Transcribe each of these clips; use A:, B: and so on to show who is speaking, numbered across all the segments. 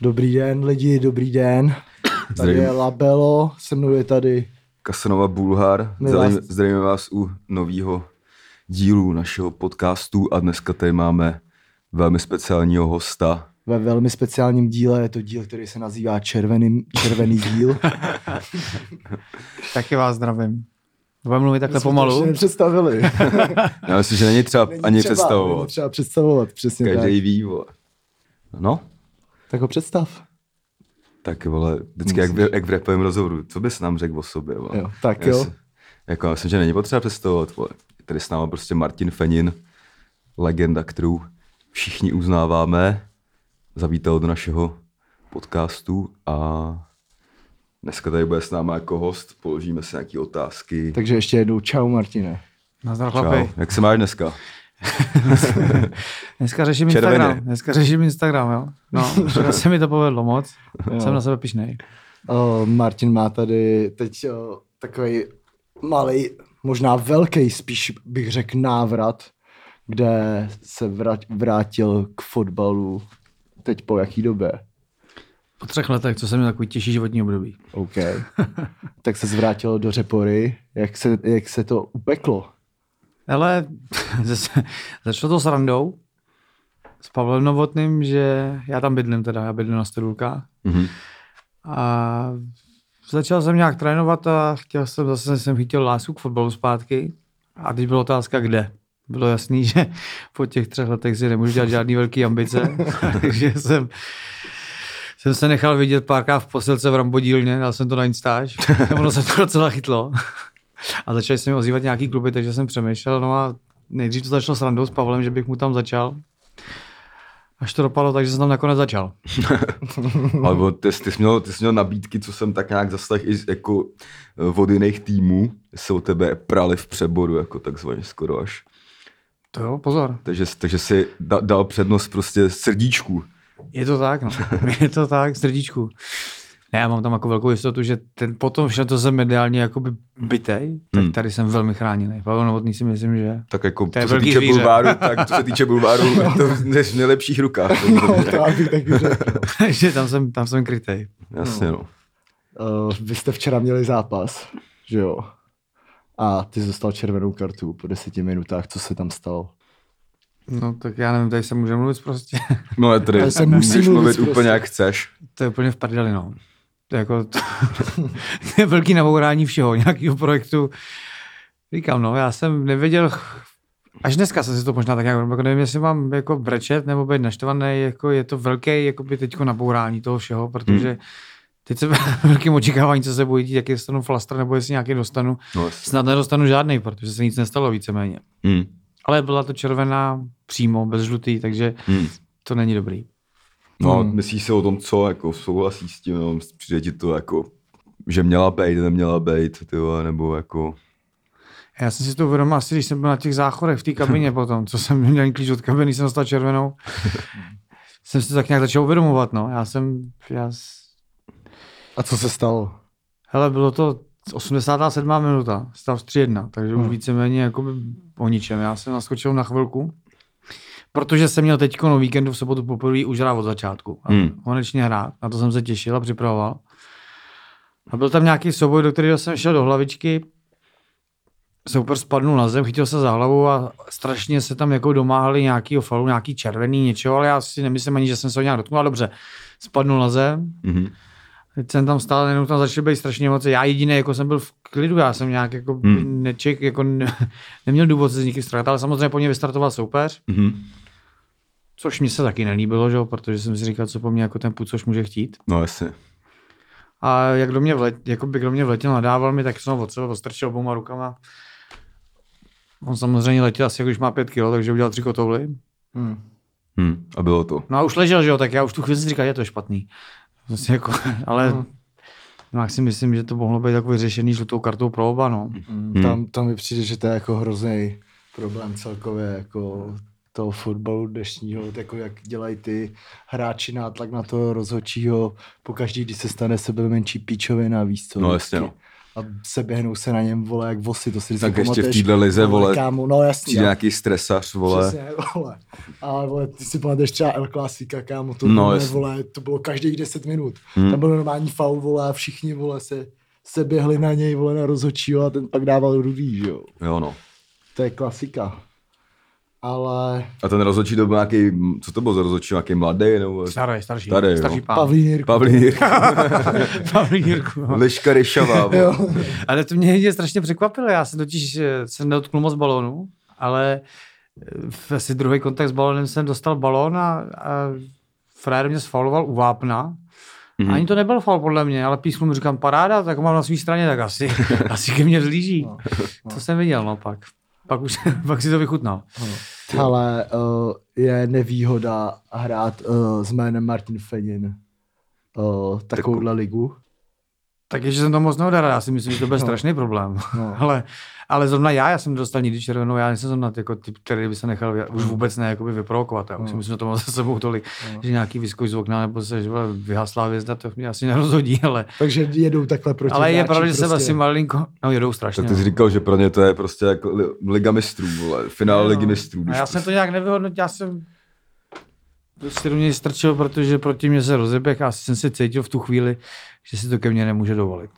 A: Dobrý den lidi, dobrý den. Tady
B: Zdravím.
A: je Labelo, se mnou je tady.
B: Kasanova Bulhár.
A: My
B: Zdravím,
A: vás-
B: zdravím vás u nového dílu našeho podcastu a dneska tady máme velmi speciálního hosta.
A: Ve velmi speciálním díle je to díl, který se nazývá Červený, červený díl.
C: Taky vás zdravím. Budeme mluvit
A: My jsme
C: takhle
A: to ještě
C: pomalu.
A: nepředstavili.
B: Já myslím, že není třeba
A: Není
B: ani
A: třeba, není
B: představovat.
A: Třeba představovat, přesně
B: Každý
A: tak.
B: ví, vole. No,
A: Tak ho představ.
B: tak vole, vždycky jak, v- jak v repovém rozhovoru, co bys nám řekl o sobě, vole?
A: Jo, tak
B: Já
A: jo.
B: si- Jako, já myslím, že není potřeba představovat, vole. Je Tady s náma prostě Martin Fenin, legenda, kterou všichni uznáváme, zavítal do našeho podcastu a dneska tady bude s náma jako host, položíme si nějaké otázky.
A: Takže ještě jednou čau Martine.
C: Nazdar
B: Čau.
C: chlapi.
B: Jak se máš dneska?
C: Dneska řeším
B: Červeně.
C: Instagram. Dneska řeším Instagram, jo. No, včera se mi to povedlo moc.
A: Jo.
C: Jsem na sebe pišnej.
A: Uh, Martin má tady teď uh, takový malý, možná velký, spíš bych řekl návrat, kde se vrát, vrátil k fotbalu teď po jaký době?
C: Po třech letech, co jsem měl takový těžší životní období.
A: OK. tak se zvrátil do Řepory. Jak se, jak se to upeklo?
C: Ale zase- začalo to s randou. S Pavlem Novotným, že já tam bydlím teda, já bydlím na Stodulkách.
B: Mhm.
C: A začal jsem nějak trénovat a chtěl jsem, zase jsem chytil lásku k fotbalu zpátky. A teď byla otázka, kde. Bylo jasný, že po těch třech letech si nemůžu dělat žádný velký ambice, takže jsem, jsem se nechal vidět párkrát v posilce v Rambodílně, dal jsem to na Instač, ono se to docela chytlo. A začali se mi ozývat nějaký kluby, takže jsem přemýšlel, no a nejdřív to začalo s Randou s Pavlem, že bych mu tam začal. Až to dopadlo, takže jsem tam nakonec začal.
B: Alebo ty, jsi- ty, jsi měl, ty jsi měl nabídky, co jsem tak nějak zaslech i z- jako eh, od jiných týmů, se o tebe prali v přeboru, jako takzvaně skoro až.
C: To jo, pozor.
B: Takže, takže si da, dal přednost prostě srdíčku.
C: Je to tak, no. Je to tak, srdíčku. Ne, já mám tam jako velkou jistotu, že ten potom všem, co jsem mediálně jakoby bytej, tak
B: Hmm.
C: tady jsem velmi chráněný. Pavel Novotný si myslím, že...
B: Tak jako,
C: To je
B: co se
C: velký
B: týče
C: zvíře. No.
B: bulváru, tak co se týče bulváru, to je v nejlepších rukách.
A: to bych taky řekl.
C: že tam jsem, tam jsem krytej.
B: Jasně, no.
A: Uh, vy jste včera měli zápas, že jo? A ty dostal červenou kartu po deseti minutách. Co se tam stalo?
C: No tak já nevím, tady se může mluvit prostě.
B: No ale tady
A: Ale se musí
B: můžeš
A: mluvit
B: mluvit
A: prostě.
B: úplně jak chceš.
C: to je úplně v prdeli, no. To je, jako, to, to je velký nabourání všeho, nějakého projektu. Říkám, no, já jsem nevěděl, až dneska jsem si to možná tak nějak, jako nevím, jestli mám jako brečet nebo být naštvaný, jako je to velké jakoby teďko nabourání toho všeho, protože hmm. teď jsem velkým očekávání, co se budu dít, jaký dostanu flastr, nebo jestli nějaký dostanu.
B: No, jasně.
C: Snad nedostanu žádný, protože se nic nestalo víceméně.
B: Mm,
C: Ale byla to červená přímo, bez žlutý, takže
B: mm.
C: to není dobrý.
B: No,
A: Hmm.
B: myslíš si o tom, co, jako souhlasí s tím, no, přijde ti to jako, že měla být, neměla být, ty vole, nebo jako,
C: Já jsem si to uvědomil asi, když jsem byl na těch záchodech v té kabině potom, co jsem měl klíč od kabiny, jsem dostal červenou. jsem si to tak nějak začal uvědomovat, no. Já jsem, já... s-
A: A co se stalo?
C: Hele, bylo to 87. minuta, stav 3-1, takže
A: Hmm.
C: už víceméně jakoby o ničem. Já jsem naskočil na chvilku, protože jsem měl teď no víkendu v sobotu poprvé už hrát od začátku. A
B: Hmm.
C: Konečně hrát, na to jsem se těšil a připravoval. A byl tam nějaký souboj, do kterého jsem šel do hlavičky, soupeř spadnul na zem, chytil se za hlavu a strašně se tam jako domáhali nějakýho falu, nějaký červený něčeho, ale já si nemyslím ani, že jsem se ho nějak dotknul, ale dobře, spadnul na zem,
B: mhm.
C: Teď jsem tam stál, jenom tam začaly být strašně moc. Já jediný, jako jsem byl v klidu, já jsem nějak jako
B: Hmm.
C: hmm. neček, jako ne, neměl důvod se s nikým strkat, ale samozřejmě po mně vystartoval soupeř,
B: mhm.
C: což mi se taky nelíbilo, že? jo, protože jsem si říkal, co po mně jako ten pucoš může chtít.
B: No jasně.
C: A jak do mě, vlet, jako by do mě vletěl, nadával mi, tak jsem ho od sebe odstrčil obouma rukama. On samozřejmě letěl asi, jak už má pět kilo, takže udělal tři kotovly.
A: Hmm.
B: Hm. A bylo to.
C: No a už ležel, že jo, tak já už tu chvíli si říkal, je to je špatný. Vlastně jako, ale
A: Hmm.
C: no, jak si myslím, že to mohlo být jako vyřešený žlutou kartou pro oba, no.
A: Hmm. Tam, tam mi přijde, že to je jako hrozný problém celkově jako toho fotbalu dnešního, jako jak dělají ty hráči nátlak na toho rozhodčího, po každý, když se stane sebe menší píčovina, víš co?
B: No jasně, no.
A: a seběhnou se na něm, vole, jak vosy, to si
B: Tak
A: vždycky
B: ještě v
A: pamatuješ.
B: téhle lize, vole,
A: Kámo, no jasný,
B: přijde
A: já,
B: nějaký stresař, vole.
A: Přesně, vole. A vole, ty si pamatuješ třeba El Clásica, kámo, to,
B: No,
A: no, bylo,
B: jasně.
A: vole, to bylo každých 10 minut.
B: Hmm.
A: Hmm. Tam byl normální faul, vole, a všichni, vole, se, se běhli na něj, vole, na rozhodčího a ten pak dával rudý, že jo.
B: Jo, no.
A: To je klasika. Ale
B: A ten rozhodčí to byl nějaký, co to byl za rozhodčí, nějaký mladý nebo
C: Starý, starší.
B: Starý, jo.
C: starší pán.
A: Pavlín Jirku,
B: Pavlín Jirka,
C: Pavlín Jirku. no.
B: Leška Ryšavá, vole.
A: jo.
C: Ale to mě jedině strašně překvapilo. Já jsem totiž eh, se nedotknul moc balónu, ale eh, v asi druhý kontakt s balónem jsem dostal balón a, a frajer mě sfauloval u vápna.
B: Mhm.
C: Mm-hmm. Ani to nebyl faul podle mě, ale písmu mu říkám paráda, tak ho mám na své straně, tak asi, asi ke mně vzlíží. No,
A: No,
C: To jsem viděl, no pak. Pak, už, pak si to vychutnal.
A: Ale uh, je nevýhoda hrát uh, s jménem Martin Fenin uh, takovouhle ligu.
C: Tak ještě jsem to moc neodhral, já si myslím, že to byl
A: No.
C: strašný problém.
A: No.
C: Ale, ale zrovna já, já jsem dostal nikdy červenou, já nejsem zrovna jako typ, který by se nechal vy- už vůbec ne jakoby vyprovokovat. Já už si
A: Mm.
C: myslím, že to mám za sebou tolik,
A: Mm.
C: že nějaký vyskoč z okna nebo se že vole, vyhaslá hvězda, to mě asi nerozhodí, ale,
A: Takže jedou takhle proti
C: ale je
A: hráči
C: pravda, že jsem
A: prostě.
C: asi malinko, no jedou strašně.
B: Tak ty jsi říkal, že pro ně to je prostě jako li- Liga mistrů, vole, finále
C: No.
B: Ligy mistrů.
C: A
B: když prostě
C: já jsem to nějak nevyhodnotil, já jsem prostě do něj strčil, protože proti mě se rozeběh a asi jsem se cítil v tu chvíli, že si to ke mně nemůže dovolit.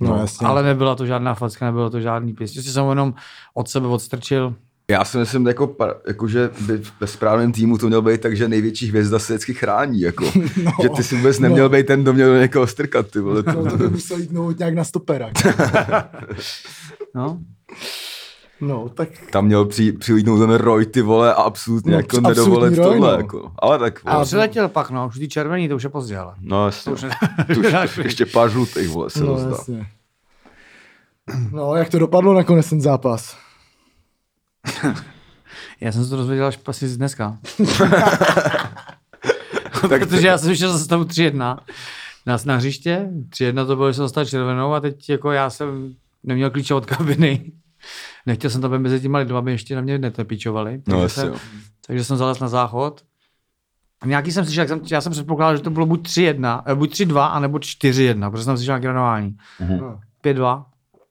A: No, jasně.
C: Ale nebyla to žádná facka, nebylo to žádný pěst. Prostě jsem ho jenom od sebe odstrčil.
B: Já si myslím, jako, pa- jako, že by ve správném týmu to měl být tak, že největší hvězda se vždycky chrání. Jako. No, že ty si vůbec neměl být ten, kdo měl do někoho strkat. Ty vole.
A: No, to by musel jít no, nějak na stopera.
C: No.
A: No, tak
B: Tam měl při, přilítnout ten Roy, ty vole, a absolutně no,
A: No,
B: jako
A: absolutní
B: nedovolit
A: Roy,
B: tohle.
A: no.
B: Jako. Ale tak, vole.
C: A přiletěl pak, no, už ty červený, to už je pozdě, ale.
B: No jasně.
C: Už ne-
B: Tu
C: už dáš
B: už-
C: pryč.
B: ještě pár žlutých, vole, se
A: no,
B: rozdá.
A: jasně. No, jak to dopadlo nakonec ten zápas?
C: Já jsem se to dozvěděl až asi z dneska.
B: Tak-
C: Protože já jsem šel za stavu 3-1 na, na hřiště. 3-1 to bylo, že jsem dostal červenou a teď jako já jsem neměl klíče od kabiny. Nechtěl jsem tam být mezi těma lidmi, aby ještě na mě netepičovali.
B: No
C: Takže
B: jasně,
C: jsem,
B: jo.
C: takže jsem zalez na záchod. Nějaký jsem slyšel, jak jsem, já jsem předpokládal, že to bylo buď 3-1, eh, buď 3-2, anebo 4-1, protože jsem slyšel nějaké ranování.
B: Mhm.
A: No,
C: 5-2,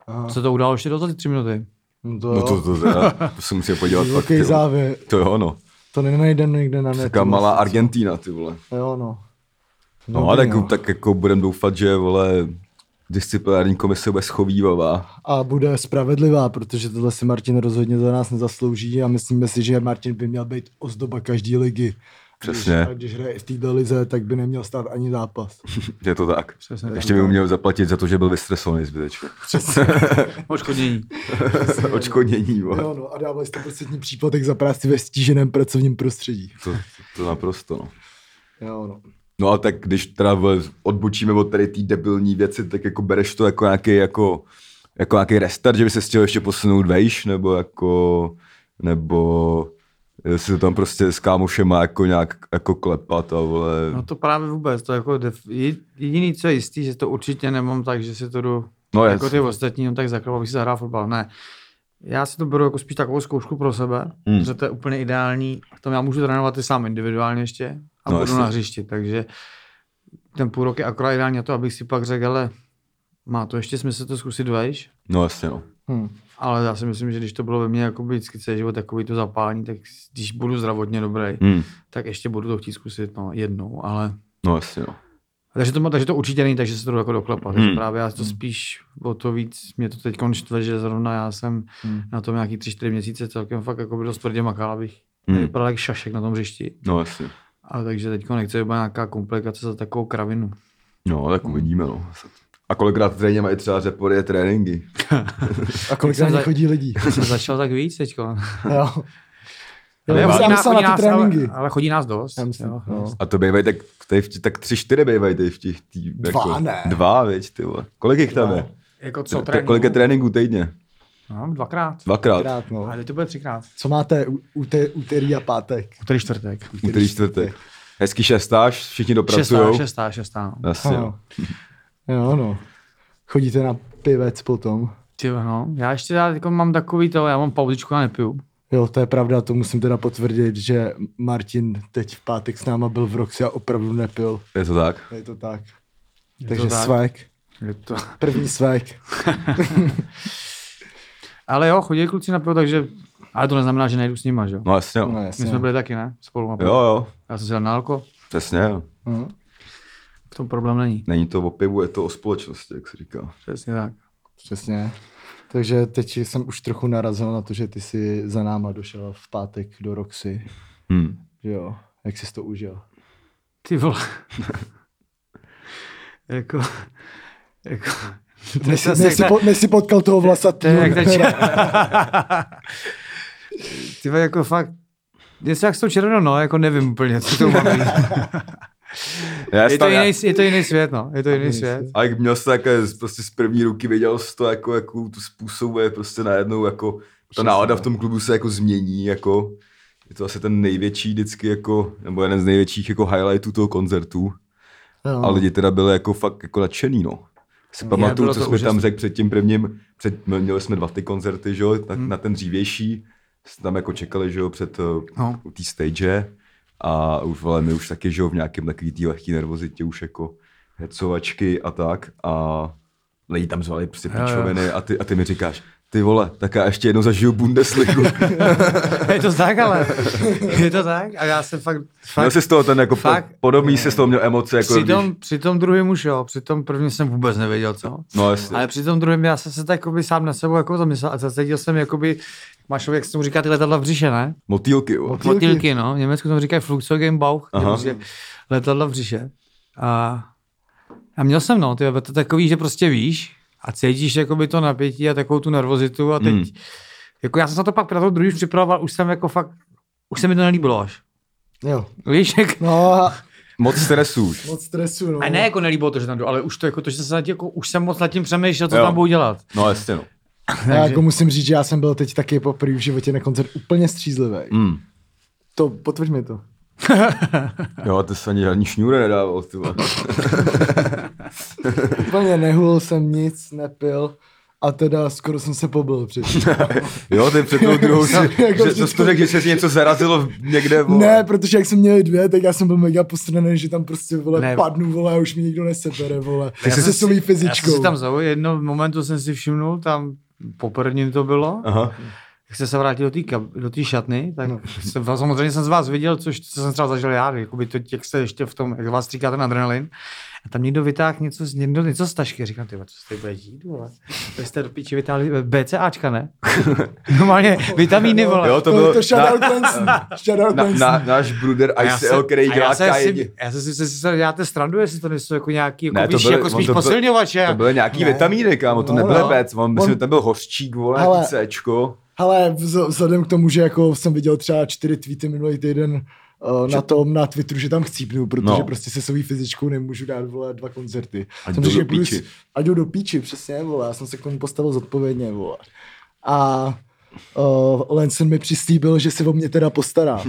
A: aha.
C: se to událo ještě do té 3 minuty.
A: No,
B: No to, to, to, to se musí podívat pak.
A: Velký
B: ty vole.
A: závěr.
B: To jo, no.
A: To nenajdeme nikde na netu.
B: Taká malá Argentína, ty vole.
A: Jo, no.
B: No, ale tak, tak jako budem doufat, že vole disciplinární komise bude schovývavá.
A: A bude spravedlivá, protože tohle si Martin rozhodně za nás nezaslouží a myslíme si, že Martin by měl být ozdoba každé ligy.
B: Přesně.
A: Když, a když hraje v této lize, tak by neměl stát ani zápas.
B: Je to tak.
C: Přesně tak.
B: Ještě by mu měl zaplatit za to, že byl vystresovaný zbytečně.
C: Odškodnění.
B: Očkodnění, vole.
A: Jo, no, a dávali 100% příplatek za práci ve stíženém pracovním prostředí.
B: To, to naprosto, no.
A: Jo, no.
B: No a tak když teda vole, odbočíme od tady té debilní věci, tak jako bereš to jako nějaký jako, jako nějaký restart, že by se chtěl ještě posunout vejš, nebo jako, nebo si to tam prostě s kámošema jako nějak jako klepat a vole.
C: No to právě vůbec, to jako def, je- jediný, co je jistý, že to určitě nemám tak, že si to jdu
B: No
C: no,
B: jasně.
C: jako ty ostatní, no tak zakrvu, abych si zahrál fotbal, ne. Já si to beru jako spíš takovou zkoušku pro sebe,
B: Hmm.
C: hmm. protože to je úplně ideální, v tom já můžu trénovat i sám individuálně ještě a
B: No
C: no, budu
B: jasně.
C: na hřišti, takže ten půl rok je akorát ideální na to, abych si pak řekl, ale má to ještě smysl to zkusit vejš,
B: No jasně, no.
A: Hm.
C: ale já si myslím, že když to bylo ve mně jako vždycky celý život takový to zapálení, tak když budu zdravotně dobrý, hmm.
B: Hmm.
C: tak ještě budu to chtít zkusit no, jednou, ale
B: No jasně, no.
C: takže to, má- takže to určitě není, takže se to jdu jako doklepat.
B: Hmm.
C: Hmm. Právě já to spíš o to víc, mě to teď štve, že zrovna já jsem
A: Hmm.
C: hmm. na tom nějaký 3-4 měsíce celkem fakt jako by dost tvrdě makal, abych
B: Hmm.
C: hmm. vypadal jak šašek na tom hřišti.
B: No jasně.
C: A takže teď nechce být nějaká komplikace za takovou kravinu.
B: No, tak uvidíme, no. A kolikrát tréně mají třeba řepory tréninky.
A: A kolik
C: jsem
A: na ně
C: za-
A: chodí lidí?
C: Jsem začal tak víc teďko.
A: Jo. Jo,
B: Ale
A: já
B: chodí
A: jsem myslel na ty tréninky.
C: ale, ale, chodí nás dost.
A: Já myslím,
C: jo.
A: no.
B: A to bývají tak, tady v, tě- tak tři, čtyři bývají tady v těch tý, jako
A: Dva, ne.
B: Dva, viď, ty vole. Kolik jich tam je?
C: Jako co,
B: Tr- Kolik je tréninků týdně?
C: No, dvakrát.
B: Dvakrát.
A: Krát, no.
C: Ale to bude třikrát.
A: Co máte u- úte- úterý a pátek?
C: Který čtvrtek.
B: Úterý, čtvrtek. Hezký šestáž, všichni
C: Šestá,
B: dopracujou.
C: šestá, šestá. No.
B: Jasně. no.
A: Jo. jo, no. Chodíte na pivec potom.
C: Ty, jo, no. Já ještě já jako mám takový to, já mám pauzičku a nepiju.
A: Jo, to je pravda, to musím teda potvrdit, že Martin teď v pátek s náma byl v Roxy a opravdu nepil.
B: Je to tak.
A: Je to tak.
C: Je
A: Takže
C: to tak.
A: svek.
C: Je to...
A: První svek.
C: Ale jo, chodí kluci na pivo, takže... Ale to neznamená, že nejdu s nima, že jo?
B: No jasně,
A: No,
B: jo.
A: jasně.
C: My jsme byli taky, ne? Spolu na
B: Jo,
C: pivo.
B: jo,
C: Já jsem si dal na alko,
B: přesně. jo.
A: Mhm.
C: v tom problém není.
B: Není to o pivu, je to o společnosti, jak se říká.
C: Přesně tak.
A: Přesně. Takže teď jsem už trochu narazil na to, že ty jsi za náma došel v pátek do Roxy.
B: Hm.
A: Že jo, jak jsi to užil.
C: Ty vole. jako... Jako... to je
A: Než jsi,
C: zase
A: než jsi,
C: jak
A: po, než jsi potkal toho
C: To je
A: vlasatého.
C: jak ta čer- Ty vole, jako fakt, jestli jak s tou červenou, no, jako nevím úplně, co to mám říct.
B: Já
C: je,
B: jsem
C: to
B: tam, já-
C: jiný, je to jiný svět, no, je to jiný
A: Jiný
C: svět.
B: A jak měl jsi také z- prostě z první ruky, věděl jsi to, jako, jakou tu způsobuje prostě najednou, jako ta nálada
A: no.
B: v tom klubu se jako změní, jako je to asi ten největší vždycky, jako, nebo jeden z největších jako highlightů toho koncertu.
A: No.
B: A lidi teda byli jako fakt jako nadšený, no. Si pamatuju,
C: bylo
B: co
C: to
B: jsme tam
C: úžasný.
B: řekl před tím prvním, před, měli jsme dva ty koncerty, že jo, na,
C: Hmm.
B: na ten dřívější, jsme tam jako čekali, že jo, před
C: No.
B: no. té stage a už, ale my už taky, že jo, v nějakém takový té lehké nervozitě už jako hecovačky a tak a lidi tam zvali prostě
C: jo.
B: píčoviny a ty, a ty mi říkáš, ty vole, tak já ještě jednou zažiju Bundesligu.
C: Je to tak, ale je to tak. A já jsem fakt, fakt
B: Měl jsi z toho ten jako po,
C: Fakt?
B: podobný, jsi z toho měl emoce, jako
C: při, tom,
B: když,
C: při tom druhém už jo, při tom prvním jsem vůbec nevěděl, co.
B: no jasně,
C: Ale při tom druhém já jsem se tak jakoby, sám na sebou jako zamyslel a zacítil jsem jakoby, máš, jak se tomu říká ty letadla v břiše, ne?
B: motýlky, jo.
A: Motýlky.
C: Motýlky, no. V Německu tomu říkají Flugzeugenbauch,
B: Aha.
C: prostě letadla v břiše. A, a měl jsem, no, ty, vole, to takový, že prostě víš a cítíš jakoby to napětí a takovou tu nervozitu a teď,
B: Hmm.
C: jako já jsem se na to pak na to druhý už připravoval, už jsem jako fakt, už se mi to nelíbilo až.
A: Jo.
C: Víš, jak,
A: No a
B: Moc stresu už.
A: moc stresu. No.
C: a ne jako nelíbilo to, že tam jdu, ale už to jako to, že jsem se nad, jako, už jsem moc nad tím přemýšlel, co
B: Jo.
C: tam budu dělat.
B: No jasně, no.
A: Já jako musím říct, že já jsem byl teď taky poprvé v životě na koncert úplně střízlivý.
C: Hmm.
B: Mm.
A: To, potvrď mi to.
B: Jo, ty jsi ani žádný šňůry nedával, ty vole.
A: Úplně nehul jsem nic, nepil. A teda skoro jsem se pobil předtím.
B: Jo, ty před tou druhou si,
A: Jako
B: že,
A: vždycky.
B: to řekl, že se ti něco zarazilo v- někde, vole.
A: Ne, protože jak jsme měli dvě, tak já jsem byl mega postraný, že tam prostě vole
C: Ne.
A: ne. padnu, vole, a už mi nikdo nesebere, vole. Já se
C: jsem
A: svojí
C: si- Já
A: fyzičkou.
C: jsem si tam zaujel, jedno momentu jsem si všimnul, tam poprvé to bylo,
B: Aha.
C: Jak jste se vrátil do té kab- do té šatny, tak
A: No.
C: jsem, vás- samozřejmě jsem z vás viděl, což co jsem třeba zažil já, jakoby to, jak jste ještě v tom, jak vás stříká ten adrenalin. A tam někdo vytáhl něco, z- někdo něco z tašky. Říkám, ty, vole, co jste bude dít, vole? Vy jste do píči vytáhli eh, BCAčka, ne? Normálně vitamíny, vole.
B: Jo, to bylo
A: to shoutout
B: na-
A: Clemson. Shoutout
B: Na, na,
A: Clemson.
B: náš bruder
C: A já
B: ICL,
C: jsem-
B: který
C: a
B: dělá
C: já jsem si,
B: kajedi.
C: já jsem si, si, si děláte strandu, jestli to nejsou jako nějaký, jako,
B: Ne, to
C: víš,
B: byly-
C: jako
B: on
C: spíš
B: to byl-
C: posilňovače.
B: To byly nějaký
A: Ne.
B: vitamíny, kámo, to
A: No,
B: nebylo
A: no.
B: bec, on, myslím,
A: On-
B: že tam byl hořčík, vole,
A: Hele.
B: nějaký Cčko.
A: Ale vz- vzhledem k tomu, že jako jsem viděl třeba čtyři tweety minulý týden uh, na tom, na Twitteru, že tam chcípnu, protože
B: No.
A: no. prostě se svou fyzičkou nemůžu dát, vole, dva koncerty.
B: A
A: Jsem
B: jdou
A: si,
B: do
A: že budu
B: píči.
A: s- A jdu do píči, přesně, vole, já jsem se k tomu postavil zodpovědně, vole. A uh, Lenson mi přislíbil, že se o mě teda postará.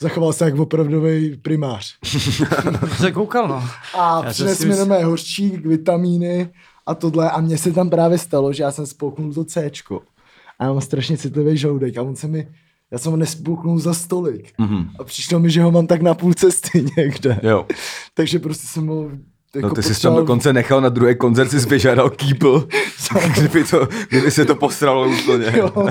A: Zachoval se jako opravdový primář.
C: se koukal, no.
A: A
C: Já jsem
A: přines
C: si
A: mi
C: mysl-
A: mé horčík, vitamíny a tohle. A mně se tam právě stalo, že já jsem spolknul to C. A já mám strašně citlivý žaludek. A on se mi, já jsem ho nespolknul za stolik. Mm-hmm. A přišlo mi, že ho mám tak na půl cesty někde.
B: Mhm. Jo.
A: Takže prostě jsem ho jako
B: No ty jsi tam
A: potřeboval-
B: dokonce nechal na druhé koncert, jsi vyžádal kýpl, kdyby, to, kdyby se to posralo úplně.
A: Jo.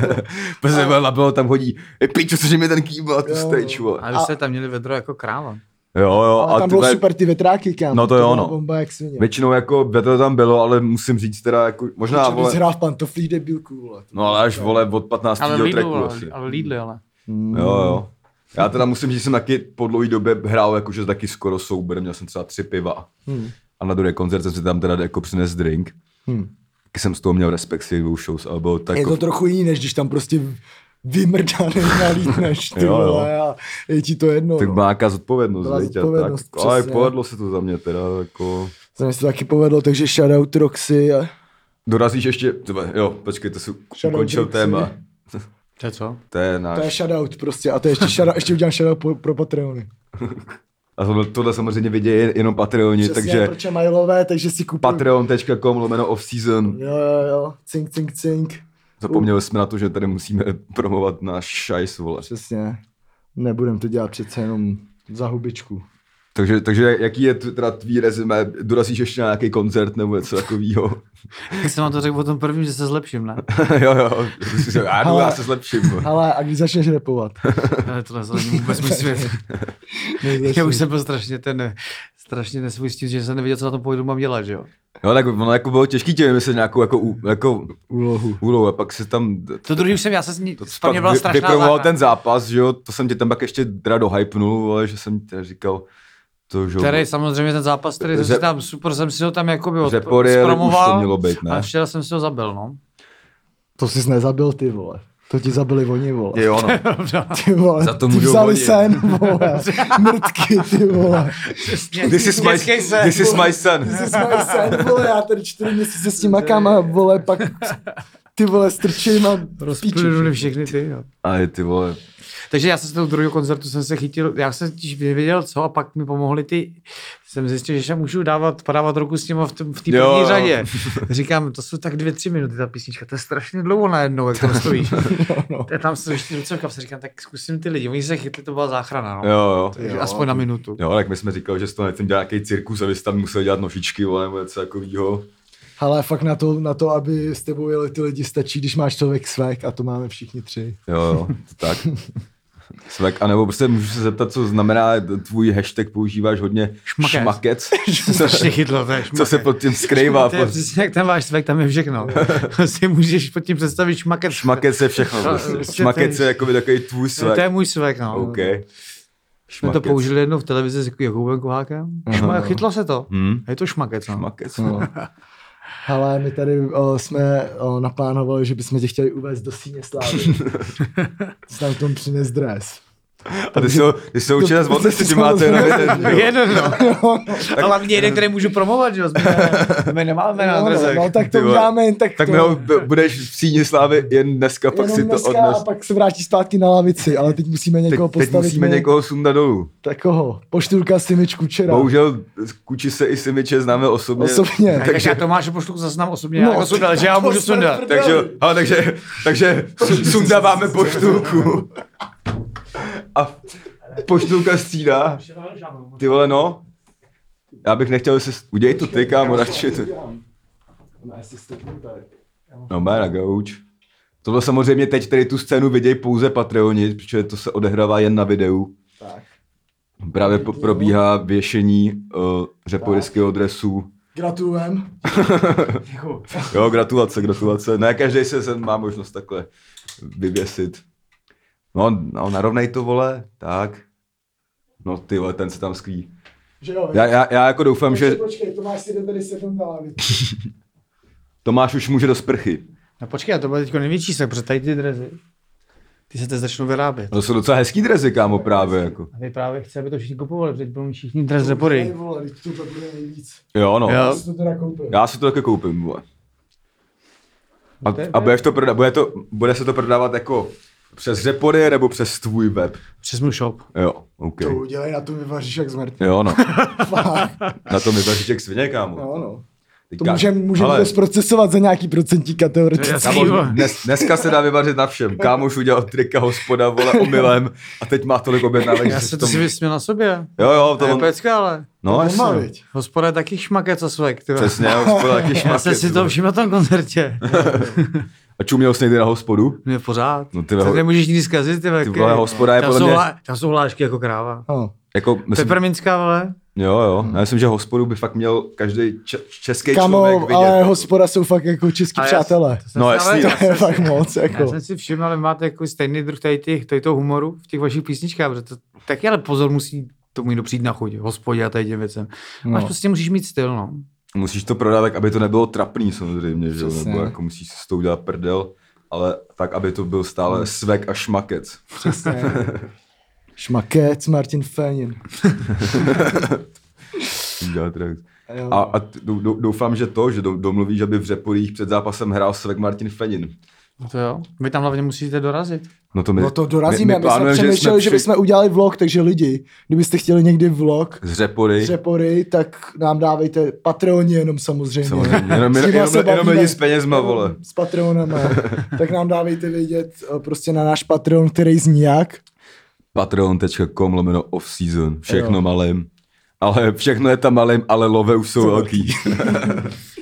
B: Protože vole, labelo tam hodí, "Ej, piču, cože mi ten kýbl a tu
A: Jo.
B: stage, vole.
C: A vy jste tam měli vedro jako kráva.
B: Jo, jo,
A: Ale tam
B: ty
A: bylo
B: vole-
A: super ty větráky, kámo.
B: No to jo,
A: byla
B: no.
A: Bomba jak svině.
B: Většinou jako to tam bylo, ale musím říct teda jako, možná
A: Většinou
B: vole,
A: hrál v pantoflích debilku, vole.
B: no ale až vole od 15.
C: Ale
B: do
C: Lidl,
B: tracku
C: ale,
B: asi.
C: ale Lidl, ale.
B: Jo, jo. Já teda musím říct, že jsem taky po dlouhé době hrál jakože taky skoro soubor, měl jsem třeba tři piva.
A: Hmm.
B: A na druhý koncert jsem si tam teda jako přinesl drink.
A: Hmm.
B: Taky jsem z toho měl respekt si dvou shows, ale bylo tak jako-
A: Je to trochu jiný, než když tam prostě vymrdaný nalítneš, ty
B: Jo, jo.
A: vole, a je ti to jedno.
B: tak
A: no.
B: byla nějaká zodpovědnost,
A: Byla
B: viď, a
A: zodpovědnost,
B: tak, ale
A: přesně.
B: povedlo se to za mě teda, jako...
A: To mi se to taky povedlo, takže shoutout Roxy. A...
B: Dorazíš ještě, tebe, jo, počkej, to si
A: Shadow
B: ukončil
A: Drixy.
B: téma.
C: To je co?
B: To je
A: To je
B: náš.
A: shoutout prostě a to ještě, shoutout, ještě udělám shoutout pro, pro Patreony.
B: A tohle, tohle samozřejmě vidějí jenom Patreoni,
A: Přesně,
B: takže...
A: proč je majlové, takže si kupuju.
B: patreon.com lomeno
C: Uh.
B: offseason.
A: Jo, jo, jo, cink, cink, cink.
B: Zapomněli jsme na to, že tady musíme promovat náš šajs, vole.
A: Přesně, nebudem to dělat přece jenom za hubičku.
B: Takže, takže jaký je t- teda tvý rezime? Dorazíš ještě na nějaký koncert nebo něco takového?
C: Jak jsem vám to řekl o tom prvním, že se zlepším, ne?
B: jo, jo, já, jdu, já se zlepším.
A: Ale a když začneš repovat.
C: Ale tohle to není vůbec můj svět. Já už jsem byl strašně ten, strašně nesvůj s tím, že jsem nevěděl, co na tom pojedu mám dělat, že jo?
B: No, tak ono jako bylo těžký tě vymyslet nějakou jako, ú- jako
A: úlohu.
B: úlohu a pak se tam...
C: To druhý už jsem, já se s ní,
B: To
C: to mě byla
B: vy-
C: strašná
B: vypromoval
C: záchrana.
B: ten zápas, že jo, to jsem tě tam pak ještě teda dohypnul, ale že jsem tě říkal, to, že jo,
C: Který samozřejmě ten zápas, který jsem
B: Ze-
C: si tam, super jsem si ho tam jakoby odp-
B: Řepory, už
C: zpromoval,
B: to mělo být,
C: ale
B: ne?
C: včera jsem si ho zabil, no.
A: To jsi nezabil ty vole. To ti zabili oni vole.
B: Jo, no.
A: Ty vole,
B: Za to
A: ty
B: můžou
A: vzali
B: oni.
A: sen, vole. Mrtky, ty vole.
B: This is my,
C: Dětský sen.
B: this is my son.
A: Ty jsi svůj sen, vole, já tady čtyři měsíce s těma kama, vole, pak ty vole strčím a
C: Rozplynuli všechny ty, jo.
B: A ty vole,
C: Takže já jsem z toho druhého koncertu jsem se chytil, já jsem totiž nevěděl co a pak mi pomohli ty, jsem zjistil, že se můžu dávat, podávat ruku s těma v tom- v té
B: Jo, jo.
C: první řadě. Říkám, to jsou tak dvě, tři minuty ta písnička, to je strašně dlouho najednou, jak tam stojí.
B: No,
C: Já tam jsem ještě ruce v kapse, říkám, tak zkusím ty lidi, oni se chytli, to byla záchrana,
B: jo,
C: no.
B: jo.
C: Takže
A: Jo.
C: aspoň na minutu.
B: Jo, tak my jsme říkali, že jsi to nechcem dělat nějaký cirkus a vy jste tam museli dělat nožičky, vole, nebo něco takového.
A: Ale fakt na to, na to, aby s tebou jeli ty lidi, stačí, když máš člověk svek a to máme všichni tři.
B: Jo, jo, to tak. Svek, anebo prostě můžu se zeptat, co znamená tvůj hashtag, používáš hodně
C: Šmakec.
B: šmakec.
C: Strašně chytlo, to je
B: Co se
C: šmakec.
B: pod tím skrývá?
C: To je přesně jak ten váš svek, tam je všechno. si můžeš pod tím představit šmaket.
B: Šmakec je všechno.
C: No,
B: Prostě.
C: prostě
B: Šmakec
C: ten-
B: je jako takový tvůj
C: To je
B: svek.
C: můj svek, no.
B: OK.
C: Jsme to
B: Šmakec.
C: použili jednou v televizi s Jakubem Kohákem. Šma, chytlo se to.
B: Hm?
C: A je to šmakec, no.
B: Šmakec.
A: No. Hele, my tady o, jsme o, naplánovali, že bychom tě chtěli uvést do síně slávy. Jsi tam k tomu přines dres.
B: A ty jsou, ty jsou určitě z Vodnesy, ty máte jenom jeden. že jo?
C: Jeden, no. Tak hlavně jeden, který můžu promovat, že jo. My, my nemáme na
A: No, no,
C: adresech.
A: no, tak to
B: Ty vole.
A: uděláme jen tak,
B: Tak
A: to,
B: mi ho b- budeš v síni slávy jen dneska, pak
A: jenom
B: si to
A: dneska
B: odnes.
A: a pak se vrátí zpátky na lavici, ale teď musíme
B: Teď,
A: někoho
B: teď
A: postavit.
B: musíme
A: na-
B: někoho sundat dolů.
A: Takoho. Poštůrka Simič Kučera.
B: Bohužel Kuči se i Simiče známe osobně.
A: Osobně.
C: Tak
B: Takže,
C: já to máš pošlu zase nám osobně,
A: No,
C: no, jako sundal, že já ho můžu
A: to jsme
C: sundat.
A: prdeli.
B: takže, ale takže, takže su- sundáváme poštulku. A poštulka střídá. Ty vole, no. Já bych nechtěl, že se... Udělej to ty, kámo, radši. to- No, má na gauč. Tohle samozřejmě teď tady tu scénu vidějí pouze Patreoni, protože to se odehrává jen na videu.
A: Tak.
B: Právě po- probíhá věšení uh, řeporyského dresu.
A: Gratulujem.
B: Jo, gratulace, gratulace. Ne každý se sem má možnost takhle vyvěsit. No, no, narovnej to, vole, tak. No ty vole, ten se tam sklí.
A: Že jo?
B: Já, já, já jako doufám,
A: Takže
B: že
A: počkej, Tomáš si jde tady sednout na lavici.
B: Tomáš už může do sprchy.
C: No počkej, a to bude teď největší se, protože tady ty drezy, ty se teď začnou vyrábět.
B: To jsou docela hezký drezy, kámo, právě jako.
C: A vy právě chce, aby to všichni kupovali, protože budou mít všichni dres repory.
A: vole, teď to bude nejvíc.
B: Jo, no.
C: Jo.
A: Já si to teda koupil.
B: Já si to taky koupím, vole. A, a budeš to proda- bude, to, bude se to prodávat jako přes Řepory nebo přes tvůj web?
C: Přes můj shop.
B: Jo, OK.
A: To udělej, na to vyvaříš jak zmrt.
B: Jo, no. Na tom vypaříš jak svině, kámo.
A: No, no. To
B: Teďka-
A: můžeme můžem
B: Hele,
A: to zprocesovat za nějaký procentíka teoreticky.
C: Jasně.
B: Kámo, dnes, dneska se dá vyvařit na všem. Kámoš udělal trika hospoda, vole, omylem a teď má tolik objednávek.
C: Já
B: že
C: se
B: v
C: to
B: tom-
C: si vysměl na sobě.
B: Jo, jo,
C: To
B: to
C: je
B: on...
C: pecka, ale.
B: No,
A: Doma,
B: jasně.
A: viď?
C: Hospoda je taky šmakec a svek. ty vole.
B: Přesně, hospoda taky
C: Já jsem
B: šmakec,
C: si to
B: vole.
C: všiml na tom koncertě.
B: A čuměl jsi někdy na hospodu?
C: Ne, pořád.
B: No,
C: No,
B: ty
C: ty
B: vole-
C: to nemůžeš nikdy zkazit, ty,
B: Ty vole, hospoda je
C: tam,
B: podle
C: jsou
B: mě-
C: hlá- tam jsou hlášky jako kráva.
A: No.
B: Jako, myslím,
C: Peperminská, vole.
B: jo, jo. Já myslím, že hospodu by fakt měl každý če- český
A: Kamo,
B: člověk vidět.
A: ale hospoda jsou fakt jako český
C: Ale já-
A: přátelé.
C: to jsem
B: No,
C: si-
B: jasný,
C: ale-
B: no.
C: já
A: To je
C: jsem si-
A: fakt moc,
C: Já
A: jako.
C: jsem si všiml, ale máte jako stejný druh tady, těch, tady toho humoru v těch vašich písničkách, protože to, taky ale pozor musí tomu někdo přijít na chuť, hospodě a tady těm věcem. No. Až
A: No.
C: prostě musíš mít styl, no.
B: Musíš to prodat tak, aby to nebylo trapný samozřejmě, že jo?
A: Přesně.
B: Nebo jako musíš si s tou udělat prdel, ale tak, aby to byl stále svek a šmakec.
A: Přesně. Šmakec, Martin Fénin.
B: Udělat tak.
A: Jo.
B: A, a t- dou- dou- doufám, že to, že dou- domluvíš, aby v Řeporích před zápasem hrál Svek Martin Fenin.
C: no to jo. Vy tam hlavně musíte dorazit.
B: No to, my,
A: No to dorazíme, my, my, jsme
B: plánujeme,
A: přemýšleli, že,
B: při-
A: bychom udělali vlog, takže lidi, kdybyste chtěli někdy vlog
B: Z Řepory,
A: z Repory, tak nám dávejte Patreoni jenom samozřejmě.
B: samozřejmě, jenom,
A: S
B: jenom,
A: nima se
B: jenom, jenom
A: bavíme.
B: lidi s penězma, vole.
A: S Patreonama. tak nám dávejte vědět eh, prostě na náš Patreon, který zní jak.
B: Patreon.com lomeno off-season, všechno
A: Jo.
B: malým. Ale všechno je tam malým, ale love už jsou velký.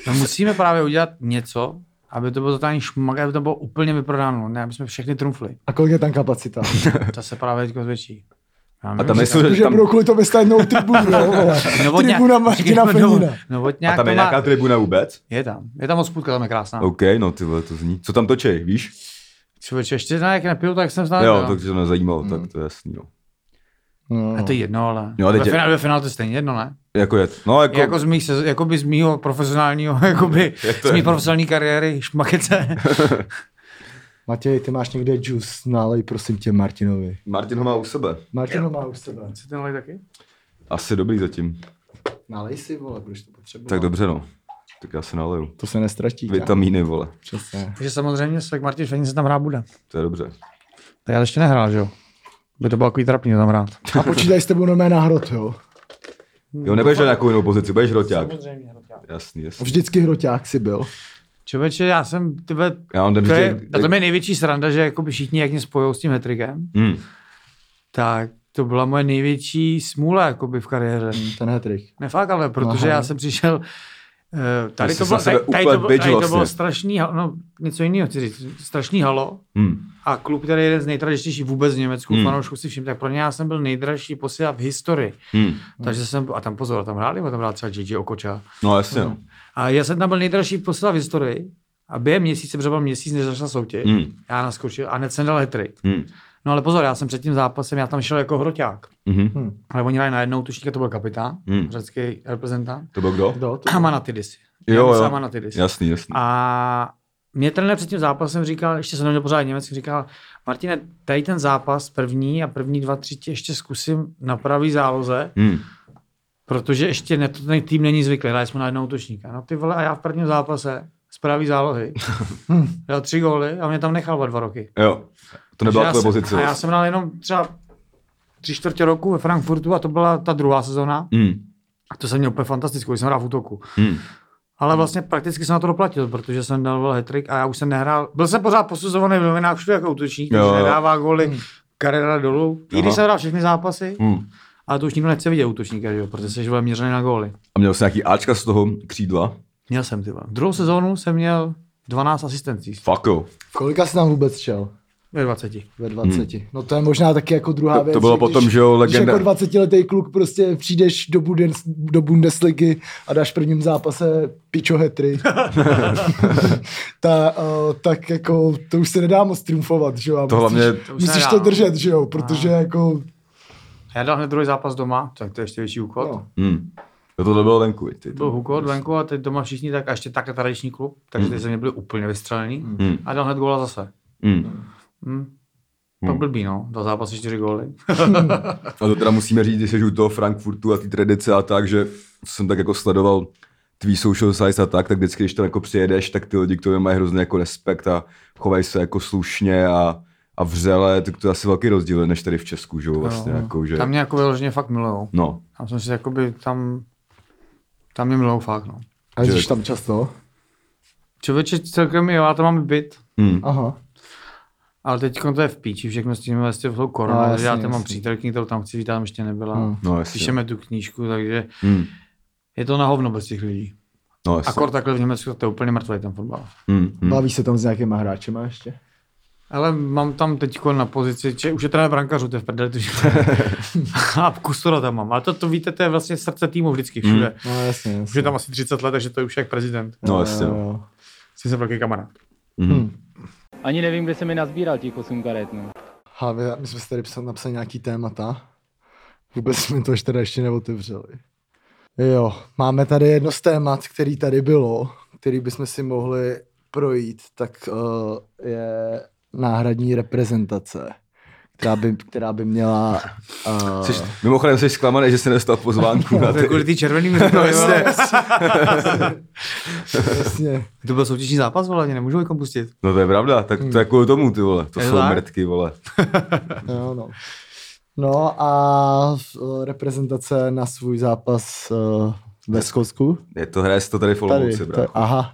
C: No musíme právě udělat něco, aby to bylo totální šmak, aby to bylo úplně vyprodáno, ne, aby jsme všechny trumfli.
A: A kolik je tam kapacita?
C: To se právě teďko zvětší. Já
B: A
C: nevím,
B: tam
C: že-
B: nejsou, že
A: Že
B: tam,
A: budou kvůli tobě stát novou tribunu, jo, vole.
C: Novotňák-
A: Tribuna Martina
C: Počkej, no,
A: Fenina.
C: Novotňák
B: a tam
C: to
B: je
C: má-
B: nějaká tribuna vůbec?
C: Je tam, je tam odspůdka, tam je krásná. Okay.
B: OK, no ty vole, to zní. Co tam točej, víš?
C: Člověče, ještě ne, jak nepiju, tak jsem znal.
B: Jo, takže to nezajímalo,
A: Hmm.
B: tak to je jasný, no.
A: No.
C: A to je jedno, ale
B: Jo,
C: jo,
B: teď
C: ve,
B: je-
C: finále, ve finále to je stejně jedno, ne?
B: Jako je, no jako,
C: Jako, jako z mých, sez- jakoby z mýho profesionálního, jakoby
B: Je to
C: z mý
B: jedno.
C: profesionální kariéry šmakece.
A: Matěj, ty máš někde juice, nálej prosím tě Martinovi.
B: Martin ho má u sebe.
A: Martin ho má u sebe.
C: Chci tenhle taky?
B: Asi dobrý zatím.
A: Nálej si, vole, budeš to potřebovat.
B: Tak dobře, no. Tak já se naleju.
A: To se nestratí. kámo.
B: Vitamíny, vole.
A: Přesně.
C: Takže samozřejmě Svek Martin Švenín se tam hrát bude.
B: To je dobře.
C: Tak já ještě nehrál, že jo? By to bylo takový trapný tam hrát.
A: A počítaj s tebou na mé nahrot, jo.
B: Jo, nebudeš na nějakou jinou pozici, budeš roťák.
C: Samozřejmě.
B: Jasný, jasný.
A: Vždycky hroťák si byl.
C: Člověče, já jsem, tyhle,
B: Já mám den,
C: to je,
B: že...
C: a to mi je největší sranda, že jakoby všichni, jak mě spojou s tím hetrikem,
B: Hmm.
C: tak to byla moje největší smůla jakoby v kariéře.
A: Ten hetrik.
C: Ne fakt, ale protože
A: Aha.
C: já jsem přišel eh, tady
B: jsi
C: to,
B: na
C: bylo,
B: sebe
C: tady, tady,
B: úplně
C: to, bylo,
B: bitch
C: tady to bylo
B: vlastně.
C: strašný, halo- no něco jiného chci říct, strašný halo
B: Hmm.
C: a klub, který je jeden z nejtradičnějších vůbec v Německu,
B: Hmm.
C: hmm. fanoušku si všim, tak pro ně já jsem byl nejdražší posila v historii.
B: Hmm.
C: Takže jsem, a tam pozor, tam hráli, tam hrál třeba JJ Okoča.
B: No jasně, no.
C: A já jsem tam byl nejdražší posila v historii a během měsíce, protože byl měsíc, než začala soutěž,
B: Hmm.
C: já naskočil a hned jsem dal hat-trick.
B: Hmm.
C: No ale pozor, já jsem před tím zápasem, já tam šel jako hroťák.
B: Mhm.
C: Ale oni hráli najednou, tušníka to byl kapitán,
B: Hmm.
C: hmm. řecký reprezentant.
B: To byl kdo?
A: Kdo to?
C: Amanatidis.
B: Jo,
C: Janis
B: jo.
C: Amanatidis.
B: Jasný, jasný.
C: A mě trenér před tím zápasem říkal, ještě jsem neměl pořád Německy, říkal, Martine, tady ten zápas první a první dva, tři tě ještě zkusím na pravý záloze,
B: Hmm.
C: protože ještě ne, to ten tým není zvyklý, hráli jsme na jednoho útočníka. No ty vole, a já v prvním zápase z pravý zálohy hm, dal tři góly a mě tam nechal oba dva roky.
B: Jo. To
C: Takže já
B: nebyla tvoje
C: jsem-
B: pozice.
C: A já jsem hrál jenom třeba tři čtvrtě roku ve Frankfurtu a to byla ta druhá sezona.
B: Hmm.
C: A to jsem měl úplně fantastickou, když jsem hrál v útoku.
B: Hmm.
C: Ale vlastně prakticky jsem na to doplatil, protože jsem dal vole hat-trick a já už jsem nehrál. Byl jsem pořád posuzovaný v novinách všude jako útočník,
B: Jo,
C: jo.
B: jo.
C: nedává góly, kariéra dolů. I
B: Aha.
C: když jsem hrál všechny zápasy,
B: Hmm.
C: ale to už nikdo nechce vidět útočníka, že jo, protože jsi vole měřený na góly.
B: A měl jsi nějaký Ačka z toho křídla?
C: Měl jsem ty vole. Druhou sezónu jsem měl 12 asistencí
B: Fuck jo.
A: V kolika jsi tam vůbec šel?
C: ve 20.
A: Ve 20. No to je možná taky jako druhá
B: Hm. To- to
A: věc.
B: bylo
A: že
B: potom,
A: když,
B: že jo,
A: Když
B: legenda.
A: jako 20 letý kluk prostě přijdeš do, Bundes, do Bundesligy a dáš v prvním zápase pičo hetry. Ta, o, tak jako to už se nedá moc triumfovat, že jo. a
B: To
A: musíš-
B: hlavně-
C: To už se
A: Musíš
C: nedá,
A: to
C: no.
A: držet, že jo, protože jako...
C: A já dal hned druhý zápas doma, tak to je ještě větší úkol.
A: No.
B: Hmm. Jo, to bylo venku. viď, Ty,
C: Byl Hugo venku a teď doma všichni tak a ještě takhle tradiční klub, takže ty ze mě byli úplně vystřelený.
B: Hmm.
C: A dal hned góla zase.
B: Hmm.
C: Hm. Pak blbý, no. Dva zápasy, čtyři góly.
B: A to teda musíme říct, že u toho Frankfurtu a ty tradice a tak, že jsem tak jako sledoval tvý social size a tak, tak vždycky, když tam jako přijedeš, tak ty lidi k tobě mají hrozně jako respekt a chovají se jako slušně a, a vřele, tak to je asi velký rozdíl, než tady v Česku, že jo, vlastně, jako, že...
C: Tam mě jako vyloženě fakt milujou.
B: No,
C: Tam jsem si jakoby tam, tam mě milou fakt, no.
A: A
B: Že-
A: jsi tam často?
C: Člověče, celkem jo, já tam mám byt,
B: hmm.
A: Aha.
C: ale teď to je v píči, všechno s tím vlastně v tou
A: No,
C: korona, takže já
A: jasně,
C: tam mám
A: jasně.
C: přítelkyni, kterou tam chci, tam ještě nebyla.
A: Hmm.
C: Hmm.
B: no jasně.
C: Píšeme tu knížku, takže
B: Hmm.
C: je to na hovno bez těch lidí.
B: No jasně.
C: Akor takhle v Německu, to je úplně mrtvý ten fotbal.
B: Hmm. Hmm.
A: Bavíš se tam s nějakýma hráčema ještě?
C: Ale mám tam teď na pozici, če, už je trenér brankařů, to je v prdeli, to A kusura tam mám. Ale to, to víte, to je vlastně srdce týmu vždycky všude. Hmm.
A: No jasně, jasně.
C: Už je tam asi 30 let, takže to je už jak prezident.
B: No jasně.
A: Jo,
B: no.
A: jo.
C: Jsi jsem velký kamarád. Hm.
B: Mhm.
D: Ani nevím, kde jsem mi nazbíral těch 8 karet. No.
A: Hlavě, my jsme si tady psali, napsali nějaký témata. Vůbec jsme to ještě teda ještě neotevřeli. Jo, máme tady jedno z témat, který tady bylo, který bychom si mohli projít, tak uh, je náhradní reprezentace, která by, která by měla... Uh,
B: Jsi, No, mimochodem jsi zklamaný, že jsi nedostal pozvánku na
C: To je
B: ty.
C: kvůli ty červený minuty, no,
B: vlastně-
A: jasně,
C: To byl soutěžní zápas, vole, mě nemůžu někomu pustit.
B: No to je pravda, tak to je kvůli tomu, ty vole. To
C: Hm. Je
B: jsou
C: tak?
B: mrtky, vole.
A: jo, no. No a eh, reprezentace na svůj zápas uh, ve Skotsku.
B: Je to hraje se to tady v
A: Tady,
B: Olomouci,
A: tady,
B: brácho.
A: aha,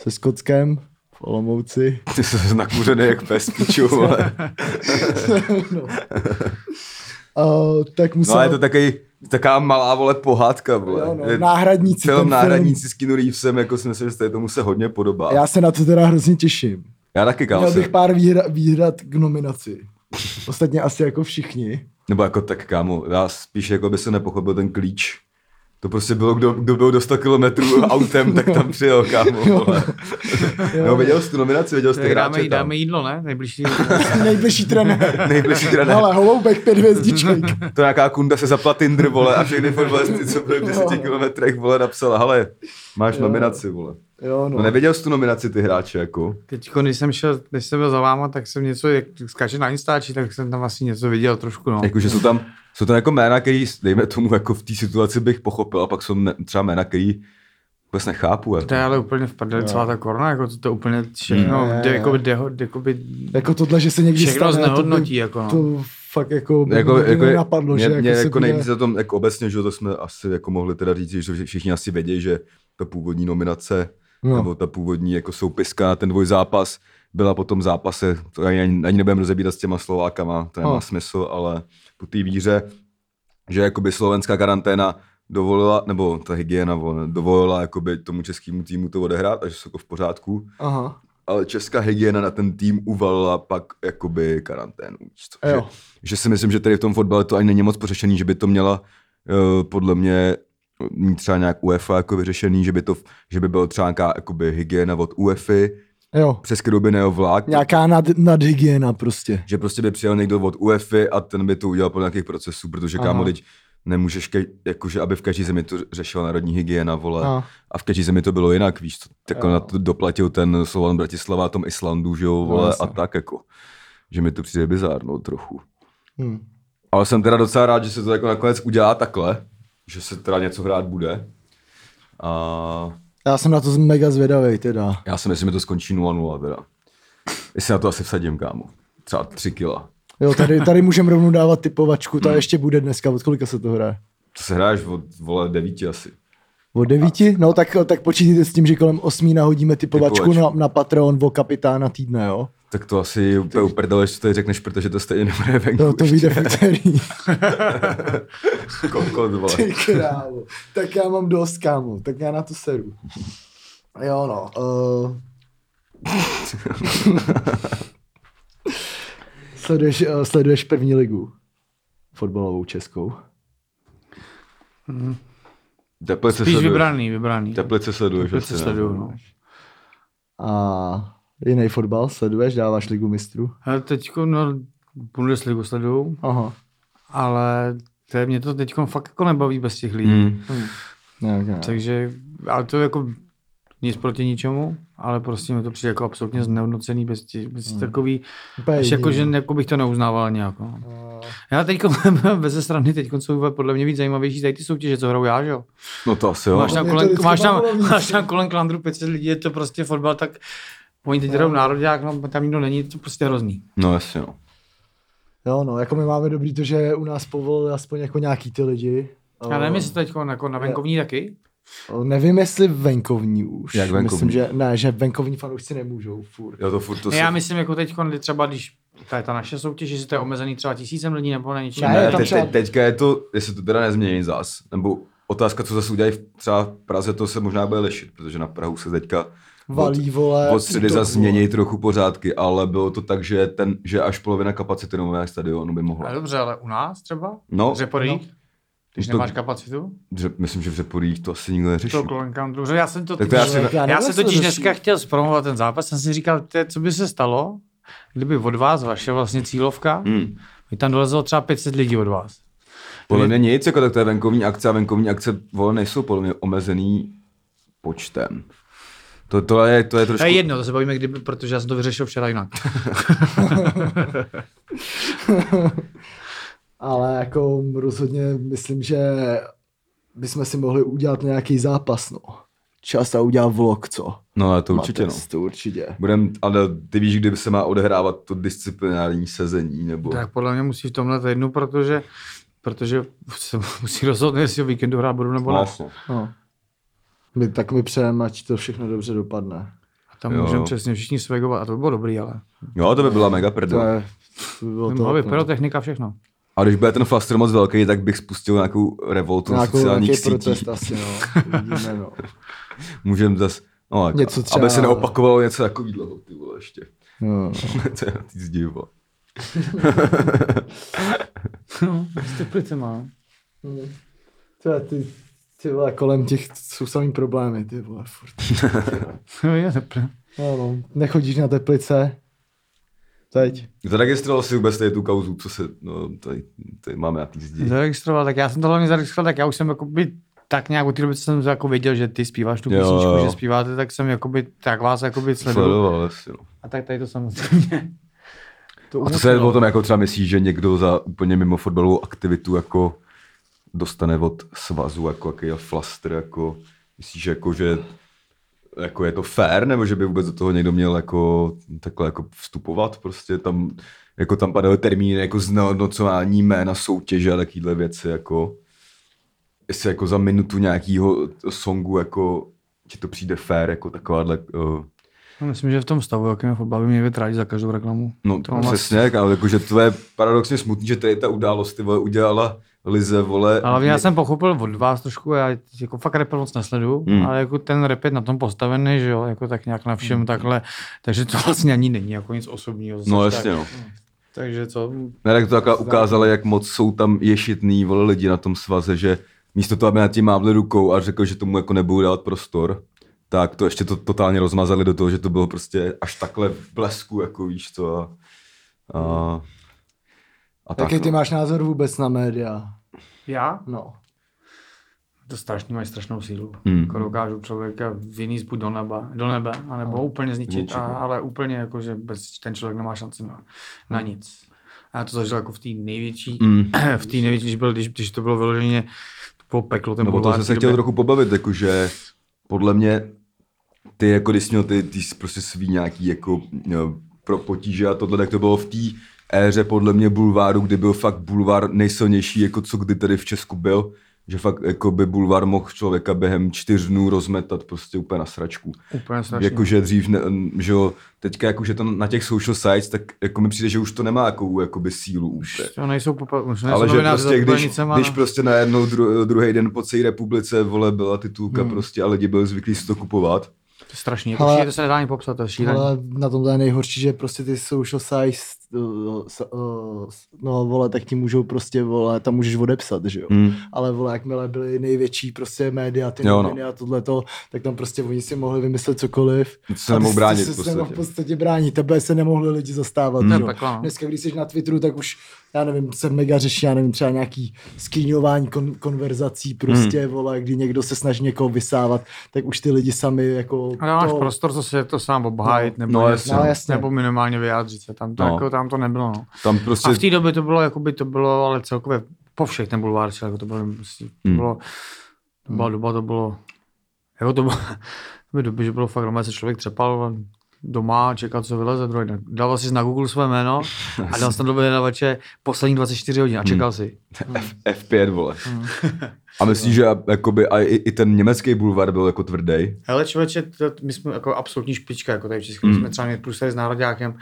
A: se Skotskem v Olomouci.
B: Ty jsi nakuřený jak pes, piču, vole.
A: no. Uh, tak
B: No
A: musel...
B: a je to takový, taková malá, vole, pohádka, vole.
A: jo, no,
B: Je
A: náhradníci. ten
B: Film
A: film.
B: Náhradníci s Keanu Reevesem, jako si myslím, že se tomu se hodně podobá. Já,
A: Já se na to teda hrozně těším.
B: já taky, kámo,
A: Měl
B: se,
A: bych pár výhra, výhrad k nominaci. Ostatně asi jako všichni.
B: nebo jako tak, kámo, já spíš jako by se nepochopil ten klíč. To prostě bylo, kdo, kdo byl do 100 kilometrů autem, tak tam přijel, kámo, vole. No, viděl jsi tu nominaci, viděl jsi ty
C: Tak dáme,
B: hráče
C: jí-
B: tam.
C: dáme jídlo, ne? Nejbližší.
A: Nejbližší trenér.
B: Nejbližší teda ne.
A: No, Ale holoubek pět hvězdiček.
B: To nějaká kunda se zapla Tinder, vole, a všechny fotbalisty, co byli v 10 kilometrech, vole, napsala, hele, máš
A: No. Jo.
B: nominaci, vole.
A: Jo, no.
B: No neviděl jsi tu nominaci, ty hráče, jako.
C: Teď, když jsem šel, než jsem byl za váma, tak jsem něco, jak skáče na Instači, tak jsem tam asi něco viděl trošku, no.
B: Jakože jsou tam, jsou tam jako jména, který, dejme tomu, jako v té situaci bych pochopil, a pak jsou mé- třeba jména, který vůbec nechápu. Jako.
C: To je ale úplně v prdeli celá ta korona, jako to, to úplně všechno,
A: Hmm.
C: hmm. de, jakoby, deho, jakoby,
A: Jako tohle, že se někdy
C: všechno
A: stane,
C: znehodnotí,
A: to,
C: jako no.
A: by, to fakt jako, by
B: Jako,
A: jako,
B: jako,
A: napadlo,
B: mě,
A: že
B: mě
A: se
B: jako
A: bude-
B: nejvíc o tom jako obecně, že to jsme asi jako mohli teda říct, že to všichni asi vědí, že ta původní nominace
A: No.
B: no. nebo ta původní jako soupiska na ten dvojzápas byla po tom zápase, to ani, ani ani nebudeme rozebírat s těma Slovákama, to nemá
A: No.
B: no. smysl, ale po té víře, že jakoby slovenská karanténa dovolila, nebo ta hygiena vole, dovolila jakoby tomu českému týmu to odehrát, až jsou jako v pořádku,
A: Aha.
B: ale česká hygiena na ten tým uvalila pak jakoby karanténu. víš co, že-
A: Jo.
B: že si myslím, že tady v tom fotbale to ani není moc pořešený, že by to měla eh, podle mě mít třeba nějak UEFA jako vyřešený, že by, to, že by bylo třeba nějaká jakoby, hygiena od UEFy,
A: Jo.
B: přes kterou by nejel vlák, nějak.
A: Nějaká nad, nadhygiena prostě.
B: že prostě by přijel někdo od UEFy a ten by to udělal podle nějakých procesů, protože
A: Aha.
B: kámo, teď nemůžeš, ke, jakože aby v každé zemi to řešila národní hygiena, vole.
A: A,
B: A v každé zemi to bylo jinak, víš, co, tak
A: Jo.
B: na to doplatil ten Slovan Bratislava, tom Islandu, že jo, vole,
A: No, jasně.
B: a tak jako. Že mi to přijde bizárno trochu.
A: hm.
B: Ale jsem teda docela rád, že se to jako nakonec udělá takhle, že se teda něco hrát bude. A
A: Já jsem na to mega zvědavý teda.
B: já si myslím, že to skončí 0-0 teda. Jestli na to asi vsadím, kámo. Třeba 3 kila.
A: Jo, tady, tady můžeme rovnou dávat typovačku, ta ještě bude dneska, od kolika se to hraje?
B: To se hraješ od, vole, 9 asi.
A: Od devíti? No tak, tak počítejte s tím, že kolem osmí nahodíme typovačku na,
B: Typovačku.
A: na Patreon o kapitána týdne, jo?
B: Tak to asi úplně uprdele, že to tady řekneš, protože to stejně nebude venku.
A: To, to
B: ještě.
A: vyjde v úterý.
B: Kokot, vole.
A: Ty krávo. Tak já mám dost, kámo. Tak já na to seru. Jo, no. Uh... sleduješ, uh, sleduješ první ligu? Fotbalovou českou.
B: Teplice
C: Spíš
B: sleduješ.
C: vybraný, vybraný.
B: Teplice sleduješ.
C: Teplice
B: asi, ne?
C: sleduju, no.
A: A jiný fotbal sleduješ? Dáváš ligu mistrů?
C: Hele, teďko, no, Bundesligu sleduju,
A: Aha.
C: ale to je, mě to teď fakt jako nebaví bez těch lidí. Hmm.
B: Hmm.
A: Ne, ne.
C: Takže, ale to je jako nic proti ničemu, ale prostě mi to přijde jako absolutně znehodnocený, bez, tě, bez hmm. takový,
A: Úplně
C: až jako,
A: jiný,
C: že
A: no.
C: ne- jako bych to neuznával nějak. No. Já teď bez strany, teď jsou podle mě víc zajímavější tady ty soutěže, co hraju já, že jo?
B: No to asi jo.
C: Máš tam,
A: mě to
C: kolem,
A: vždycky
C: máš, tam,
A: bavilo víc.
C: máš tam kolem klandru 500 lidí, je to prostě fotbal, tak oni teď hrajou národák, no, tam nikdo není, je to prostě hrozný.
B: No jasně, no.
A: Jo, no, jako my máme dobrý to, že u nás povolili aspoň jako nějaký ty lidi.
C: Já nevím,
A: Eh,
C: jestli teď jako na venkovní taky.
A: Nevím, jestli venkovní už.
B: Jak venkovní?
A: Myslím, že ne, že venkovní fanoušci nemůžou furt.
B: Já to furt to
C: Ne, já myslím, jako teď třeba, když ta, je ta naše soutěž, jestli to je omezený třeba tisícem lidí nebo na něčím.
A: Ne,
B: Ne,
A: je
B: te,
A: tam třeba-
B: te, teďka je to, jestli to teda nezmění zás, nebo otázka, co zase udělají v- třeba v Praze, to se možná bude lišit, protože na Prahu se teďka
A: Valí, vole,
B: od, od středy
A: útok,
B: zase
A: vole.
B: změní trochu pořádky, ale bylo to tak, že, ten, že až polovina kapacity nového stadionu by mohla.
C: Ale dobře, ale u nás třeba?
B: No,
C: Řeporý? Když
B: To-
C: nemáš kapacitu?
B: Dře- myslím, že v Řeporích to asi nikdo neřeší.
C: To kolem kandru. Já jsem to
B: Tak to já si-
A: nevím,
C: Já jsem
A: jestli
C: totiž
A: řeší.
C: dneska chtěl zpromovat ten zápas, jsem si říkal, to je, co by se stalo, kdyby od vás, vaše vlastně cílovka, hmm.
B: Hmm.
C: by tam dolezlo třeba 500 lidí od vás.
B: Podle mě nic, jako tak to je venkovní akce a venkovní akce vole, nejsou podle mě omezený počtem. To, to, je, to je trošku...
C: To je jedno, to se bavíme, kdyby, protože já jsem to vyřešil včera jinak.
A: Ale jako rozhodně myslím, že bychom si mohli udělat nějaký zápas, no. Čas a udělat vlog, co?
B: No, ale to určitě, no.
A: Matec, To určitě.
B: Budem, ale ty víš, kdy se má odehrávat to disciplinární sezení, nebo...
C: tak podle mě musí v tomhle týdnu, protože protože se musí rozhodnout, jestli o víkendu hrát budu nebo
B: No,
C: ne.
B: jasně.
A: No. My, tak mi přejeme, ať to všechno dobře dopadne.
C: A tam
B: Jo.
C: můžeme přesně všichni svegovat. A to by bylo dobrý, ale.
B: Jo, to by byla mega
A: To,
B: prdel.
A: je, to by bylo
C: Mohla by
B: no.
A: to.
C: pyrotechnika, všechno.
B: A když bude ten flaster moc velký, tak bych spustil nějakou revoltu na
A: Nějakou
B: sociálních
A: nějaký
B: sítích.
A: protest asi, no. Uvidíme, no.
B: Můžeme zase, no, jako,
A: Něco třeba-
B: aby se neopakovalo něco takového, ty vole, ještě.
A: no.
B: Co je na ty zdi, vole.
C: No, s teplicema. no.
A: Třeba ty, ty vole, kolem těch jsou samý problémy, ty vole, furt.
C: No, je nepr-
A: No, no. Nechodíš na teplice? Teď.
B: Zaregistroval jsi vůbec tady tu kauzu, co se, no, tady, tady máme na té zdi.
C: Zaregistroval, tak já jsem to hlavně zaregistroval, tak já už jsem jako by tak nějak od té doby, co jsem jako věděl, že ty zpíváš tu
B: Jo,
C: písničku, jo,
B: jo.
C: jo. že zpíváte, tak jsem jako by, tak vás jako by sledoval.
B: Sledoval, jasně, no.
C: A tak tady to samozřejmě.
B: A to se o tom jako třeba myslíš, že někdo za úplně mimo fotbalovou aktivitu jako dostane od svazu jako jaký je flaster, jako myslíš, jako, že jako je to fair, nebo že by vůbec do toho někdo měl jako takhle jako vstupovat, prostě tam jako tam padaly termíny jako znehodnocování jména soutěže a takovéhle věci, jako jestli jako za minutu nějakého songu jako ti to přijde fair, jako takováhle uh,
C: No, myslím, že v tom stavu, jakým je fotbal, by mě vytráli za každou reklamu.
B: No
C: to
B: to
C: mám
B: přesně, tak, ale jakože to je paradoxně smutný, že tady ta událost ty vole, udělala Lize, vole.
C: Ale hlavně já jsem pochopil od vás trošku, já jako fakt rap moc nesledu,
B: Hmm.
C: hmm. ale jako ten rap je na tom postavený, že jo, jako tak nějak na všem hmm. takhle, takže to vlastně ani není jako nic osobního. zase
B: No
C: tak.
B: jasně, no.
C: Takže co,
B: Ne, tak to takhle ukázalo, jak moc jsou tam ješitný vole lidi na tom svaze, že místo toho, aby na tím mávli rukou a řekl, že tomu jako nebudu dávat prostor, tak to ještě to totálně rozmazali do toho, že to bylo prostě až takhle v blesku, jako víš co. A, a, a tak,
A: Jaký ty
B: no.
A: máš názor vůbec na média?
C: já?
A: No.
C: To strašně mají strašnou sílu.
B: Hmm.
C: Hmm. Jako dokážou člověka vyníst buď do nebe, do nebe anebo no. úplně zničit,
B: Zničit,
C: a,
B: no.
C: ale úplně jako, že bez, ten člověk nemá šanci na, na nic. A já to zažil jako v té největší,
B: Mm.
C: v té největší, když, byl, když, když to bylo vyloženě, to bylo peklo, ten
B: Nebo to
C: bulvár
B: No, jsem
C: v
B: se
C: té
B: chtěl
C: době.
B: trochu pobavit, jakože podle mě ty jako když jsi měl ty, ty prostě svý nějaký jako no, pro potíže a tohle, tak to bylo v té éře podle mě bulváru, kdy byl fakt bulvár nejsilnější, jako co kdy tady v Česku byl, že fakt jako by bulvár mohl člověka během čtyř dnů rozmetat prostě úplně na sračku.
C: Úplně strašně.
B: Jakože dřív, ne, že jo, teďka jakože to na těch social sites, tak jako mi přijde, že už to nemá jakou jakoby sílu úplně.
C: To nejsou, popa- už nejsou
B: Ale že
C: novináři za
B: prostě, když,
C: popelnicema,
B: když
C: no.
B: prostě najednou dru, druhý den po celé republice vole byla titulka
C: Hmm.
B: prostě a lidi byli zvyklí si to kupovat.
C: To je strašný,
A: Ale-
C: jako šíře, to se nedá ani popsat, to je šílený.
A: Ale na tom to je nejhorší, že prostě ty social size, uh, s- uh, s- no vole, tak ti můžou prostě, vole, tam můžeš odepsat, že jo.
B: Hmm.
A: Ale vole, jakmile byly největší prostě média, ty
B: Jo, no.
A: noviny a tohleto, tak tam prostě oni si mohli vymyslet cokoliv.
B: To se
A: A ty
B: nemohl
A: si-
B: bránit
A: ty
B: v
A: se nemohl v
B: podstatě. Hmm.
A: podstatě bránit, tebe se nemohli lidi zastávat.
C: To
A: že
C: je
A: jo.
C: peklo, no.
A: Dneska, když jsi na Twitteru, tak už, já nevím, se mega řeší, já nevím, třeba nějaký skýňování kon- konverzací prostě,
B: Hmm.
A: vole, kdy někdo se snaží někoho vysávat, tak už ty lidi sami jako...
C: Ale máš prostě-
A: to-
C: prostor zase to sám obhájit, nebo,
B: No,
C: něco,
B: jasně, no.
A: jasně.
C: nebo minimálně vyjádřit se. Tam to,
B: No.
C: jako, tam to nebylo. No.
B: Tam prostě,
C: A v té době to bylo, jakoby, to bylo ale celkově po všech ten bulvár, šel, jako to bylo, prostě, to
B: Hmm.
C: bylo, to byla doba, to bylo, jako to bylo, to byly doby, že bylo fakt doma, se člověk třepal doma a čekal, co vyleze druhý den. Dával si na Google své jméno a dal jsi tam do vyhledavače poslední 24 hodin a
B: Hmm.
C: čekal si.
B: F, F5 vole.
C: Hmm.
B: A myslíš, že jakoby, a i, i ten německý bulvar byl jako tvrdý?
C: Hele, člověče, to, my jsme jako absolutní špička, jako tady v Česku, mm. jsme třeba měli plus tady s nároďákem,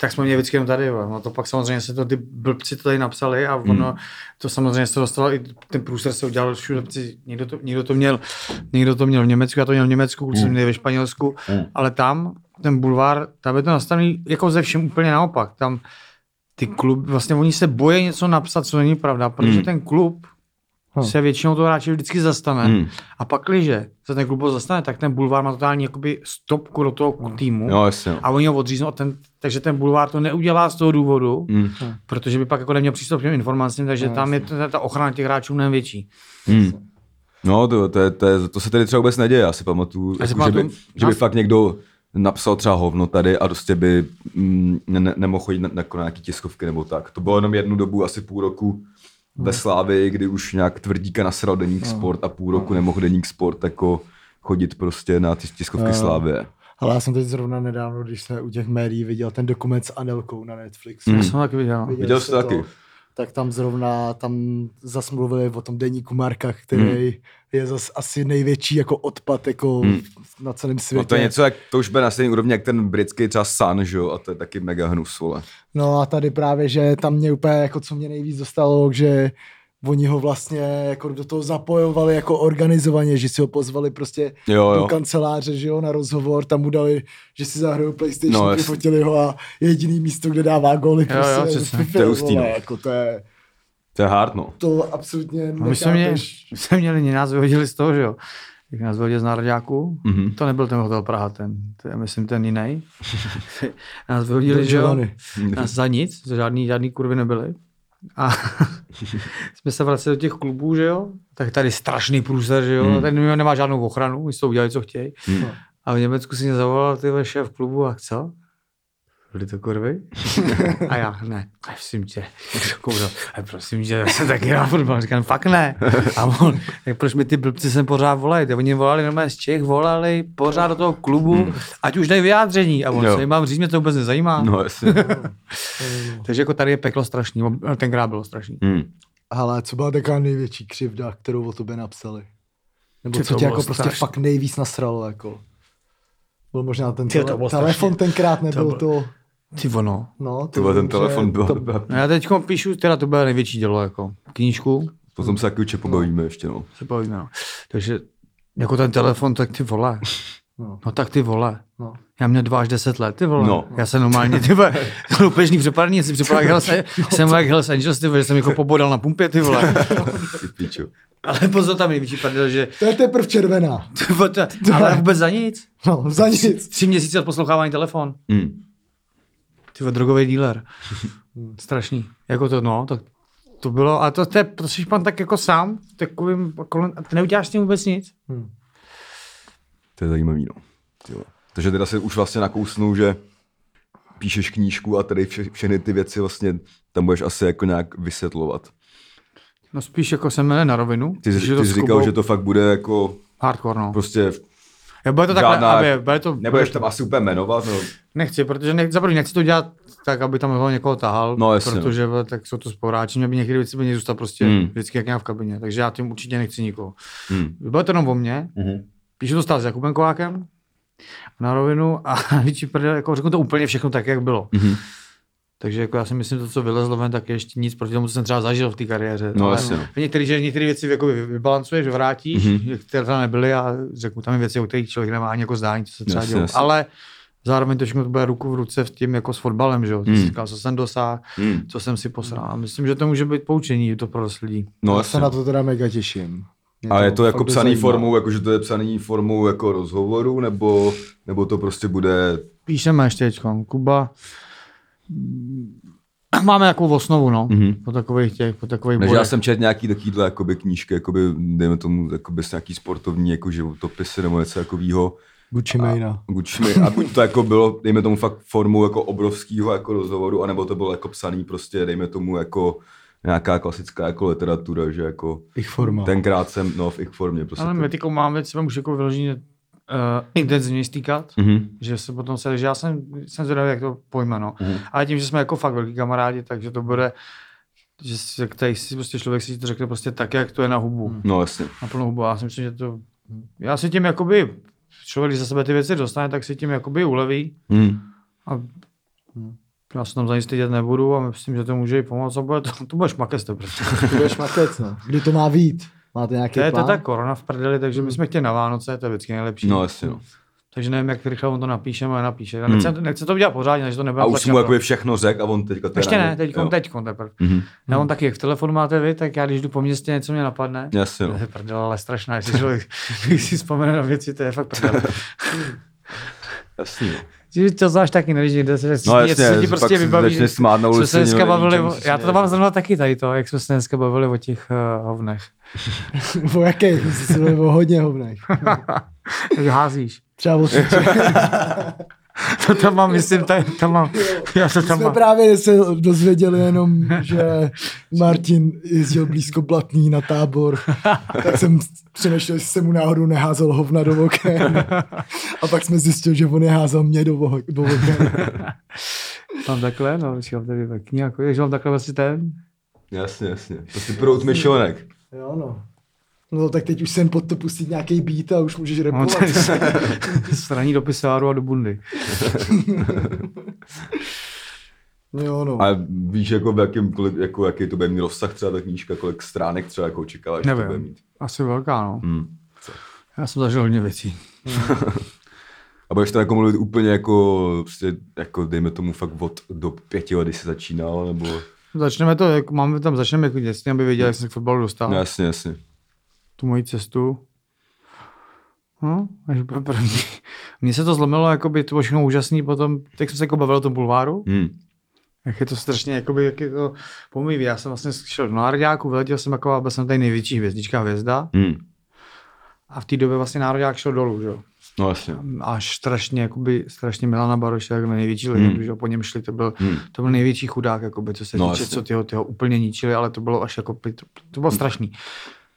C: tak jsme měli vždycky jenom tady, vole. no to pak samozřejmě se to ty blbci to tady napsali a ono, mm. to samozřejmě se dostalo, i ten průser se udělal všude, protože někdo to, někdo to, měl, někdo to měl v Německu, já to měl v Německu, kluci mm. měli ve Španělsku, mm. ale tam ten bulvár, tam je to nastavený jako ze všem úplně naopak, tam ty klub, vlastně oni se boje něco napsat, co není pravda, protože
B: Mm.
C: mm. ten klub
A: Hm.
C: se většinou toho hráče vždycky zastane.
B: Hmm.
C: A pak, když se ten klub zastane, tak ten bulvár má totální jakoby stopku do toho týmu
B: Jo, jasně. no.
C: a oni ho odříznou. A ten, takže ten bulvár to neudělá z toho důvodu, mm.
B: Hmm.
C: protože by pak jako neměl přístup k těm informacím, takže
A: No,
C: tam je ta, ta ochrana těch hráčů mnohem větší.
B: Hmm. No, to, to, je- to, je- to se tady třeba vůbec neděje, já si pamatuju,
C: Já
B: jako,
C: si
B: že, by,
C: pamatuju-
B: že by
C: já si-
B: fakt někdo napsal třeba hovno tady a prostě by mm, ne, ne, nemohl chodit na, na, na nějaký tiskovky nebo tak. To bylo jenom jednu dobu, asi půl roku ve
C: Hmm.
B: Slávii, kdy už nějak tvrdíka nasral deník sport a půl roku nemohl deník sport jako chodit prostě na ty tiskovky
C: Hmm.
A: Jo.
B: Slávie.
A: Ale já jsem teď zrovna nedávno, když jsem u těch médií Mm. viděl ten dokument s Anelkou na Netflixu.
B: Hmm.
C: Já jsem to taky viděl. no.
B: Viděl jsi to taky?
A: To. tak tam zrovna tam zas mluvili o tom deníku Marka, který je zas asi největší jako odpad jako
B: Hmm.
A: na celém
B: No
A: světě.
B: to je něco, jak, to už bude na stejné úrovni, jak ten britský třeba Sun, že jo, a to je taky mega hnus, vole.
A: No a tady právě, že tam mě úplně, jako co mě nejvíc dostalo, že oni ho vlastně jako do toho zapojovali jako organizovaně, že si ho pozvali prostě
B: Jo,
A: do
B: jo.
A: kanceláře, že jo, na rozhovor, tam mu dali, že si zahrajou PlayStation,
B: No,
A: no,
B: jasně.
A: vyfotili ho a jediný místo, kde dává góly,
C: Jo,
A: prostě
C: jo,
A: v
C: přesně.
A: FIFA,
B: To je hustý,
A: vole,
B: no.
A: jako to je,
B: To je hard, no.
A: to absolutně
C: A my jsme, mě,
A: nechápeš.
C: my jsme měli, mě nás vyhodili z toho, že jo. Jak nás vyhodili z Národňáku,
B: Mhm.
C: to nebyl ten hotel Praha, ten, to je, myslím, ten jiný. nás vyhodili, že jo.
A: Giovanni.
C: Nás za nic, za žádný, žádný kurvy nebyly. A jsme se vraceli do těch klubů, že jo? Tak tady strašný průser, že jo?
B: Hmm.
C: Hmm. Ten nemá žádnou ochranu, oni jsou udělali, co chtějí.
B: Hmm.
C: A v Německu si mě zavolal ty vole, šéf klubu a co? Byly to kurvy? a já, ne, a prosím tě, kouřil, a prosím tě, já jsem taky na fotbal, říkám, fakt ne. A on, tak proč mi ty blbci sem pořád volají? Tak oni volali normálně z Čech, volali pořád do toho klubu, ať už dají vyjádření. A on,
B: Hmm. Jo.
C: co jim mám říct, mě to vůbec nezajímá.
B: No jasně.
C: Takže jako tady je peklo strašný, no, tenkrát bylo strašný.
B: Hmm.
A: Hele, co byla taková největší křivda, kterou o tobě napsali? Nebo
C: Ty,
A: co
C: to
A: tě
C: bylo
A: jako prostě
C: strašný.
A: fakt nejvíc nasralo, jako? Byl možná ten
C: Ty, to
A: tele-
C: bylo
A: telefon
C: strašný.
A: tenkrát nebyl
C: bylo-
A: to...
C: Ty ono.
A: No, to
B: Ty vole, ten
A: vím, že
B: telefon byl.
A: to-
C: No já teď píšu, teda to bylo největší dělo, jako knížku,
B: Potom se taky určitě pobavíme ještě, no.
C: se bavíme, no. Takže jako ten telefon, tak ty vole.
A: No,
C: No tak ty vole.
A: no.
C: Já měl 2 až 10 let, ty vole.
B: No.
C: Já jsem normálně, ty vole, loupežný přepadný, já jsem připadal, jak Hells- jsem jak Hells Angels, ty vole, že jsem jako pobodal na pumpě, ty vole.
B: Ty pičo.
C: Ale pozor, tam největší prdel, že
A: To je teprve červená.
C: ty vole, to, ale vůbec za nic.
A: No, za nic.
C: Tři měsíce od poslouchávání telefon.
B: Hmm.
C: Ty vole, drogový díler. Strašný. Jako to, no, tak to bylo, a to, to, je, to jsi pan tak jako sám, takovým, kolem, a ty neuděláš s tím vůbec nic.
B: To je zajímavý, no. Ty vole. Takže teda se už vlastně nakousnu, že píšeš knížku a tady vše, všechny ty věci vlastně tam budeš asi jako nějak vysvětlovat.
C: No spíš jako jsem jel na rovinu.
B: Ty, jsi,
C: že
B: ty jsi
C: s
B: říkal,
C: Kubou-
B: že to fakt bude jako
C: Hardcore, no.
B: prostě,
C: Jo, bude to takhle,
B: žádná-
C: aby, bude to,
B: nebudeš tam asi úplně jmenovat, no.
C: Nechci, protože nech, za první nechci to dělat tak, aby tam hlavně někoho tahal,
B: No, jasně, no.
C: protože no. tak jsou to sporáči, mě by někdy věci by mě zůstal prostě
B: Hmm.
C: hmm. vždycky jak já v kabině, takže já tím určitě nechci nikoho.
B: Hmm.
C: Bylo to jenom o mně,
B: Mhm.
C: píšu to stále s Jakubem Kovákem na rovinu a větší prdel, jako řeknu to úplně všechno tak, jak bylo.
B: Mhm.
C: Takže jako já si myslím, to, co vylezlo ven, tak je ještě nic proti tomu, co jsem třeba zažil v té kariéře.
B: No,
C: Ale
B: jasně, no.
C: Některý, že některé věci jako vy- vybalancuješ, vrátíš,
B: Mhm.
C: mm-hmm. které tam nebyly a řeknu tam i věci, o kterých člověk nemá ani jako zdání, co se třeba
B: Jasně,
C: dělo.
B: jasně.
C: Ale zároveň to všechno to bude ruku v ruce v tím jako s fotbalem, že jo. Ty
B: Mm.
C: jsi Říkal, co jsem dosáhl,
B: Hmm.
C: co jsem si posral. A myslím, že to může být poučení to pro dost lidí.
B: No,
A: Já
B: jasně.
A: se na to teda mega těším. Mě
B: A je to jako
A: fakt dost
B: psaný
A: zajímá.
B: formou, jako že to je psaný formou jako rozhovoru, nebo, nebo to prostě bude...
C: Píšeme ještě teďkon. Kuba, mm, máme takovou osnovu, no.
B: Mhm.
C: Po takových těch, po takových
B: Takže já
C: bodech.
B: jsem četl nějaký takovýhle jakoby knížky, jakoby, dejme tomu, jakoby s nějaký sportovní jako životopisy nebo něco takového.
A: Gucci Mane.
B: Buď mi, a buď to jako bylo, dejme tomu fakt formou jako obrovského jako rozhovoru, anebo to bylo jako psaný prostě, dejme tomu jako nějaká klasická jako literatura, že jako
A: Ich forma.
B: tenkrát jsem, no v ich formě prostě.
C: Ale
B: to-
C: metikou mám věc, se můžu jako vyloženě uh, intenzivně stýkat,
B: Mhm.
C: že se potom se, že já jsem, jsem zvědavý, jak to pojme, no.
B: Mhm.
C: Ale tím, že jsme jako fakt velký kamarádi, takže to bude, že se, který si prostě člověk si to řekne prostě tak, jak to je na hubu,
B: No jasně.
C: na plnou hubu. Já si myslím, že to, já si tím jakoby, člověk, když za sebe ty věci dostane, tak si tím jakoby uleví
B: Mhm.
C: a já se tam za nic stydět nebudu a myslím, že to může i pomoct a bude to, to bude šmakeste. Prostě.
A: Ty budeš matec, no. Kdy to má vít? Máte nějaký
C: To je to
A: plán?
C: ta korona v prdeli, takže my jsme chtěli na Vánoce, to je vždycky nejlepší.
B: No jasně, no.
C: Takže nevím, jak rychle on to napíše, ale napíše. Já
B: Hmm.
C: nechci, hmm. nechci to udělat pořádně, takže to nebude
B: A už jsem mu
C: plakat.
B: jakoby všechno řekl a on teďka teda...
C: Ještě ne,
B: nebo-
C: teď
B: jo.
C: teď teprve.
B: Mhm.
C: Já on taky, jak v telefonu máte vy, tak já když jdu po městě, něco mě napadne.
B: Jasně,
C: To
B: no.
C: je prdel, ale strašná, jestli člověk když si vzpomene na věci, to je fakt prdel.
B: Jasně, no.
C: Že to znáš taky, ne, když někde se
B: No
C: něco
B: jasně,
C: se ti prostě
B: pak se
C: vybaví.
B: začne smát na
C: Jsme
B: ulici.
C: se dneska
B: nikdo neví,
C: bavili,
B: čemu
C: o-
B: se
C: já
B: směje.
C: to mám zrovna taky tady to, jak jsme se dneska bavili o těch uh, hovnech.
A: O jaký? Ty jsi se o hodně hovnej.
C: Jak házíš.
A: Třeba o třetí.
C: To tam mám, myslím, tady, tam mám. Já to tam
A: jsme
C: mám.
A: právě se dozvěděli jenom, že Martin jezdil blízko Blatný na tábor, tak jsem přemýšlel, jestli jsem mu náhodou neházel hovna do oken. A pak jsme zjistili, že on je házel mě do, vo- do oken.
C: Mám takhle, no, říkám tady kniha, jako, takže mám takhle vlastně ten,
B: Jasně, jasně. Prostě prout myšlenek.
A: Jo, no. No tak teď už jsem pod to pustit nějaký beat a už můžeš
C: No,
A: repovat.
C: to je straní do pisáru a do bundy.
A: jo, no.
B: A víš, jako, v jakém, kolik, jako, jaký to bude mít rozsah třeba ta knížka, kolik stránek třeba jako očekáváš, že to bude
C: Nevím,
B: mít.
C: asi velká, no.
B: Hmm.
C: Já jsem zažil hodně věcí.
B: A budeš to jako mluvit úplně jako, prostě, jako dejme tomu fakt od do pěti let, když jsi začínal, nebo...
C: Začneme to, jak, máme tam, začneme jako děsně, aby věděli, jak jsem se k fotbalu dostal.
B: No, jasně, jasně.
C: tu moji cestu. No, až byl první. Mně se to zlomilo, jakoby to bylo všechno úžasný potom, jak jsem se jako bavil o tom bulváru,
B: Hmm.
C: jak je to strašně, jakoby, jak je to pomývý. Já jsem vlastně šel do Národňáku, vyletěl jsem jako, byl jsem tady největší hvězdička hvězda
B: Hmm.
C: a v té době vlastně Národňák šel dolů, že? jo.
B: No jasně.
C: Až strašně, jakoby, strašně Milana Baroše, jako největší legendu,
B: Hmm.
C: že jo, po něm šli, to byl,
B: Hmm.
C: to byl největší chudák, jakoby, co se
B: No,
C: no, týče,
B: jasně.
C: co tyho, tyho úplně ničili, ale to bylo až jako, py- to, to bylo strašný.
B: Hmm.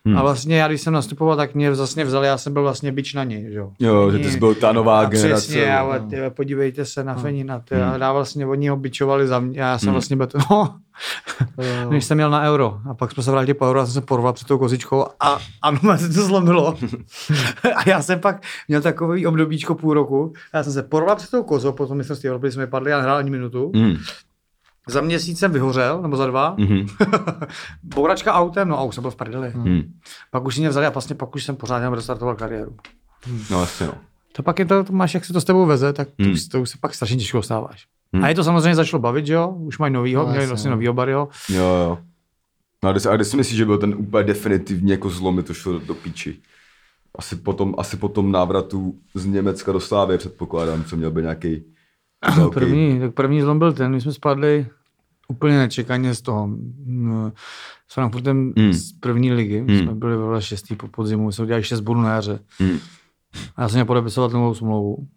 C: Hmm. A vlastně já, když jsem nastupoval, tak mě vlastně vzali, já jsem byl vlastně bič na něj, že jo.
B: Jo, že ty jsi byl ta nová
C: A
B: generace. No.
C: Přesně, ale tyhle, podívejte se na Fenina, ty, hmm. já vlastně oni ho bičovali za mě, a já jsem
B: Hmm.
C: vlastně byl, no,
A: Jo.
C: než jsem měl na euro. A pak jsme se vrátili po euro a jsem se porval před tou kozičkou a ano, mě se to zlomilo. a já jsem pak měl takový obdobíčko půl roku. Já jsem se porval před tou kozou, potom jsme z té Evropy jsme padli a nehrál ani minutu.
B: Mm.
C: Za měsíc jsem vyhořel, nebo za dva.
B: Mm.
C: Bouračka autem, no a už jsem byl v prdeli.
B: Mm.
C: Pak už si mě vzali a vlastně pak už jsem pořádně restartoval kariéru.
B: No jasně, no.
C: To pak je to, to máš, jak se to s tebou veze, tak
B: Hmm.
C: hmm. to už se pak strašně těžko ostáváš.
B: Hmm.
C: Hmm. A je to samozřejmě začalo bavit, že jo? Už mají novýho,
A: No,
C: no, měli
A: jasně,
C: vlastně
A: no.
C: novýho Barryho.
B: Jo, jo. No a kde, si- a kde si myslíš, že byl ten úplně definitivní jako zlom, kdy to šlo do píči? Asi potom, asi potom návratu z Německa do Slávy, předpokládám, co měl by nějaký velký.
C: První, tak první zlom byl ten, my jsme spadli úplně nečekaně z toho. mm, S Frankfurtem
B: Hmm.
C: z první ligy, my
B: Hmm.
C: jsme byli ve vole šestý po podzimu, my jsme udělali šest bodů na jaře.
B: Mm.
C: A já jsem měl podepisovat novou smlouvu.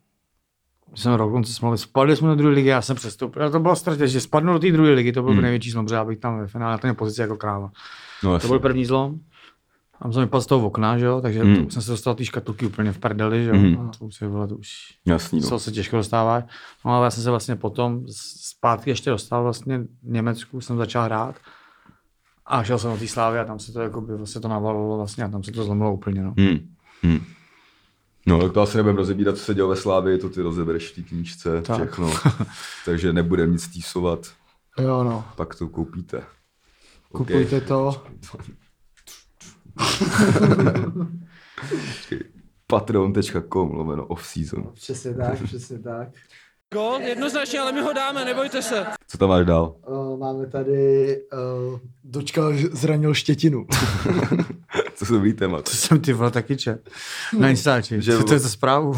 C: My jsme rok konce smlouvy, spadli jsme do druhé ligy, já jsem přestoupil. A to bylo strašně, že spadnu do té druhé ligy, to byl
B: Hmm.
C: hmm. největší zlom, protože já bych tam ve finále na té pozici jako kráva.
B: No
C: To
B: jasně.
C: byl první zlom. Tam jsem vypadl z toho okna, že jo, takže
B: Mm.
C: mm. jsem se dostal do té škatulky úplně v prdeli, že jo.
B: Mm.
C: Mm. To už se bylo, to už
B: Jasný,
C: no.
B: no.
C: se těžko dostává. No ale já jsem se vlastně potom z- zpátky ještě dostal vlastně v Německu, jsem začal hrát. A šel jsem do té slávy a tam se to jakoby vlastně to navalilo vlastně a tam se to zlomilo úplně, no.
B: Mm. Mm. No, tak to asi nebudeme rozebírat, co se dělo ve Slávě, to ty rozebereš v té knížce, tak.
C: Tak.
B: všechno. Takže nebudeme nic týsovat,
A: jo, no.
B: pak to koupíte.
A: Kupujte to.
B: Patreon.com lomeno off-season.
A: Přesně tak, přesně tak.
E: Gol, jednoznačně, ale my ho dáme, nebojte se.
B: Co tam máš dál?
A: Uh, máme tady... Uh, dočkal zranil štětinu.
B: Co jsou dobrý témat?
C: To jsem ty vole taky čet. Na Instači,
B: Hmm. Že-
C: že... to je to zprávu.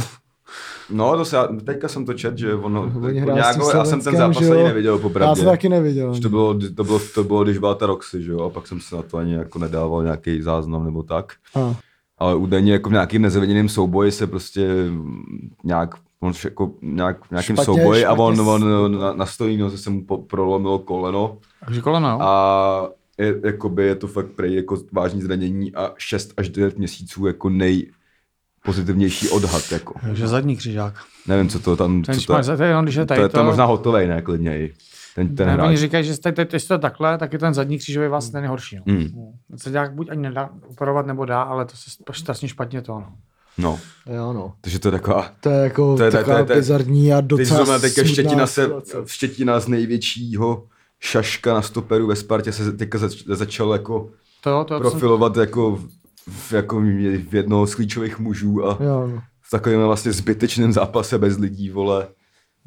B: No, to se, já- teďka jsem to čet, že ono,
A: Oni
B: jako
A: hrál s
B: nějak,
A: tím
B: já jsem ten
A: Slovenskem,
B: zápas
A: že jo?
B: ani neviděl
A: Já
B: popravdě.
A: jsem taky neviděl.
B: Že To bylo, to, bylo, to bylo, když byla ta Roxy, že jo, a pak jsem se na to ani jako nedával nějaký záznam nebo tak.
A: A,
B: Ale údajně jako v nějakým nezveděném souboji se prostě mm, nějak, on vš- jako, nějak v nějakém
A: Špatně-
B: souboji a on,
A: špatně
B: on, on na, nastojí, no, se mu po, prolomilo koleno
C: Takže koleno, no.
B: a je, jakoby je to fakt prej jako vážný zranění a 6 až 9 měsíců jako nejpozitivnější odhad. Jako.
C: Takže zadní křižák.
B: Nevím, co to tam...
C: Ten
B: co to,
C: špatně,
B: je,
C: to je, no, když je
B: to,
C: tady
B: je, to je možná hotovej, ne, klidně i. Ten, ten
C: ne, oni
B: hráč.
C: říkají, že jste, teď, teď to takhle, tak je ten zadní křížový vás ten je horší. No.
B: Mm.
C: Mm. Se nějak buď ani nedá operovat, nebo dá, ale to se sp- strašně špatně to. No.
B: No,
A: jo, no.
B: takže to je taková...
A: To je jako
B: To
A: to
B: je-
A: je,
B: to je-
A: taková
B: to je- to je-
A: bizarní a
B: Teď
A: docela
B: zrovna teďka
A: smutná
B: štětina, se,
A: situace.
B: štětina z největšího šaška na stoperu ve Spartě se teďka zač, začal jako
C: To, jo, to já jsem,
B: profilovat jako, v- v, jako v jednoho z klíčových mužů a
A: Jo, no.
B: v takovém vlastně zbytečném zápase bez lidí, vole,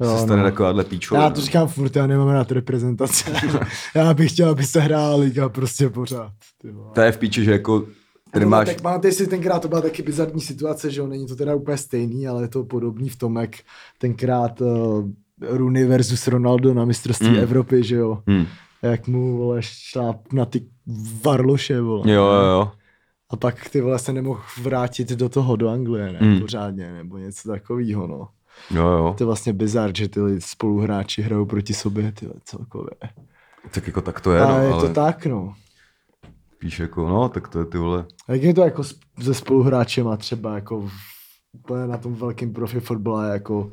B: jo,
A: Jo,
B: se stane no.
A: no.
B: takováhle píčovina.
A: Já to říkám furt, já nemám rád reprezentace. já bych chtěl, aby se hrála liga prostě pořád. Ty vole.
B: To je v píči, že jako tady máš...
A: Tak máte, jestli tenkrát to byla taky bizarní situace, že jo, není to teda úplně stejný, ale je to podobný v tom, jak tenkrát uh, Rooney versus Ronaldo na mistrovství
B: Mm.
A: mm. Evropy, že jo.
B: Hmm.
A: Jak mu, vole, šláp na ty varloše, vole.
B: Jo, jo, jo.
A: A pak ty vole se nemohl vrátit do toho, do Anglie, ne?
B: Mm.
A: Mm. Pořádně, nebo něco takového, no.
B: jo, jo.
A: To je vlastně bizar, že ty lidi- spoluhráči hrajou proti sobě, ty vole, celkově.
B: Tak jako tak to je,
A: Je,
B: no,
A: ale je
B: ale
A: to tak, no.
B: píš jako, no, tak to je ty vole.
A: A Jak je to jako s- se spoluhráčema třeba jako v- úplně na tom velkém profi fotbale jako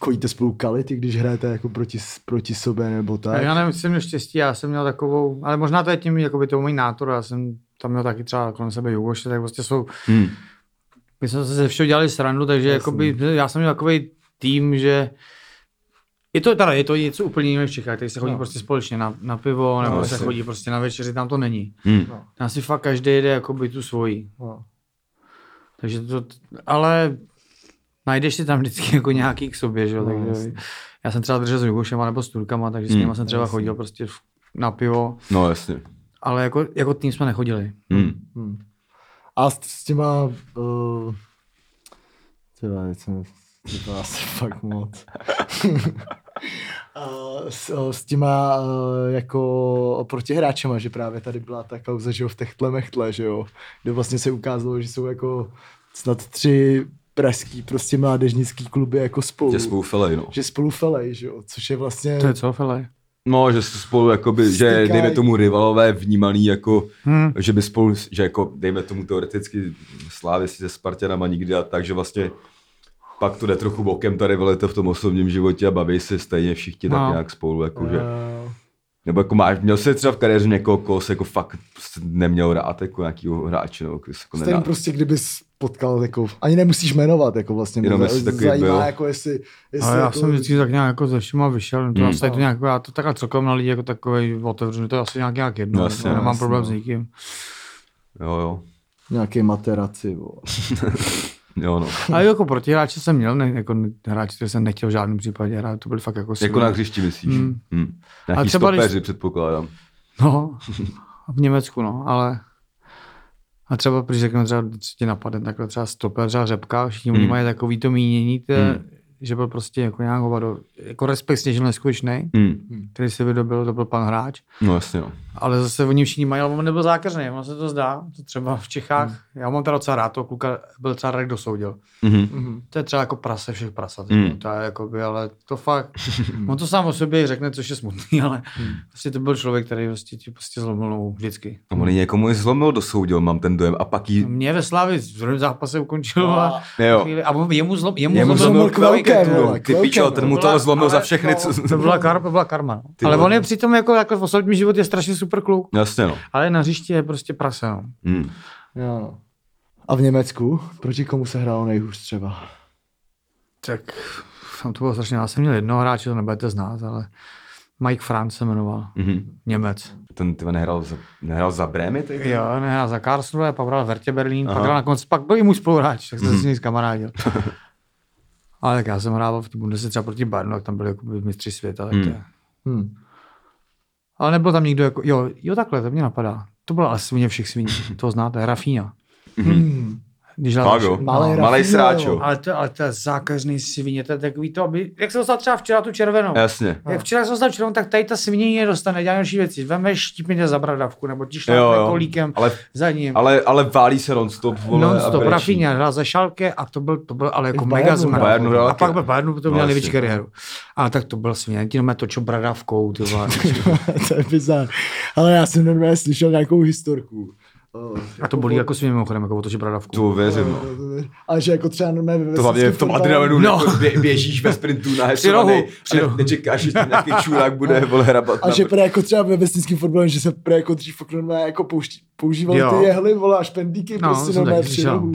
A: Kojíte spolu kality, když hrajete jako proti, proti sobě nebo tak?
C: Já nevím, jsem měl štěstí, já jsem měl takovou, ale možná to je tím, jakoby to můj nátor, já jsem tam měl taky třeba kolem sebe Jugoše, tak prostě jsou,
B: Hmm.
C: my jsme se ze všeho dělali srandu, takže jakoby, já jsem měl takový tým, že je to, teda, je to něco úplně jiného v Čechách, tady se chodí no. prostě společně na, na pivo, nebo no, se
B: jasně.
C: chodí prostě na večeři, tam to není.
B: Hmm.
C: Tam si fakt každý jde jakoby tu svoji.
A: No.
C: Takže to, ale najdeš si tam vždycky jako nějaký k sobě, že jo,
A: No,
C: takže
A: jasně.
C: já jsem třeba držel s Jugošema nebo s Turkama, takže s
B: Hmm,
C: nimi jsem třeba chodil prostě v- na pivo,
B: No jasně.
C: ale jako, jako tým jsme nechodili.
B: Hmm.
A: Hmm. A s, s těma... Uh, tyhle, teď jsem... To asi fakt moc. A s, o, s těma eh, jako protihráčema, že právě tady byla ta kauza, že jo, v techtle mechtle, že jo, kde vlastně se ukázalo, že jsou jako snad tři pražský prostě mládežnický kluby jako spolu.
B: Tě spolu felej, no.
A: Že spolu felej, že jo, což je vlastně...
C: To je co, Fele?
B: No, že se spolu, jakoby, že
A: Stýkají.
B: dejme tomu rivalové vnímaný jako,
C: Hmm.
B: že by spolu, že jako, dejme tomu teoreticky Slávě si se Spartanama nikdy a tak, že vlastně pak to jde trochu bokem ta rivalita v tom osobním životě a baví se stejně všichni tak
C: No.
B: nějak spolu, jako, že,
A: eh,
B: nebo jako máš, měl jsi třeba v kariéře někoho, koho se jako fakt prostě neměl rád, jako nějakýho hráče, nebo jako, jako
A: S kterým
B: nedá.
A: prostě kdyby potkal, jako, ani nemusíš jmenovat, jako vlastně.
B: Jenom
A: mě
B: jestli
A: za-
B: takový
A: zajímá,
B: byl.
A: jako jestli, jestli
C: Ale já
A: jako, No.
C: jsem vždycky tak nějak jako ze všema vyšel, to
B: Hmm.
C: asi to nějak, já to takhle celkem na lidi jako takový otevřený, to je asi nějak, nějak jedno,
B: No, jasně,
C: no, nemám
A: jasně,
C: problém
A: no.
C: s nikým.
B: Jo, jo,
A: Nějaký materaci, vole.
B: jo, no.
C: Ale jako protihráče jsem měl, ne, jako hráči, které jsem nechtěl v žádném případě hrát, to byly fakt jako
B: Jako na hřišti myslíš?
C: Hmm.
B: Hmm. Hmm. Nějaký
C: třeba když-
B: stopeři, předpokládám.
C: No, v Německu, no, ale... A třeba, když řeknu třeba, co tě napadne, takhle třeba stoper, třeba řepka, všichni hmm.
B: Hmm.
C: mají takový to mínění, te,
B: Hmm.
C: že byl prostě jako nějak hovado, jako respekt sněžil neskutečný,
B: Hmm.
C: který si vydobil, to byl pan hráč,
B: No jasně, no.
C: ale zase oni všichni mají, ale on nebyl zákeřný, ono se to zdá, to třeba v Čechách, hmm. já mám teda docela rád, toho kluka byl třeba Radek dosoudil.
B: Mhm.
C: To je třeba jako prase všech prasat,
B: Hmm.
C: hmm. to je jako by, ale to fakt, on to sám o sobě řekne, což je smutný, ale hmm. prostě to byl člověk, který prostě ti prostě zlomil nohu vždycky.
B: No, On ji někomu i zlomil, dosoudil, mám ten dojem. A pak jí...
C: Mě ve Slávě v druhém zápase ukončil a,
B: No Jo.
C: chvíli, a on, jemu, zlom, jemu,
B: Jemu
C: jemu
A: zlomil
B: zlomil
A: kvelkem,
B: kvelkem,
A: vole,
B: no. Ty
A: kvelkem,
B: pičo,
A: no.
B: ten mu
C: To byla-
B: toho zlomil za
C: ale no.
B: všechny.
C: to-
B: co-
C: To byla, kar, to byla karma. No.
B: Ty
C: ale
B: vole.
C: on je přitom jako, jako v osobním životě strašně super kluk,
B: Jasně, no.
C: ale na hřišti je prostě prase. No.
B: Hmm.
A: Jo, no. A v Německu? Proti komu se hrálo nejhůř třeba?
C: Tak tam to bylo strašně. Já jsem měl jednoho hráče, to nebudete znát, ale Mike Franz se jmenoval.
B: Mhm.
C: Němec.
B: Ten ty vole, nehrál za, nehrál za Brémy, ty? vole?
C: Jo, nehrál za Karlsruhe, pak hrál Vertě Berlín, pak
B: Aha. Mhm.
C: hrál nakonec, pak byl i můj spoluhráč, tak jsem se s ním zkamarádil. ale tak já jsem hrával v té Bundeslize třeba proti Bayernu, tak tam byli jako mistři světa. Tak to je.
B: Hmm.
A: Hm.
C: Ale nebyl tam nikdo jako, jo, jo takhle, to mě napadá. To byla asi svině všech sviní, to znáte, Rafína.
A: Hmm.
C: Když
B: Fakt, jo.
A: Malej
C: no.
A: Rafína,
B: Malej sráčo.
A: jo.
C: Ale to, ale to je zákeřný svině, to je takový to, aby, jak jsem dostal třeba včera tu červenou.
B: Jasně.
C: Jak včera jsem dostal červenou, tak tady ta svině ji nedostane, dělá další věci. Veme štípně za bradavku, nebo ti
B: Jo,
C: šlápne
B: jo.
C: kolíkem
B: Ale,
C: za ním.
B: ale, ale válí se non-stop, vole. a
C: Non-stop,
B: brečí.
C: Rafinha hrál za Šalke a to byl, to byl ale jako
A: v
C: mega
A: Bayernu
C: zmrad.
A: hrál.
B: Bayernu hrál
C: A
B: taky.
C: pak byl Bayernu, to
B: No,
C: měl
B: jasně.
C: největší kariéru. A tak to byl svině, ti to točil bradavkou, ty vole.
A: to je bizár. Ale já jsem normálně slyšel nějakou historku. O,
C: A to bolí jako svině mimochodem, jako otočit bradavku.
B: To věřím, no.
A: no. A že jako třeba normálně ve
B: To hlavně v
A: vesnickém
B: tom
A: fotbale-
B: adrenalinu
C: No.
B: no. bě, běžíš ve sprintu na
C: Při rohu, při rohu.
B: nečekáš, že tam nějaký čurák bude vole hrabat.
A: A
B: na-
A: že pre jako třeba ve vesnickém fotbalu, že se pre jako dřív fakt normálně jako pouští, používali
C: Jo.
A: ty jehly, vole, a špendíky
C: No,
A: no, prostě
C: jsem
A: normálně
C: taky
A: při rohu.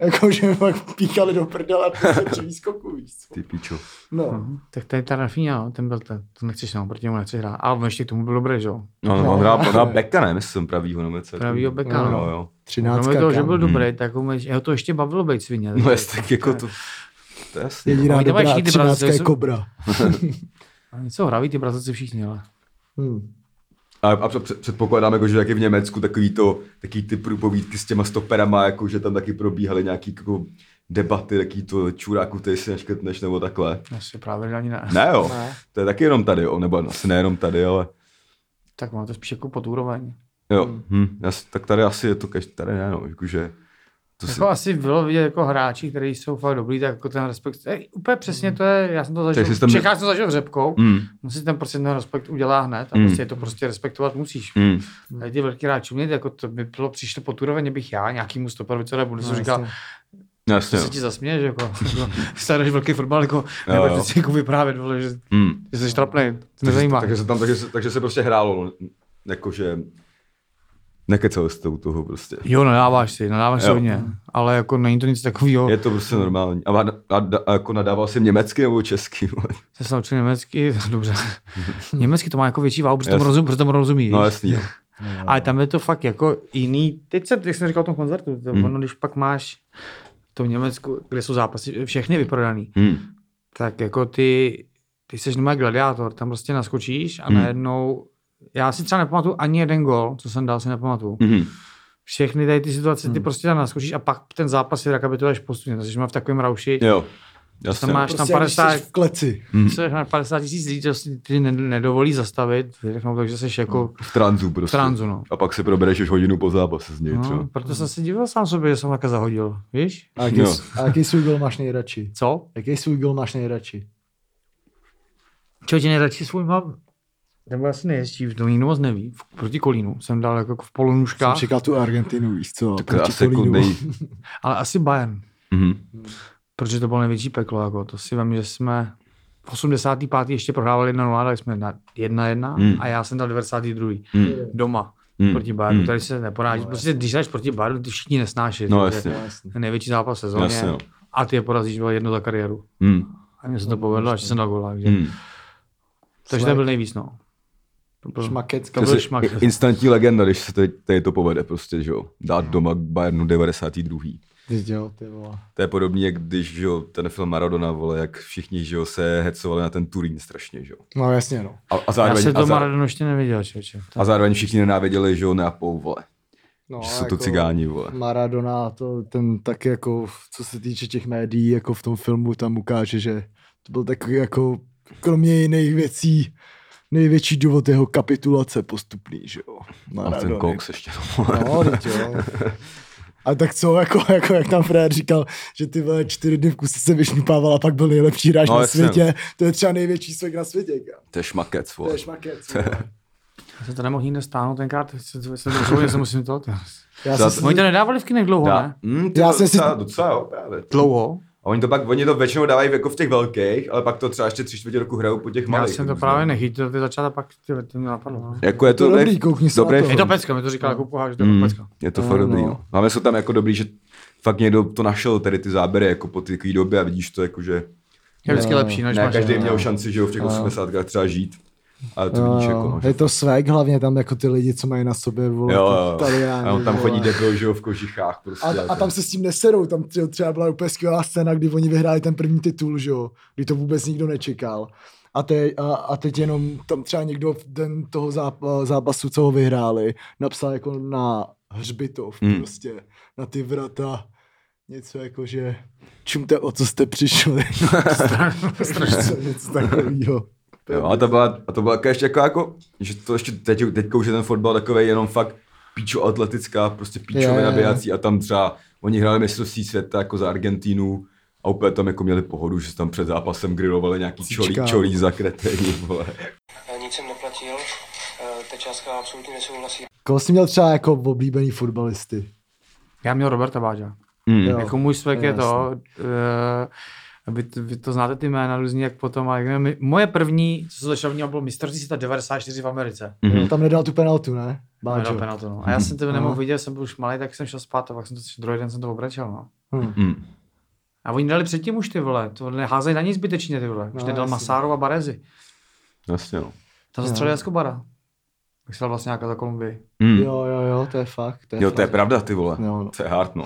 A: jako, že fakt píchali do prdele prostě při výskoku, víš co.
B: Ty pičo.
A: No.
C: Mhm. Tak tady ta Rafinha, no, ten byl ten, to nechceš, no, proti němu nechceš hrát. A on ještě k tomu byl dobrý, že jo.
B: No, no,
A: No.
B: on hrál, on hrál beka, ne? Myslím, pravýho nomece.
C: Pravýho beka,
B: no.
C: no.
B: Jo, jo.
A: Třináctka,
C: Kromě toho, že
A: kámo.
C: byl dobrý, tak ho, jeho to ještě bavilo být svině.
B: Hmm. No jest, tak jako to, to je jasný. no.
A: Jediná
C: Oni to mají
A: dobrá
C: všichni ty
A: třináctka
C: brazilci,
A: je
C: jsou-
A: kobra.
C: Oni jsou hraví ty brazilci všichni, ale.
A: Hm.
B: A, a před- předpokládám, jako, že jak je v Německu takový, to, takový ty průpovídky s těma stoperama, jako, že tam taky probíhaly nějaký jako, debaty, taký to čuráku, který si neškrtneš nebo takhle.
C: Asi právě ani ne.
B: Ne jo,
A: Ne.
B: to je taky jenom tady, jo, nebo asi nejenom tady, ale
C: Tak má to spíš jako pod úroveň.
B: jo, hm, jas, tak tady asi je to každý, tady ne, no, jakože, to si,
C: Jako asi bylo vidět jako hráči, kteří jsou fakt dobrý, tak jako ten respekt. E, úplně přesně to je, já jsem to zažil,
B: Tak Mm. jsi
C: v
B: tam-
C: Čechách jsem zažil v řepkou, mm.
B: hm,
C: musí ten prostě ten respekt udělá hned a
B: Mm.
C: prostě je to prostě respektovat musíš.
B: hm,
C: Mm. Ty velký hráči, mě jako to by bylo, přišlo po úroveň, bych já nějakýmu stoperovi, co nebudu, no,
A: No,
C: říkal,
A: jasně.
B: No, jasně.
C: To se ti zasměje, že jako, starý velký fotbal, jako,
B: Jo,
C: nebo
B: jo.
C: ty si jako vyprávět, vole, že,
B: Hmm.
C: že jsi trapnej, to nezajímá.
B: Takže se tam, takže se, takže se prostě hrálo, no, jakože nekecel jste u toho prostě.
C: Jo, nadáváš si, nadáváš si
B: Jo.
C: hodně, ale jako není to nic takového.
B: Je to prostě normální. A, a, a, a jako nadával jsem německy nebo česky, vole.
C: Já jsem naučil německy, dobře. německy to má jako větší váhu, protože tomu
B: Jasně.
C: rozum, protože tomu rozumí.
B: No
C: víš?
B: jasný. jo.
C: Ale tam je to fakt jako jiný. Teď se, jak jsem říkal o tom koncertu, to,
B: Hmm.
C: ono, když pak máš to v Německu, kde jsou zápasy všechny vyprodaný,
B: Hmm.
C: tak jako ty, ty jsi nemá gladiátor, tam prostě naskočíš a
B: Hmm.
C: najednou, já si třeba nepamatuju ani jeden gol, co jsem dal, si nepamatuju.
B: Hmm.
C: Všechny tady ty situace, ty prostě tam naskočíš a pak ten zápas je tak, aby to až postupně, takže má v takovém rauši,
B: Jo. Hmm. Jasně.
C: tam máš
A: Prostě
C: tam
A: jak když
C: 50,
A: jsi v kleci.
C: jsi na 50 tisíc lidí, to si ty ne- nedovolí zastavit, řeknou, takže jsi jako
B: V tranzu
C: v
B: prostě.
C: tranzu, no.
B: A pak se probereš už hodinu po zápase z něj třeba.
C: No, proto jsem se díval sám sobě, že jsem také zahodil, víš?
A: A jaký,
B: Jo.
A: s- a jaký svůj gol máš nejradši?
C: Co?
A: Jaký svůj gol máš nejradši?
C: Čeho ti nejradši svůj mám? Nebo asi nejhezčí, to nikdo moc neví. V- Proti Kolínu jsem dal jako v polonůžka,
A: Jsem čekal tu Argentinu, víš co?
B: Tak
A: proti
B: asi jako
A: Kolínu.
B: nej...
C: ale asi Bayern,
B: Mhm.
C: protože to bylo největší peklo. Jako. To si vím, že jsme v 85. ještě prohrávali 1-0, tak jsme na 1-1
B: Hmm.
C: a já jsem dal 92.
B: Hmm.
C: doma
B: Hmm.
C: proti Bayernu,
B: Hmm.
C: tady se neporáží. Prostě když jdeš proti Bayernu, ty všichni nesnáší.
B: No
C: takže
B: jasně.
C: Největší zápas sezóny
B: Jasně, no.
C: a ty je porazíš bylo jedno za kariéru.
B: Hmm.
C: A mně se to povedlo, až jsem dal gola. Takže,
B: Hmm.
C: takže to byl nejvíc, no. To byl-
A: Šmakecka.
C: To byl
B: Přesně,
C: šmak.
B: Instantní legenda, když se teď, teď to povede prostě, že jo. Dát doma k Bayernu 92.
A: Vždyť jo, ty vole.
B: To je podobný, jak když že jo, ten film Maradona, vole, jak všichni že jo, se hecovali na ten Turín strašně, že jo.
A: No jasně, no.
B: A, a,
C: Já
B: zároveň,
C: jsem
B: a,
C: to
B: za,
C: Maradonu ještě neviděl, čeče.
B: a zároveň všichni nenáviděli, že jo, Neapol, vole.
A: no
B: že jsou to cigáni, vole.
A: Maradona, to ten tak jako, co se týče těch médií, jako v tom filmu tam ukáže, že to byl takový jako, kromě jiných věcí, největší důvod jeho kapitulace postupný, že jo.
B: A ten Cox ještě, no, vole.
A: No, teď jo. A tak co, jako, jako jak tam Fred říkal, že ty vole čtyři dny v kuse se vyšňupával a pak byl nejlepší hráč
B: No,
A: no, na
B: jasně.
A: světě. To je třeba největší svek na světě, kámo.
B: To je šmakec,
A: To
B: vole.
A: je šmakec. vole.
C: Já jsem to nemohl nikde stáhnout tenkrát, jsem to jsem se musím to.
A: Já
B: Za-
A: jsem si-
C: Oni to nedávali v kinech dlouho,
B: Já,
C: ne?
B: hm, ty
A: Já
B: já
A: jsem
B: jsem
A: si-
B: docela, docela, jo, právě.
C: Dlouho.
B: A oni to pak, oni to většinou dávají jako v těch velkých, ale pak to třeba ještě tři čtvrtě roku hrajou po těch
C: Já
B: malých.
C: jsem to
B: různě.
C: právě nechytil, ty začátek pak ty, to mě napadlo. no.
B: Jako je
A: To
B: to,
A: dobrý, koukni se na
B: dobrý
A: to.
B: film.
C: Je to pecka, mi to říkal jako poháž, že to je
B: Mm,
C: pecka.
B: Je to
A: No,
B: fakt dobrý,
A: no.
B: no. Máme jsou tam jako dobrý, že fakt někdo to našel, tady ty záběry, jako po takové době a vidíš to jako, že
C: Je vždycky
A: Jo,
C: lepší, než
B: ne
C: máš.
B: každý
C: no.
B: měl šanci, že jo, v těch 80 třeba žít. Ale to
A: Jo,
B: vidíš
A: jo.
B: jako, no, že-
A: je to svek, hlavně tam jako ty lidi, co mají na sobě, vole,
B: jo,
A: ty
B: jo, jo.
A: Italiáni,
B: A on tam
A: vole.
B: chodí jako, že jo, v kožichách prostě.
A: a, a tam se s tím neserou, tam tře- třeba byla úplně skvělá scéna, kdy oni vyhráli ten první titul, že jo, kdy to vůbec nikdo nečekal. A, te, a, a teď jenom tam třeba někdo v den toho záp, zápasu, co ho vyhráli, napsal jako na hřbitov
B: Hmm.
A: hmm. prostě, na ty vrata, něco jako, že čumte, o co jste přišli. Strašně něco takového.
B: Jo, a to byla, a to byla jako ještě jako, jako, že to ještě teď, teďka už je ten fotbal takový jenom fakt píčo atletická, prostě
A: Jo,
B: píčové
A: jo, jo.
B: nabíjací a tam třeba oni hráli mistrovství světa jako za Argentínu a úplně tam jako měli pohodu, že se tam před zápasem grilovali nějaký čolí,
A: Cíčka.
B: čolí za kretení, vole.
F: Nic jsem neplatil, eh, ta částka absolutně nesouhlasí.
A: Koho jsi měl třeba jako oblíbený fotbalisty?
C: Já měl Roberta Báža.
B: Mm.
A: Jo.
C: Jako můj svek je
A: jasný.
C: to, eh, vy, to- vy to znáte ty jména různě, jak potom, a jak nevím, moje první, co se začal vnímat, bylo mistrovství světa 94 v Americe.
B: Mhm.
A: Mm-hmm. Tam nedal tu penaltu, ne?
C: Nedal
A: Báčo.
C: penaltu, no. A já jsem to nemohl
A: Aha.
C: vidět, jsem byl už malý, tak jsem šel spát a pak jsem to druhý den jsem to obračel. No.
A: Hm.
B: Mm.
C: A oni dali předtím už ty vole, to neházejí na nic zbytečně ty vole. Už
A: No,
C: no, nedal
A: jasně.
C: Masáru a Barezi.
B: Jasně, no.
C: Tam zastřelil Escobara. Tak se dal vlastně nějaká za Kolumbii.
B: Mm. Jo,
A: Jo, jo, jo, to je fakt. To je
B: jo,
A: fakt.
B: to je pravda, ty vole.
A: Jo, no.
B: To je hard, no.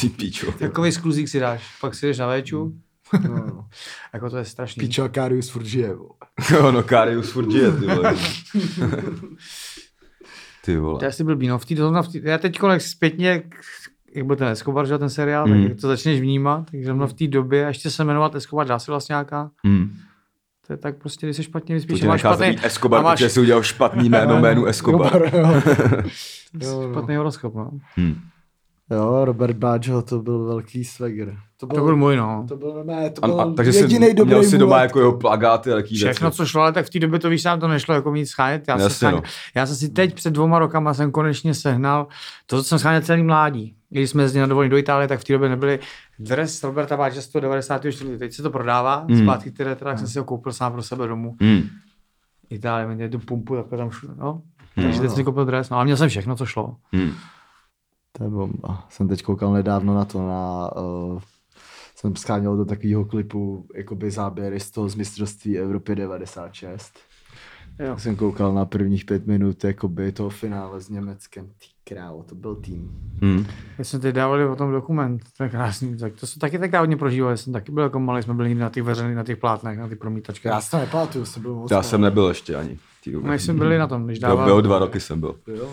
B: Ty píčo.
C: Takový skluzík si dáš, pak si jdeš na véču,
A: No, no.
C: jako to je strašný.
A: Píčo Karius furt žije, vole.
B: Jo, no, Karius furt žije, ty vole. ty vole.
C: To je asi blbý, no. V tý, zrovna v tý, já teď jak zpětně, jak, jak byl ten Escobar, že jo, ten seriál, mm.
B: Mhm.
C: tak jak to začneš vnímat, tak zrovna v té době, a ještě se jmenovat Escobar dá si vlastně nějaká,
B: Mm.
C: to je tak prostě, když se špatně
B: To
C: vyspíš,
B: tě
C: a máš
B: nechá
C: špatný,
B: zabít Escobar,
C: a máš-
B: protože si udělal špatný jméno, jménu Escobar.
A: Robert, jo. jo, no.
C: špatný horoskop, no.
A: jo, Robert Baggio, to byl velký swagger.
C: To byl můj, no.
A: To byl, ne, to
B: A,
A: byl
B: a, takže jsi
A: jedinej dobrý
B: měl si doma
A: mulet.
B: jako jeho plagáty a taký
C: Všechno,
B: věci.
C: co šlo, ale tak v té době to víš, sám to nešlo jako mít schánět. Já,
B: Jasně,
C: jsem scháněl,
B: no.
C: já jsem si teď před dvoma rokama jsem konečně sehnal to, co jsem scháněl celý mládí. Když jsme jezdili na dovolení do Itálie, tak v té době nebyly dres Roberta Báče z toho 94. Teď se to prodává,
B: Mm.
C: zpátky ty retra, jak jsem si ho koupil sám pro sebe domů.
B: Mm.
C: Itálie, mě tu pumpu takhle tam všude, no. Takže teď jsem si koupil dres, no a měl jsem všechno, co šlo.
B: Mm.
A: To je bomba. Jsem teď koukal nedávno na to, na... Uh, jsem skáněl do takového klipu jakoby záběry z toho z mistrovství Evropy 96.
C: Jo.
A: Tak jsem koukal na prvních pět minut jakoby toho finále s Německem. Ty králo, to byl tým.
B: Mm.
C: My jsme teď dávali o tom dokument, to je krásný, tak to jsou taky tak já hodně prožíval, já jsem taky byl jako malý, jsme byli někdy na těch veřejných, na těch plátnech, na těch promítačkách.
A: Já si to nepamatuju, jsem byl moc
B: Já
A: malý.
B: jsem nebyl ještě ani. Ty,
C: My jsme No, byli na tom, když
B: byl,
C: dával.
B: byl, dva roky jsem byl.
A: Jo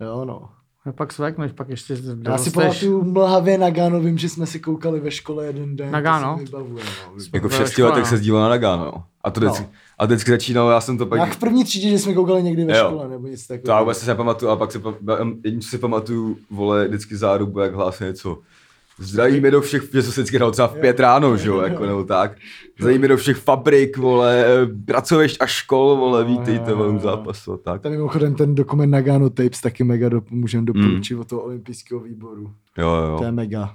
A: no. Jo no.
C: A pak svekneš, pak ještě
A: Já si
C: dorosteš.
A: pamatuju mlhavě na Gáno, vím, že jsme si koukali ve škole jeden den.
C: Nagano?
A: To si vybavuje, no. vybavuje.
B: Jako v
C: Byla
B: šesti
C: škola,
B: letech
C: no.
B: se díval na Nagano. A to vždycky,
A: No.
B: a vždycky začínalo, já jsem to pak...
A: Jak v první třídě, že jsme koukali někdy ve
B: Jo.
A: škole, nebo nic
B: To
A: takového.
B: já vůbec si nepamatuju, a pak si, pam- jediný, co si pamatuju, vole, vždycky zárubu, jak hlásí něco. Zdravíme do všech, že jsem se vždycky hrál třeba v pět ráno, že jo, jako, nebo tak. Zdravíme do všech fabrik, vole, pracovišť a škol, vole, vítejte, vole, zápasu, a tak.
A: Tady mimochodem ten dokument Nagano Tapes taky mega do,
B: Mm.
A: můžeme doporučit od toho olympijského výboru.
B: Jo,
A: To je
B: jo.
A: mega.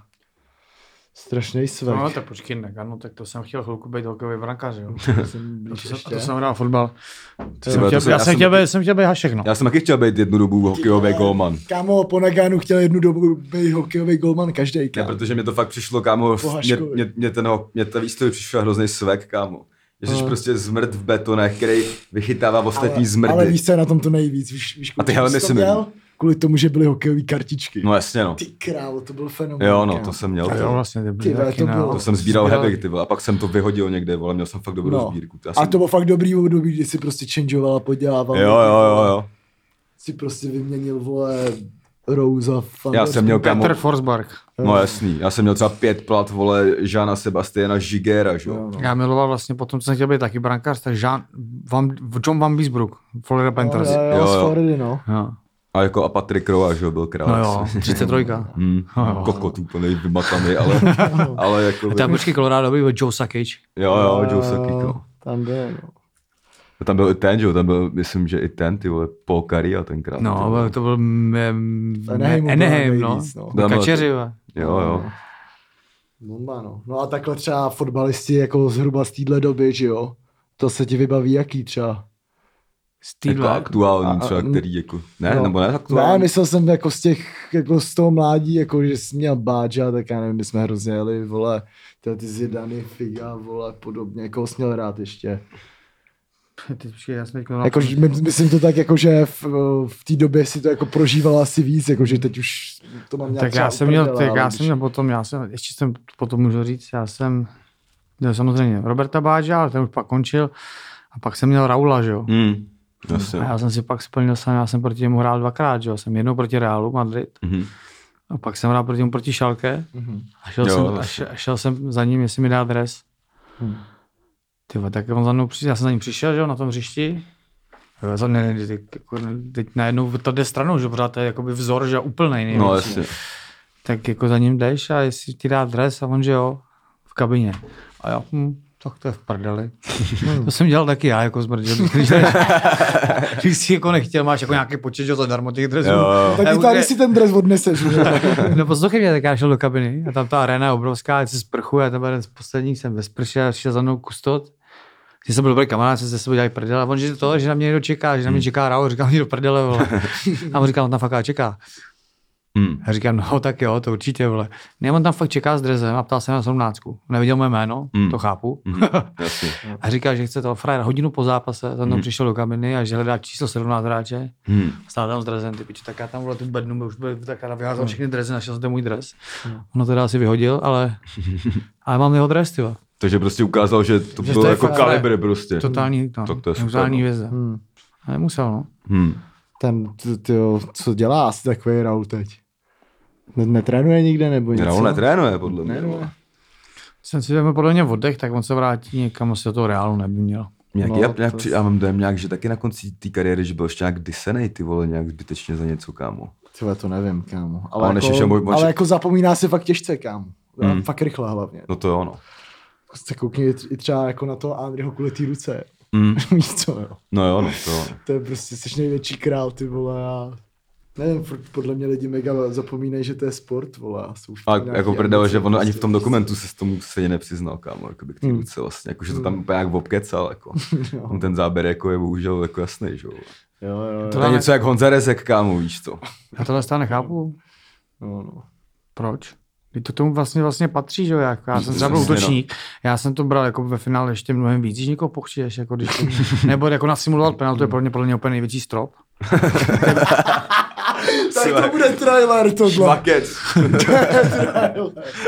A: Strašný svek.
C: No, tak počkej, ne, ano, tak to jsem chtěl chvilku být hokejový brankář, jo.
A: jsem
C: A to,
A: blíž
C: jsem, a
A: ještě.
C: to jsem hrál fotbal. To
B: Ty
C: jsem
B: vole,
C: chtěl,
B: to jsem-
C: já,
B: já
C: jsem
B: jsem
C: chtěl,
B: taky-
C: být- jsem chtěl být hašek, no.
B: Já jsem taky chtěl být jednu dobu hokejový golman.
A: Kámo, po Naganu chtěl jednu dobu být hokejový golman každý.
B: Ne, protože mě to fakt přišlo, kámo,
A: Po
B: mě,
A: Haškovi.
B: mě, mě, ten, ho- mě ta výstroj přišla hrozný svek, kámo. Že jsi
A: Ale-
B: prostě zmrt v betonech, který vychytává ostatní ale, zmrdy.
A: ale víš, co je na tom to nejvíc. Víš, víš,
B: A ty
A: kvůli
B: helmy
A: čemu jsi
B: si
A: to
B: nevím.
A: měl? Kvůli tomu, že byly hokejové kartičky.
B: No jasně, no.
A: Ty králo, to byl fenomén.
B: Jo, no,
A: kámo.
B: to jsem měl.
C: A
B: ty
C: to
B: vole.
C: vlastně ty byly
A: Ty vole,
C: taky,
A: to
C: no.
A: bylo-
B: To jsem sbíral
C: Sbíral-
B: hebek, ty vole, a pak jsem to vyhodil někde, vole, měl jsem fakt dobrou no. sbírku. To já
A: A
B: jsem...
A: to bylo fakt dobrý období, kdy si prostě changeoval a podělával.
B: Jo, jo, jo, jo.
A: Si prostě vyměnil, vole, Rouza. Van
B: Já
A: der
B: jsem měl kámo,
C: Petr Forsberg.
B: no jasný, já jsem měl třeba pět plat, vole, Žána Sebastiana Žigera, že jo.
C: Já miloval vlastně potom, co jsem chtěl být taky brankář, tak Jean, Van, John Van Biesbrook, Florida Panthers.
A: Jo, jo,
B: Jo,
A: jo, z
B: jo.
A: Floridy, no.
C: Jo.
B: A jako a Patrik Rova, že jo, byl král.
C: No jo, 33.
B: Hmm, kokot úplný vymataný, ale, ale jako,
C: Tak počkej, Colorado byl Joe Sakic.
B: jo, jo, Joe Sakiko.
A: Tam jde, no.
B: Tam byl i ten, že jo, tam byl, myslím, že i ten, ty vole, Paul Karia tenkrát. ty
C: No,
B: vole.
C: byl- to byl mm,
A: Anaheimu byla
C: Anaheim, no.
A: nejvíc, no.
B: Tam byl-
C: Kačeři, jo.
B: Jo, jo.
A: Bomba, no. No a takhle třeba fotbalisti jako zhruba z téhle doby, že jo? To se ti vybaví jaký třeba?
C: Z
B: Jako
C: týdla.
B: aktuální
A: A- a-
B: třeba, který jako, ne, nebo ne
A: Ne,
B: aktuální.
A: No, myslel jsem jako z těch, jako z toho mládí, jako že jsi měl Báča, tak já nevím, my jsme hrozně jeli, vole, tyhle ty zjedany, figa, vole, podobně, koho jsi měl rád ještě.
C: Teď počkej, já jsem teď koukal na-
A: Jako, že my- myslím to tak, jako že v, v té době si to jako prožíval asi víc, jako že teď už to mám nějak
C: Tak
A: třeba
C: já jsem měl,
A: uprdele,
C: tak já
A: ale
C: jsem měl potom, já jsem, ještě jsem potom můžu říct, já jsem, no, samozřejmě Roberta Báža, ale ten už pak končil, a pak jsem měl Raula, že jo.
B: Hmm, jasně.
C: A já jsem si pak splnil sám, já jsem proti němu hrál dvakrát, že jo. Jsem jednou proti Realu Madrid
B: Mhm.
C: a pak jsem hrál proti němu proti Šalke a šel,
B: Jo, vlastně.
C: jsem, a
B: jasně.
C: šel, a šel jsem za ním, jestli mi dá dres.
A: Hmm.
C: Ty vole, tak on za mnou přišel, já jsem za ním přišel, že jo, na tom hřišti. Jo, já jsem- ne, ne, teď, jako, teď najednou to jde stranou, že jo, pořád to je jakoby vzor, že jo, úplnej největší
B: No jasně.
C: tak jako za ním jdeš a jestli ti dá dres a on, že jo, v kabině. A já, hm, tak to je v prdeli. to jsem dělal taky já, jako zbrděl. Když, když si jako nechtěl, máš jako nějaký počet, že jo, zadarmo těch dresů.
B: Jo, jo.
A: Tak
C: Já
A: ty
C: mu
A: tady
C: kde-
A: si ten dres odneseš, že?
C: No poslouchej mě, tak já šel do kabiny a tam ta arena je obrovská, já se sprchuji a tam byl jeden z posledních, jsem ve sprše a šel za mnou kustot. Že jsem byl dobrý kamarád, jsem se sebou dělal prdel a on, že to, že na mě někdo čeká, že na mě čeká Rao, říkal mi do prdele, vole. A on říkal, on tam fakt čeká.
B: Hmm.
C: Já říkám, no tak jo, to určitě, vole. Ne, on tam fakt čeká s drezem a ptal se na 17. Neviděl moje jméno,
B: Mm.
C: to chápu.
B: Jasně.
C: a říkal, že chce to frajer hodinu po zápase, tam mm. přišel do kabiny a že hledá číslo 17 hráče.
B: Hmm.
C: Stál tam s drezem, ty piče, tak já tam vole tu bednu, byl už byl, tak já
B: Hmm.
C: vyházal všechny drezy, našel jsem ten můj dres. Ono teda asi vyhodil, ale, ale mám jeho dres, tyva.
B: Takže prostě ukázal, že to
C: Že
B: bylo
C: to je
B: jako
C: fakt-
B: kalibr prostě.
C: Totální, no,
B: Tak to je super,
C: neutrální
B: no.
C: hvězda. A nemusel, no.
B: Hmm.
A: Ten, t- tyjo, co dělá asi takový Raul teď? Ne- Netrénuje nikde nebo něco?
B: Raul netrénuje, podle mě. vole.
C: Jsem si vezme podle mě oddech, tak on se vrátí někam, asi do toho reálu neby měl.
B: Nějak,
A: No,
B: no, já, já,
A: to
B: při, já mám dojem nějak, že taky na konci té kariéry, že byl ještě nějak disenej, ty vole, nějak zbytečně za něco, kámo.
A: Tyhle to nevím, kámo.
B: A
A: Ale,
B: on
A: jako,
B: ještě můj- on
A: ale
B: ještě-
A: jako zapomíná se fakt těžce, kámo. Mm. Fakt rychle hlavně.
B: No to jo, no.
A: Se koukni i tr- i třeba jako na toho Andryho kvůli té ruce.
B: Mm.
A: Víš co, jo.
B: No jo, no to jo.
A: To je prostě, jsi největší král, ty vole, a Nevím, furt podle mě lidi mega zapomínají, že to je sport, vole. A, jsou
B: A
A: všichni nějaký
B: jako prdele, že
A: ambice,
B: ono ani v
A: prostě.
B: tom dokumentu se s tomu stejně nepřiznal, kámo, jako by k té
A: Hmm. No.
B: ruce vlastně, jako, že to tam úplně jak obkecal, jako. On ten záběr jako je bohužel jako jasný, že jo.
A: Jo, jo, jo.
C: To
B: To je
C: dáme-
B: něco jak Honza Rezek, kámo, víš to.
C: Já tohle stále nechápu.
A: No, no.
C: Proč? Teď to tomu vlastně vlastně patří, že jo? Jako, já jsem třeba byl
B: Přesně, no.
C: útočník, já jsem to bral jako ve finále ještě mnohem víc, když někoho pochčíš, jako když nebo jako nasimulovat penaltu je pro mě podle mě úplně největší strop.
A: Tak to bude trailer tohle.
B: Švakec.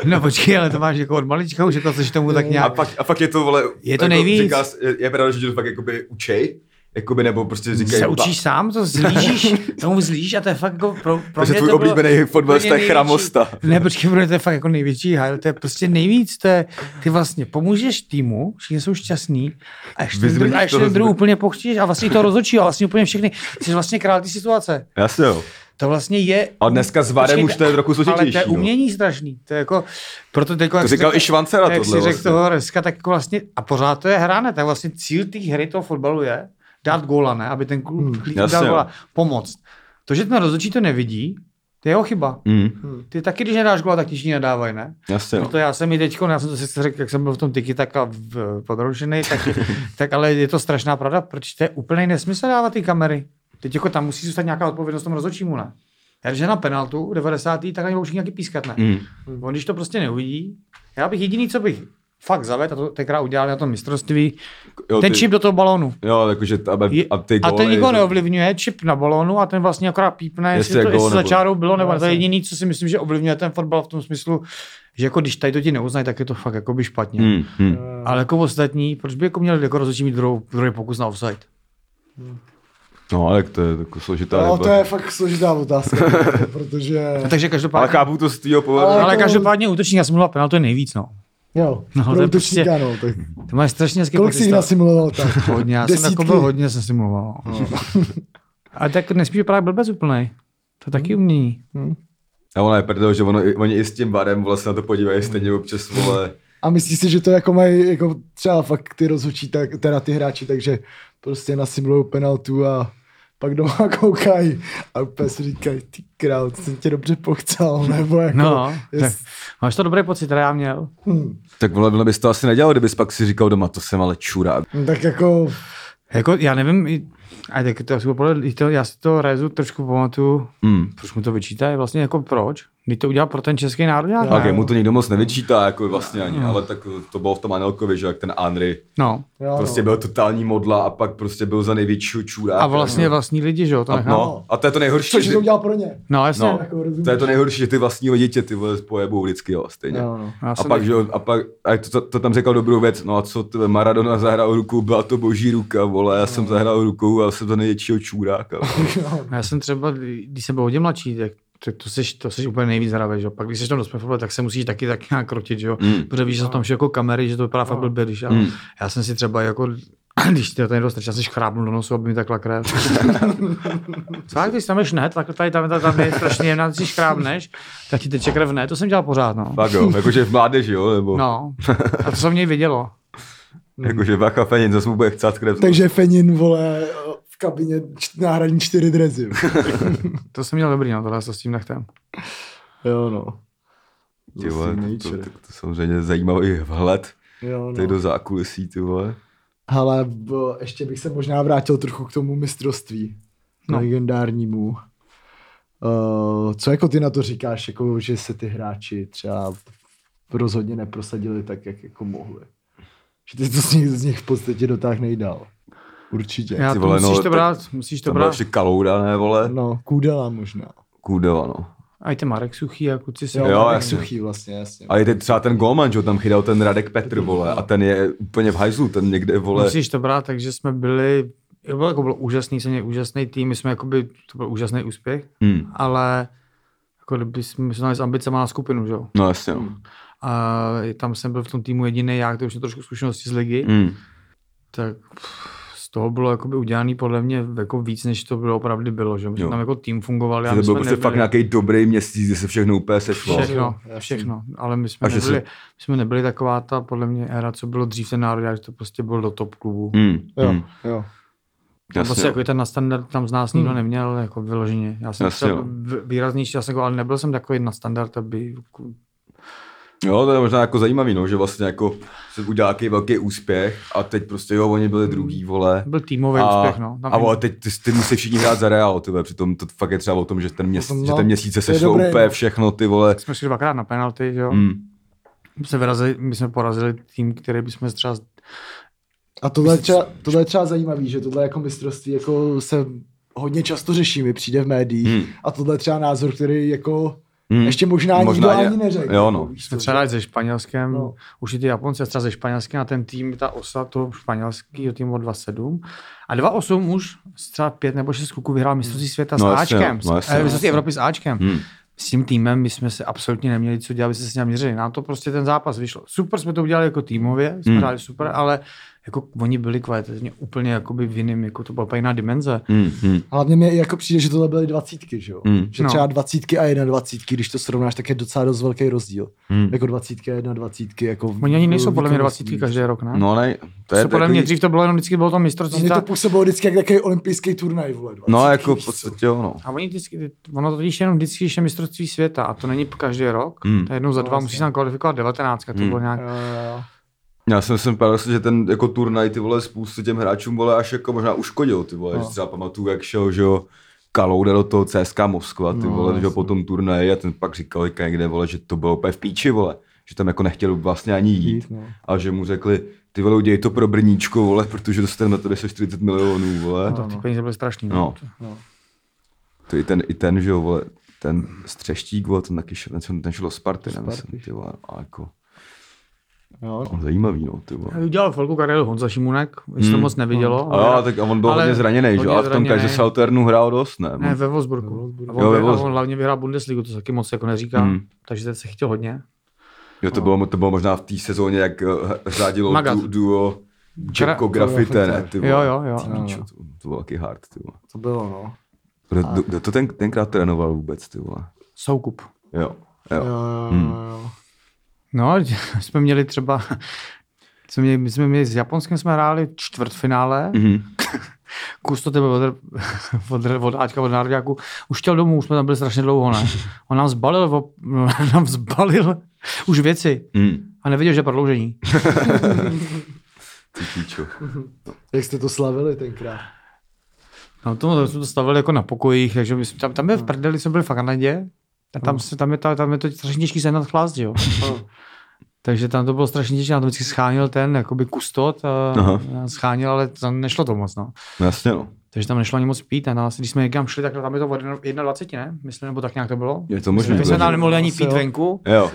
C: No počkej, ale to máš jako od malička už jako seš tomu tak
B: A
C: nějak.
B: pak, a pak je to, vole,
C: Je to
B: jako
C: nejvíc.
B: Říká, je, je pravda, že to fakt jakoby učej, jakoby, nebo prostě říkají.
C: se
B: "Ba-
C: učíš sám, to zlížíš, tomu zlížíš a to je fakt jako pro, pro
B: Takže
C: mě
B: tvůj
C: to bylo
B: oblíbený fotbalista
C: úplně
B: je Chramosta.
C: Ne, počkej, pro mě to je fakt jako největší hajl, to je prostě nejvíc, to je, ty vlastně pomůžeš týmu, všichni jsou šťastní a ještě ten
B: Vyzvedneš
C: druhý- a ještě
B: toho
C: ten druhý
B: zbyt-
C: úplně pochtíš a vlastně to rozhodčí a vlastně úplně všechny, jsi vlastně král ty situace.
B: Jasně jo.
C: To vlastně je...
B: A dneska s VARem už to je trochu
C: Ale to je
B: složitější, no.
C: umění strašný. To je jako, proto teď,
B: To říkal i Švancera
C: jak
B: tohle
C: si řekl
B: vlastně.
C: toho Reska, tak jako vlastně, a pořád to je hrané, tak vlastně cíl té hry toho fotbalu je dát góla, ne? Aby ten klub klidně
B: Jasně,
C: dal
B: jo.
C: góla. Pomoct. To, že ten rozhodčí to nevidí, to je jeho chyba.
B: Mm,
C: Ty taky, když nedáš góla, tak ti ti nadávají, ne?
B: jasně no.
C: Proto já jsem i teď, já jsem to sice řekl, jak jsem byl v tom tiki tak a v- podroušený, tak, tak, ale je to strašná pravda, proč to je úplný nesmysl dávat ty kamery. Teď jako tam musí zůstat nějaká odpovědnost tomu rozhodčímu, ne? Já když je na penaltu 90. tak na něj všichni nějaký pískat, ne?
B: Mm.
C: On když to prostě neuvidí, já bych jediný, co bych fakt zavedl, a to tenkrát udělal na tom mistrovství,
B: Jo,
C: ten
B: ty-
C: čip do toho balónu.
B: Jo, jakože t- aby,
C: Je,
B: a ty
C: a
B: góly,
C: ten nikoho
B: že-
C: neovlivňuje, čip na balónu a ten vlastně akorát pípne, jestli,
B: Jestli je
C: to,
B: gól
C: jestli za
B: nebo-
C: čárou bylo, nebo
A: No,
C: to je
A: jasně.
C: jediný, co si myslím, že ovlivňuje ten fotbal v tom smyslu, že jako když tady to ti neuznají, tak je to fakt jakoby špatně.
B: Mm, mm.
C: Ale jako ostatní, proč by jako měli jako rozhodčí mít druhou, druhý pokus na offside?
B: No, ale to je jako složitá
A: No,
B: debata.
A: to je fakt složitá otázka, protože...
C: A No, takže
B: Ale
C: každopádně, ale,
B: chápu to z tvýho pohledu.
A: Ale-
C: ale
A: jako-
C: každopádně útočník nasimulovat penaltu to je nejvíc, no.
A: Jo,
C: No, to je
A: pro
C: prostě-
A: útočníka, no, tak
C: To má strašně hezký
A: kolik
C: pocit
A: jsi jich
C: z toho.
A: nasimuloval tak?
C: Hodně, já jsem jako
A: Desítky? No.
C: byl hodně, jsem simuloval. A tak nespíš právě blbec úplnej. To
A: Hmm.
C: taky umění.
B: A ono je prdel, že ono, i- oni i s tím barem vlastně na to podívají stejně občas, vole.
A: A myslíš si, že to jako mají jako třeba fakt ty rozhodčí, tak, teda ty hráči, takže prostě nasimulují penaltu a pak doma koukají a úplně si říkají, ty král, jsem tě dobře pochcel, nebo jako...
C: No, tak
A: jest,
C: máš to dobrý pocit, teda já měl.
A: hm,
B: Tak vole, vole bys to asi nedělal, kdybys pak si říkal doma, to jsem ale čurá.
A: no, tak jako...
C: Jako, já nevím, i- a tak to asi bylo, i to, já si to rezu trošku pamatuju,
B: Mm.
C: proč mu to vyčítá, vlastně jako proč? Když to udělal pro ten český národňák.
B: Ok,
C: ne?
B: mu to nikdo moc nevyčítá, jako vlastně ani, ale tak to bylo v tom Anelkovi, že jak ten Anry
C: No,
A: Jo,
B: prostě
A: no.
B: byl totální modla a pak prostě byl za největšího čůra.
C: a vlastně vlastní lidi, že jo, to
B: a,
C: nechám. No,
B: no, a to je to nejhorší,
A: Což
B: že,
A: to udělal pro ně.
C: no jasně.
B: no,
C: No.
A: jako rozumím.
B: to je to nejhorší, že ty vlastní dítě ty vole pojebou vždycky, jo, stejně.
A: Jo, no.
C: Já
B: A
C: jsem
B: pak, že, jo, a pak a to, to, to, tam říkal dobrou věc, no a co tebe Maradona zahrál rukou, byla to boží ruka, vole, já jsem zahrál rukou a jsem za největšího čůráka. vole.
A: no.
C: Já jsem třeba, když jsem byl hodně mladší, tak to, to, seš, to seš úplně nejvíc hravý, že jo. Pak když seš tam dospěl fotbal, tak se musíš taky tak nějak krotit, že jo.
B: Mm.
C: Protože víš, že jsou tam jsou jako kamery, že to vypadá fakt blbě, když já,
B: Mm.
C: já jsem si třeba jako, když ty ten dostač, já jsem škrábnul do nosu, aby mi takhle krev. Fakt, když tam ješ ne, tak tady tam, tam, tam je strašně jemná, když si škrábneš, tak ti teče krev ne, to jsem dělal pořád, no.
B: Fakt jo, jakože v mládeži, jo, nebo no.
C: No, a to se mě vědělo.
B: jakože bacha fenin, zase mu bude chcát krev. no.
A: Takže Fenin, vole, v kabině č- náhradní čtyři drezy.
C: To jsem měl dobrý, no, tohle s tím nechtem.
A: jo, no.
B: Ty vole,
A: Zase
B: to, to,
A: nature.
B: to, to, samozřejmě zajímavý vhled,
A: Jo,
B: ty
A: no.
B: do zákulisí, ty vole.
A: Ale bo, ještě bych se možná vrátil trochu k tomu mistrovství
C: No.
A: no. legendárnímu. Uh, co jako ty na to říkáš, jako, že se ty hráči třeba rozhodně neprosadili tak, jak jako mohli? Že ty to z nich, z nich v podstatě dotáh nejdál. Určitě.
C: Já
B: ty
C: to
B: vole, no,
C: musíš to
B: tak
C: brát, musíš to
B: Tam byl
C: brát.
B: ještě Kalouda, ne, vole,
A: No, kůdela možná.
B: Kudela, no.
C: A i ten Marek Suchý jako a kluci si...
A: Jo,
B: Jo,
A: jo jak
B: jasně.
A: suchý vlastně, jasně.
B: A je teď třeba ten Golman, že jo, tam chytal ten Radek Petr, vole, a ten je úplně v hajzlu, ten někde, vole,
C: Musíš to brát, takže jsme byli, jo, bylo, jako bylo úžasný, jsem měl úžasný tým, my jsme jakoby, to byl úžasný úspěch,
B: hmm. ale...
C: ale jako kdyby jsme, my jsme měli s ambicema na skupinu, že jo.
B: No jasně, no.
C: A tam jsem byl v tom týmu jediný já, který už měl trošku zkušenosti z ligy,
B: Hmm.
C: tak pff, z toho bylo jakoby udělané podle mě jako víc, než to bylo opravdu bylo, že jo. My
B: Jo.
C: jsme tam jako tým fungovali. a
B: To
C: my
B: byl
C: jsme
B: prostě fakt
C: nebyli-
B: nějaký dobrý měsíc, kdy se všechno úplně sešlo.
C: Všechno,
A: Jasný.
C: všechno. Ale my jsme,
B: A že se-
C: nebyli, my jsme nebyli taková
B: Mm.
C: ta, podle mě, éra, co bylo dřív ten národ, že to prostě bylo do top klubu.
B: Hmm.
A: Jo,
B: Hmm.
A: jo.
C: Jasně, prostě
B: Hm, Jasně,
C: jako ten nadstandard tam z nás nikdo hmm. neměl, jako vyloženě. Já jsem
B: Jasně,
C: Jasně,
B: jo.
C: výraznější, já jsem jako, ale nebyl jsem takový nadstandard, aby...
B: Jo, to je možná jako zajímavý, no, že vlastně jako se udělá nějaký velký úspěch a teď prostě jo, oni byli druhý, vole.
C: Byl týmový
B: a,
C: úspěch, no.
B: a vole, teď ty, ty musí všichni hrát za Real, ty vole, přitom to fakt je třeba o tom, že ten, měs,
A: No,
B: že ten měsíce
A: to je
B: se šlo
A: dobré,
B: úplně
A: no.
B: všechno, ty vole.
C: jsme šli dvakrát na penalty, že jo. Hmm.
B: Mm.
C: Se vyrazili, my jsme porazili tým, který bychom třeba...
A: A tohle je, třeba, tohle je třeba zajímavý, že tohle jako mistrovství jako se hodně často řeší, mi přijde v médiích.
B: Hmm.
A: A tohle je třeba názor, který jako
B: Mm.
A: ještě možná,
B: Možná
A: možná nikdo
B: je-
A: ani neřekl. jako
B: jo, no.
A: Víš co,
C: Jsme třeba
A: že-
C: dali se Španělskem,
A: No.
C: no. už i ty Japonci, třeba se Španělskem a ten tým, ta osa toho španělského týmu 2-7. A 2-8 už s třeba pět nebo šest kluků vyhrál mistrovství světa
B: No
C: s
B: jasně,
C: Ačkem.
B: no
C: No,
B: jasně, no
C: mistrovství
B: jasně.
C: Evropy s Ačkem.
B: Mm.
C: s tím týmem my jsme se absolutně neměli co dělat, aby jsme se měřili. Nám to prostě ten zápas vyšlo. Super jsme to udělali jako týmově, jsme
B: Hmm.
C: hmm. hráli super, ale jako oni byli kvalitativně úplně jakoby v jiným, jako to byla úplně jiná dimenze.
B: Mm. Mm.
A: Hlavně mě jako přijde, že tohle byly dvacítky, že jo?
B: Mm.
A: Že
C: No.
A: třeba dvacítky a jedna dvacítky, když to srovnáš, tak je docela dost velký rozdíl.
B: Mm.
A: Jako dvacítky a jedna dvacítky. Jako v-
C: Oni ani nejsou
A: v
C: podle mě
A: výkonnosti,
C: 20
A: víš.
C: každý rok, ne?
B: No ne, to je jako No,
C: Co podle
B: takový-
C: mě dřív to bylo jenom vždycky bylo to
A: A mě
C: mistrovství.
A: to
C: Ta...
A: působilo vždycky jak takový olympijský turnaj, vole. 20,
B: No jako v
A: víš co.
B: podstatě jo, no.
C: A oni vždycky, ono totiž jenom vždycky, když je mistrovství světa a to není každý rok,
B: Hmm.
C: hmm. to je jednou za
A: No,
C: dva,
A: jasně.
C: musíš tam kvalifikovat 19, to
B: Hmm.
C: bylo nějak
A: Jo, jo, jo.
B: Já jsem si paradoxně, že ten jako turnaj ty vole spoustu těm hráčům vole až jako možná uškodil ty vole,
A: No.
B: no. že třeba pamatuju, jak šel, že jo, Kalouda do toho CSK Moskva, ty
A: No,
B: vole, že jo,
A: jasně.
B: po tom turnaji a ten pak říkal jak někde, vole, že to bylo úplně v píči, vole, že tam jako nechtěl vlastně ani jít
A: Jít, no.
B: a že mu řekli, ty vole, udělej to pro Brníčko, vole, protože dostaneme na to 240 milionů, vole.
C: to, ty peníze byly strašný.
B: No.
A: No.
B: To i ten, i ten, že jo, vole, ten střeštík, vole, ten taky šel, ten, ten šel do Sparty,
A: Sparty.
B: nemyslím, ty vole, a jako,
A: Jo.
B: no, zajímavý, no, ty vole.
C: Udělal velkou kariéru Honza Šimunek, když to
B: Hmm.
C: moc nevidělo.
B: A
C: ale-
B: jo, tak a on byl
C: ale
B: hodně zraněný, že?
C: hodně
B: jo? A v tom
C: zraněnej.
B: každý Salternu hrál dost, ne?
C: Ne, ve Wolfsburgu. A on,
B: Jo,
C: jo,
B: ve
C: ve a
B: Wolfsburgu.
C: on hlavně vyhrál Bundesligu, to se taky moc jako neříká,
B: Hmm.
C: hmm. takže ten se chytil hodně.
B: jo,
C: no.
B: to bylo, to bylo možná v té sezóně, jak eh, řádilo
C: Magat.
B: du, duo Jacko
C: Kra-
B: Grafite, ne? Ty vole.
C: Jo, jo, jo.
B: Ty Píčo, to, to byl taky hard, ty vole.
A: To bylo, no.
B: Kdo, kdo- kdo to ten, tenkrát trénoval vůbec, ty vole?
C: Soukup.
B: Jo,
A: Jo,
B: jo.
A: jo,
B: Hmm.
A: jo, jo.
C: No, jsme měli třeba, jsme měli, my jsme měli, s Japonskem jsme hráli čtvrtfinále,
B: Mhm.
C: kus to tebe od, od, od Ačka, od Národňáku, už chtěl domů, už jsme tam byli strašně dlouho, ne? On nám zbalil, vo- nám zbalil už věci
B: Mm.
C: a nevěděl, že je prodloužení.
B: Ty píčo.
A: Jak jste to slavili tenkrát?
C: No to jsme to stavili jako na pokojích, takže my jsme, tam, tam je v prdeli, jsme byli v Kanadě, a tam, se, tam, je, ta, tam je to strašně těžký sehnat chlast, že jo. takže tam to bylo strašně těžké, nám to vždycky schánil ten, jakoby kustot, a,
B: Aha.
C: a schánil, ale tam nešlo to moc, no.
B: No jasně, no.
C: Takže tam nešlo ani moc pít, a nás, když jsme někam šli, tak tam je to od 21, ne? myslím, nebo tak nějak to bylo.
B: Je to možné.
C: My jsme tam
B: že-
C: nemohli ani
A: Asi
C: pít
A: jo.
C: venku,
B: Jo,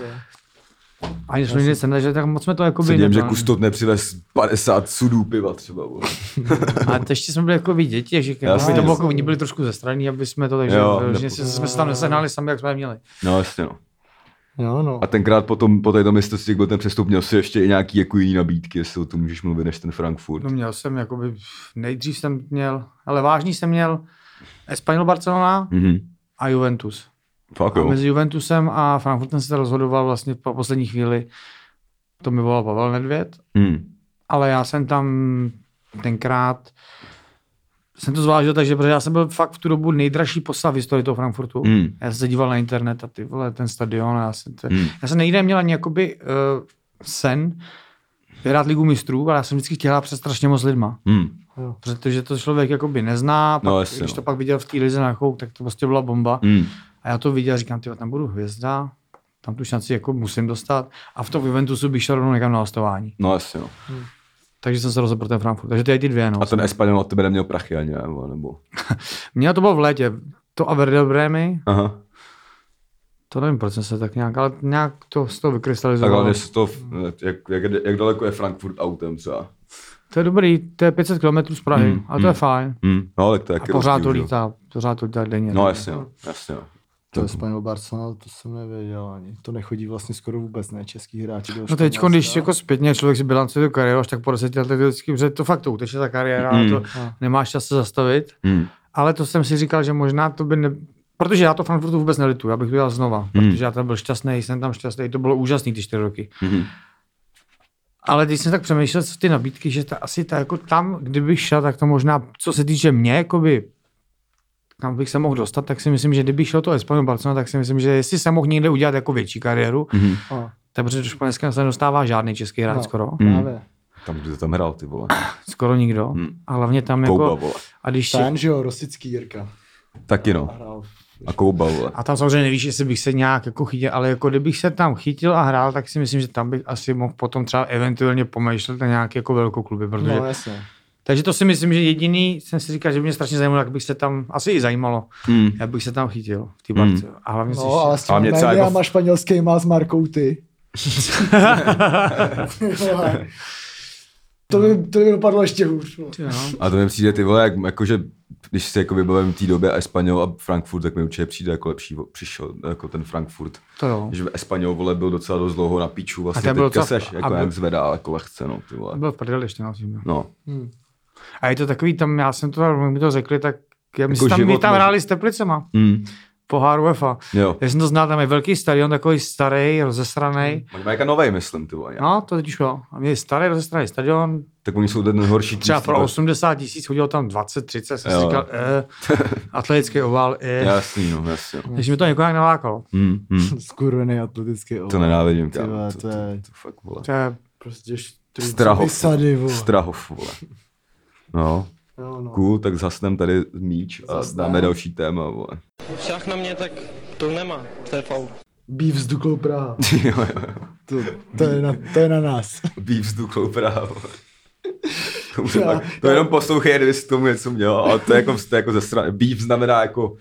C: ani jsme nikdy sem, takže tak moc jsme to jako by...
B: sedím, že Kustot nepřivez 50 sudů piva třeba, vole.
C: A to ještě jsme byli jako vy děti, takže
B: Jasně.
C: by to bylo, jako, oni byli trošku ze strany, aby jsme to, takže
B: Jo,
C: jo,
B: nepo-
C: jsme se tam nesehnali sami, jak jsme je měli.
B: No jasně, no.
A: Jo, no.
B: A tenkrát potom, po této mistrovství, jak byl ten přestup, měl si ještě i nějaký jako jiný nabídky, jestli o tom můžeš mluvit, než ten Frankfurt.
C: No měl jsem, jakoby, nejdřív jsem měl, ale vážný jsem měl Espanyol Barcelona
B: Mhm.
C: a Juventus.
B: Fakt
C: A
B: jo.
C: mezi Juventusem a Frankfurtem se to rozhodoval vlastně po poslední chvíli. To mi volal Pavel Nedvěd,
B: Hmm.
C: ale já jsem tam tenkrát jsem to zvážil, takže protože já jsem byl fakt v tu dobu nejdražší postav v historii toho Frankfurtu.
B: Hmm.
C: Já jsem se díval na internet a ty vole, ten stadion, a já jsem, to,
B: Hmm.
C: já jsem nikdy neměl ani jakoby uh, sen vyhrát ligu mistrů, ale já jsem vždycky chtěl hrát přes strašně moc lidma.
B: Hmm.
C: Protože to člověk jakoby nezná, pak,
B: No,
C: no,
B: jasně,
C: když
B: no.
C: to pak viděl v té lize na chou, tak to prostě byla bomba.
B: Hmm.
C: A já to viděl, říkám, ty tam budu hvězda, tam tu šanci jako musím dostat. A v tom Juventusu bych šel rovnou někam na hostování.
B: No jasně, no.
C: Takže jsem se rozhodl pro ten Frankfurt. Takže ty ty dvě. No.
B: A ten Espanol od tebe neměl prachy ani, nebo? nebo...
C: Mně to bylo v létě. To a Verde Brémy,
B: Aha.
C: to nevím, proč jsem se tak nějak, ale nějak to z toho
B: Tak
C: vykrystalizovalo.
B: hlavně se to, jak, jak, jak, daleko je Frankfurt autem třeba?
C: To je dobrý, to je 500 km z Prahy,
B: Mm,
C: ale
B: mm.
C: to je fajn.
B: Hmm. No, tak to je
C: A
B: taky
C: pořád to
B: rozdíl, že jo.
C: lítá, pořád to lítá denně.
B: No jasně, no. Jasně, no.
A: To je Spaniel Barcelona, to jsem nevěděl ani. To nechodí vlastně skoro vůbec, ne? Český hráči. do
C: No teď,
A: Španělska.
C: když jako zpětně člověk si bilancuje tu kariéru, až tak po deseti letech, to vždycky, protože to fakt to uteče ta kariéra,
B: Mm.
C: mm. to nemáš čas se zastavit.
B: Hmm.
C: Ale to jsem si říkal, že možná to by ne... Protože já to Frankfurtu vůbec nelituju, já bych to dělal
B: Hmm.
C: znova. Protože já tam byl šťastný, jsem tam šťastný, to bylo úžasný ty čtyři roky.
B: Mhm.
C: Ale když jsem tak přemýšlel, co ty nabídky, že ta, asi ta, jako tam, kdybych šel, tak to možná, co se týče mě, jakoby, kam bych se mohl dostat, tak si myslím, že kdyby šel to Espanol Barcelona, tak si myslím, že jestli jsem mohl někde udělat jako větší kariéru,
B: Mhm.
A: A,
C: tak protože do Španělska se nedostává žádný český hráč
A: No.
C: skoro,
A: právě.
B: Tam, kde to tam hrál, ty vole.
C: skoro nikdo.
B: Hmm.
C: A hlavně tam
B: Kouba,
C: jako,
B: vole.
C: a když
A: Ten, že jo, Rosický Jirka.
B: Taky no.
A: Hrál.
B: A Kouba, vole.
C: A tam samozřejmě nevíš, jestli bych se nějak jako chytil, ale jako kdybych se tam chytil a hrál, tak si myslím, že tam bych asi mohl potom třeba eventuálně pomýšlet na nějaké jako velkou kluby, protože...
A: No jasně.
C: Takže to si myslím, že jediný, jsem si říkal, že by mě strašně zajímalo, jak bych se tam, asi i zajímalo,
B: Mm.
C: jak bych se tam chytil v té
B: Hmm.
C: barce. A hlavně si
A: No, ale s
B: A
A: těmi
B: mě třeba jako-
A: médiama jako... španělskýma s Markou ty. to, by, to by dopadlo ještě hůř. no.
C: no.
B: A to mi přijde ty vole, jak, jakože když si jako vybavím té době Espanol a Frankfurt, tak mi určitě přijde jako lepší, vo- přišel jako ten Frankfurt.
C: To jo.
B: Že Espanol vole byl docela dost dlouho na píču, vlastně
C: ten byl
B: teďka
C: docela-
B: seš,
C: a
B: jako
C: byl-
B: jak zvedá, jako lehce, no ty vole.
C: Byl v prdeli ještě na tím. jo.
B: No,
C: A je to takový tam, já jsem to, jak mi to řekli, tak já myslím,
B: Jako
C: tam, my
B: život
C: tam
B: mezi-
C: hráli s Teplicema,
B: mm.
C: pohár UEFA.
B: jo.
C: Já jsem to znal, tam je velký stadion, takový starý, rozesraný.
B: Oni mají jako novej, myslím, ty vole. No.
C: No, to teď už jo. A mě je starý rozesraný stadion,
B: Tak oni jsou ten horší tým,
C: třeba
B: ty
C: pro
B: vole.
C: 80 tisíc hodil tam 20, 30, jsem si
B: Jo.
C: říkal, eh, atletický oval, eh.
B: Jasný, no, jasný. no.
C: Takže mi to někoho nějak nalákalo.
B: Mm, mm.
A: Skurvený atletický
B: To nenávidím,
A: Ty
B: kámo.
A: vole,
B: To,
A: to
B: to,
A: je-
B: to, fakt, vole.
C: To je,
A: Prostě štru,
B: Strahov.
A: Sady, vole.
B: Strahov, vole. No,
A: Jo, no.
B: cool, tak zasnem tady míč a
A: Zasnem.
B: dáme další téma, vole.
E: Šach na mě, tak to nemá, to je faul.
A: Býv s Duklou Praha.
B: jo, jo, jo.
A: To, to, je na, to je na nás.
B: Býv s duchou právo. To, může
A: Já-
B: pak, to jenom poslouchej, kdyby si k tomu něco měl, ale to je jako, to je jako ze strany. Býv znamená jako,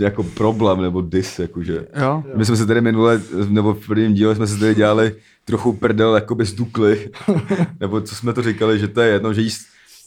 B: jako problém nebo dis, jakože.
C: jo.
B: My jsme se tady minule, nebo v prvním díle jsme se tady dělali trochu prdel jakoby z dukly. nebo co jsme to říkali, že to je jedno, že jí,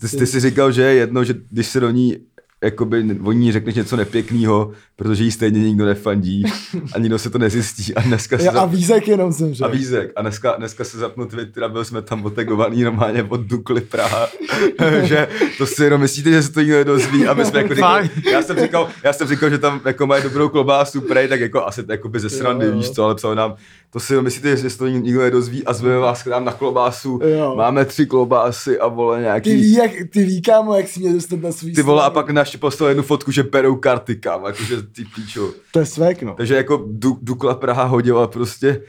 B: ty, ty jsi říkal, že je jedno, že když se do ní jakoby o ní řekneš něco nepěkného, protože jí stejně nikdo nefandí a nikdo se to nezjistí a dneska se
A: Já, a vízek jenom jsem
B: a
A: řekl.
B: vízek. A dneska, dneska se zapnu Twitter a byl jsme tam otegovaný normálně od Dukly Praha. že to si jenom myslíte, že se to nikdo nedozví. A my jsme jako říkali, já jsem říkal, já jsem říkal, že tam jako mají dobrou klobásu prej, tak jako asi jako by ze srandy,
A: Jo, jo.
B: víš co, ale psal nám, to si jenom myslíte, že se to nikdo nedozví a zveme vás k nám na klobásu.
A: Jo.
B: Máme tři klobásy a vole
A: Ty
B: nějaký
A: ví, jak, ty ví, kámo, jak si mě dostat na svůj
B: ty vole, a
A: stranu.
B: pak naši poslal jednu fotku, že perou karty, kam, jakože ty píčo.
A: To je svek, no.
B: Takže jako du, Dukla Praha hodila prostě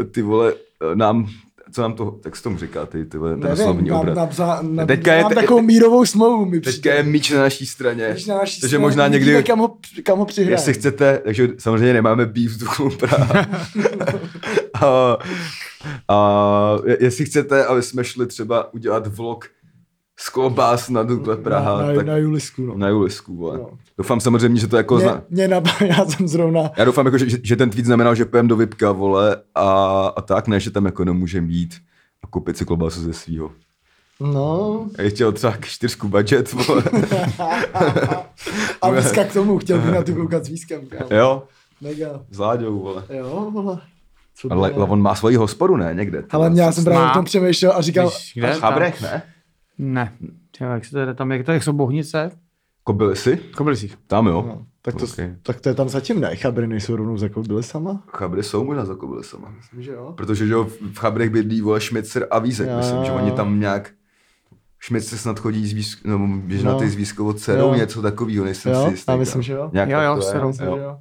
B: eh, ty vole eh, nám, co nám to, jak se tomu říká ty, ty vole, ten
A: Nevím,
B: slovní
A: nám,
B: obrat.
A: nám, za, nám,
B: Teďka je-
A: nám
B: te-
A: takovou mírovou smlouvu mi
B: Teďka je míč na naší straně.
A: Když na naší
B: takže
A: straně
B: možná někdy,
A: vidíme, kam ho, kam ho přihrajeme.
B: jestli chcete, takže samozřejmě nemáme býv s Duklou Praha. a, a, je- jestli chcete, aby jsme šli třeba udělat vlog z klobás na Dukle Praha,
A: na, na,
B: tak
A: na Julisku, no.
B: na Julisku, vole.
A: No.
B: Doufám samozřejmě, že to jako...
A: mě,
B: Zna...
A: mě nab- já jsem zrovna,
B: Já doufám, jako, že, že- že, ten tweet znamenal, že půjdeme do Vipka, vole, a, a tak, ne, že tam jako nemůžeme jít a koupit si klobásu ze svýho.
A: no,
B: A ještě o třeba čtyřku budget, vole.
A: a dneska k tomu chtěl bych na to koukat s výskem, kámo.
B: jo,
A: Mega.
B: s Láďou, vole.
A: Jo, vole. Co
B: Ale
A: bylo?
B: on má svoji hospodu, ne, někde. ty
A: Ale
B: vole.
A: mě, já jsem právě
C: Má.
A: o tom přemýšlel a říkal,
C: Víš,
B: A
C: kde?
B: v Chabrech, ne?
C: Tam. Ne. Těma, jak se to jde tam, jak, to, jak jsou bohnice?
B: Kobily si?
C: Kobylisích.
B: Tam jo.
A: no, tak, to,
B: Okay.
A: tak to je tam zatím ne, chabry nejsou rovnou zakobili sama?
B: Chabry jsou možná za kobily sama.
A: Myslím, že jo.
B: Protože že jo, v Chabrech bydlí, vole, Šmicer a Vízek,
A: Jo.
B: myslím, že oni tam nějak... Šmicer snad chodí z výsk... nebo běžná
A: No.
B: no. s výzkovou dcerou,
A: Jo.
B: něco takového, nejsem
A: Jo,
B: si jistý.
A: já myslím,
B: no.
A: že jo.
B: Nějak
C: Jo,
B: tak
C: jo,
B: to
C: s
B: je,
C: dcerou.
A: Myslím, že jo.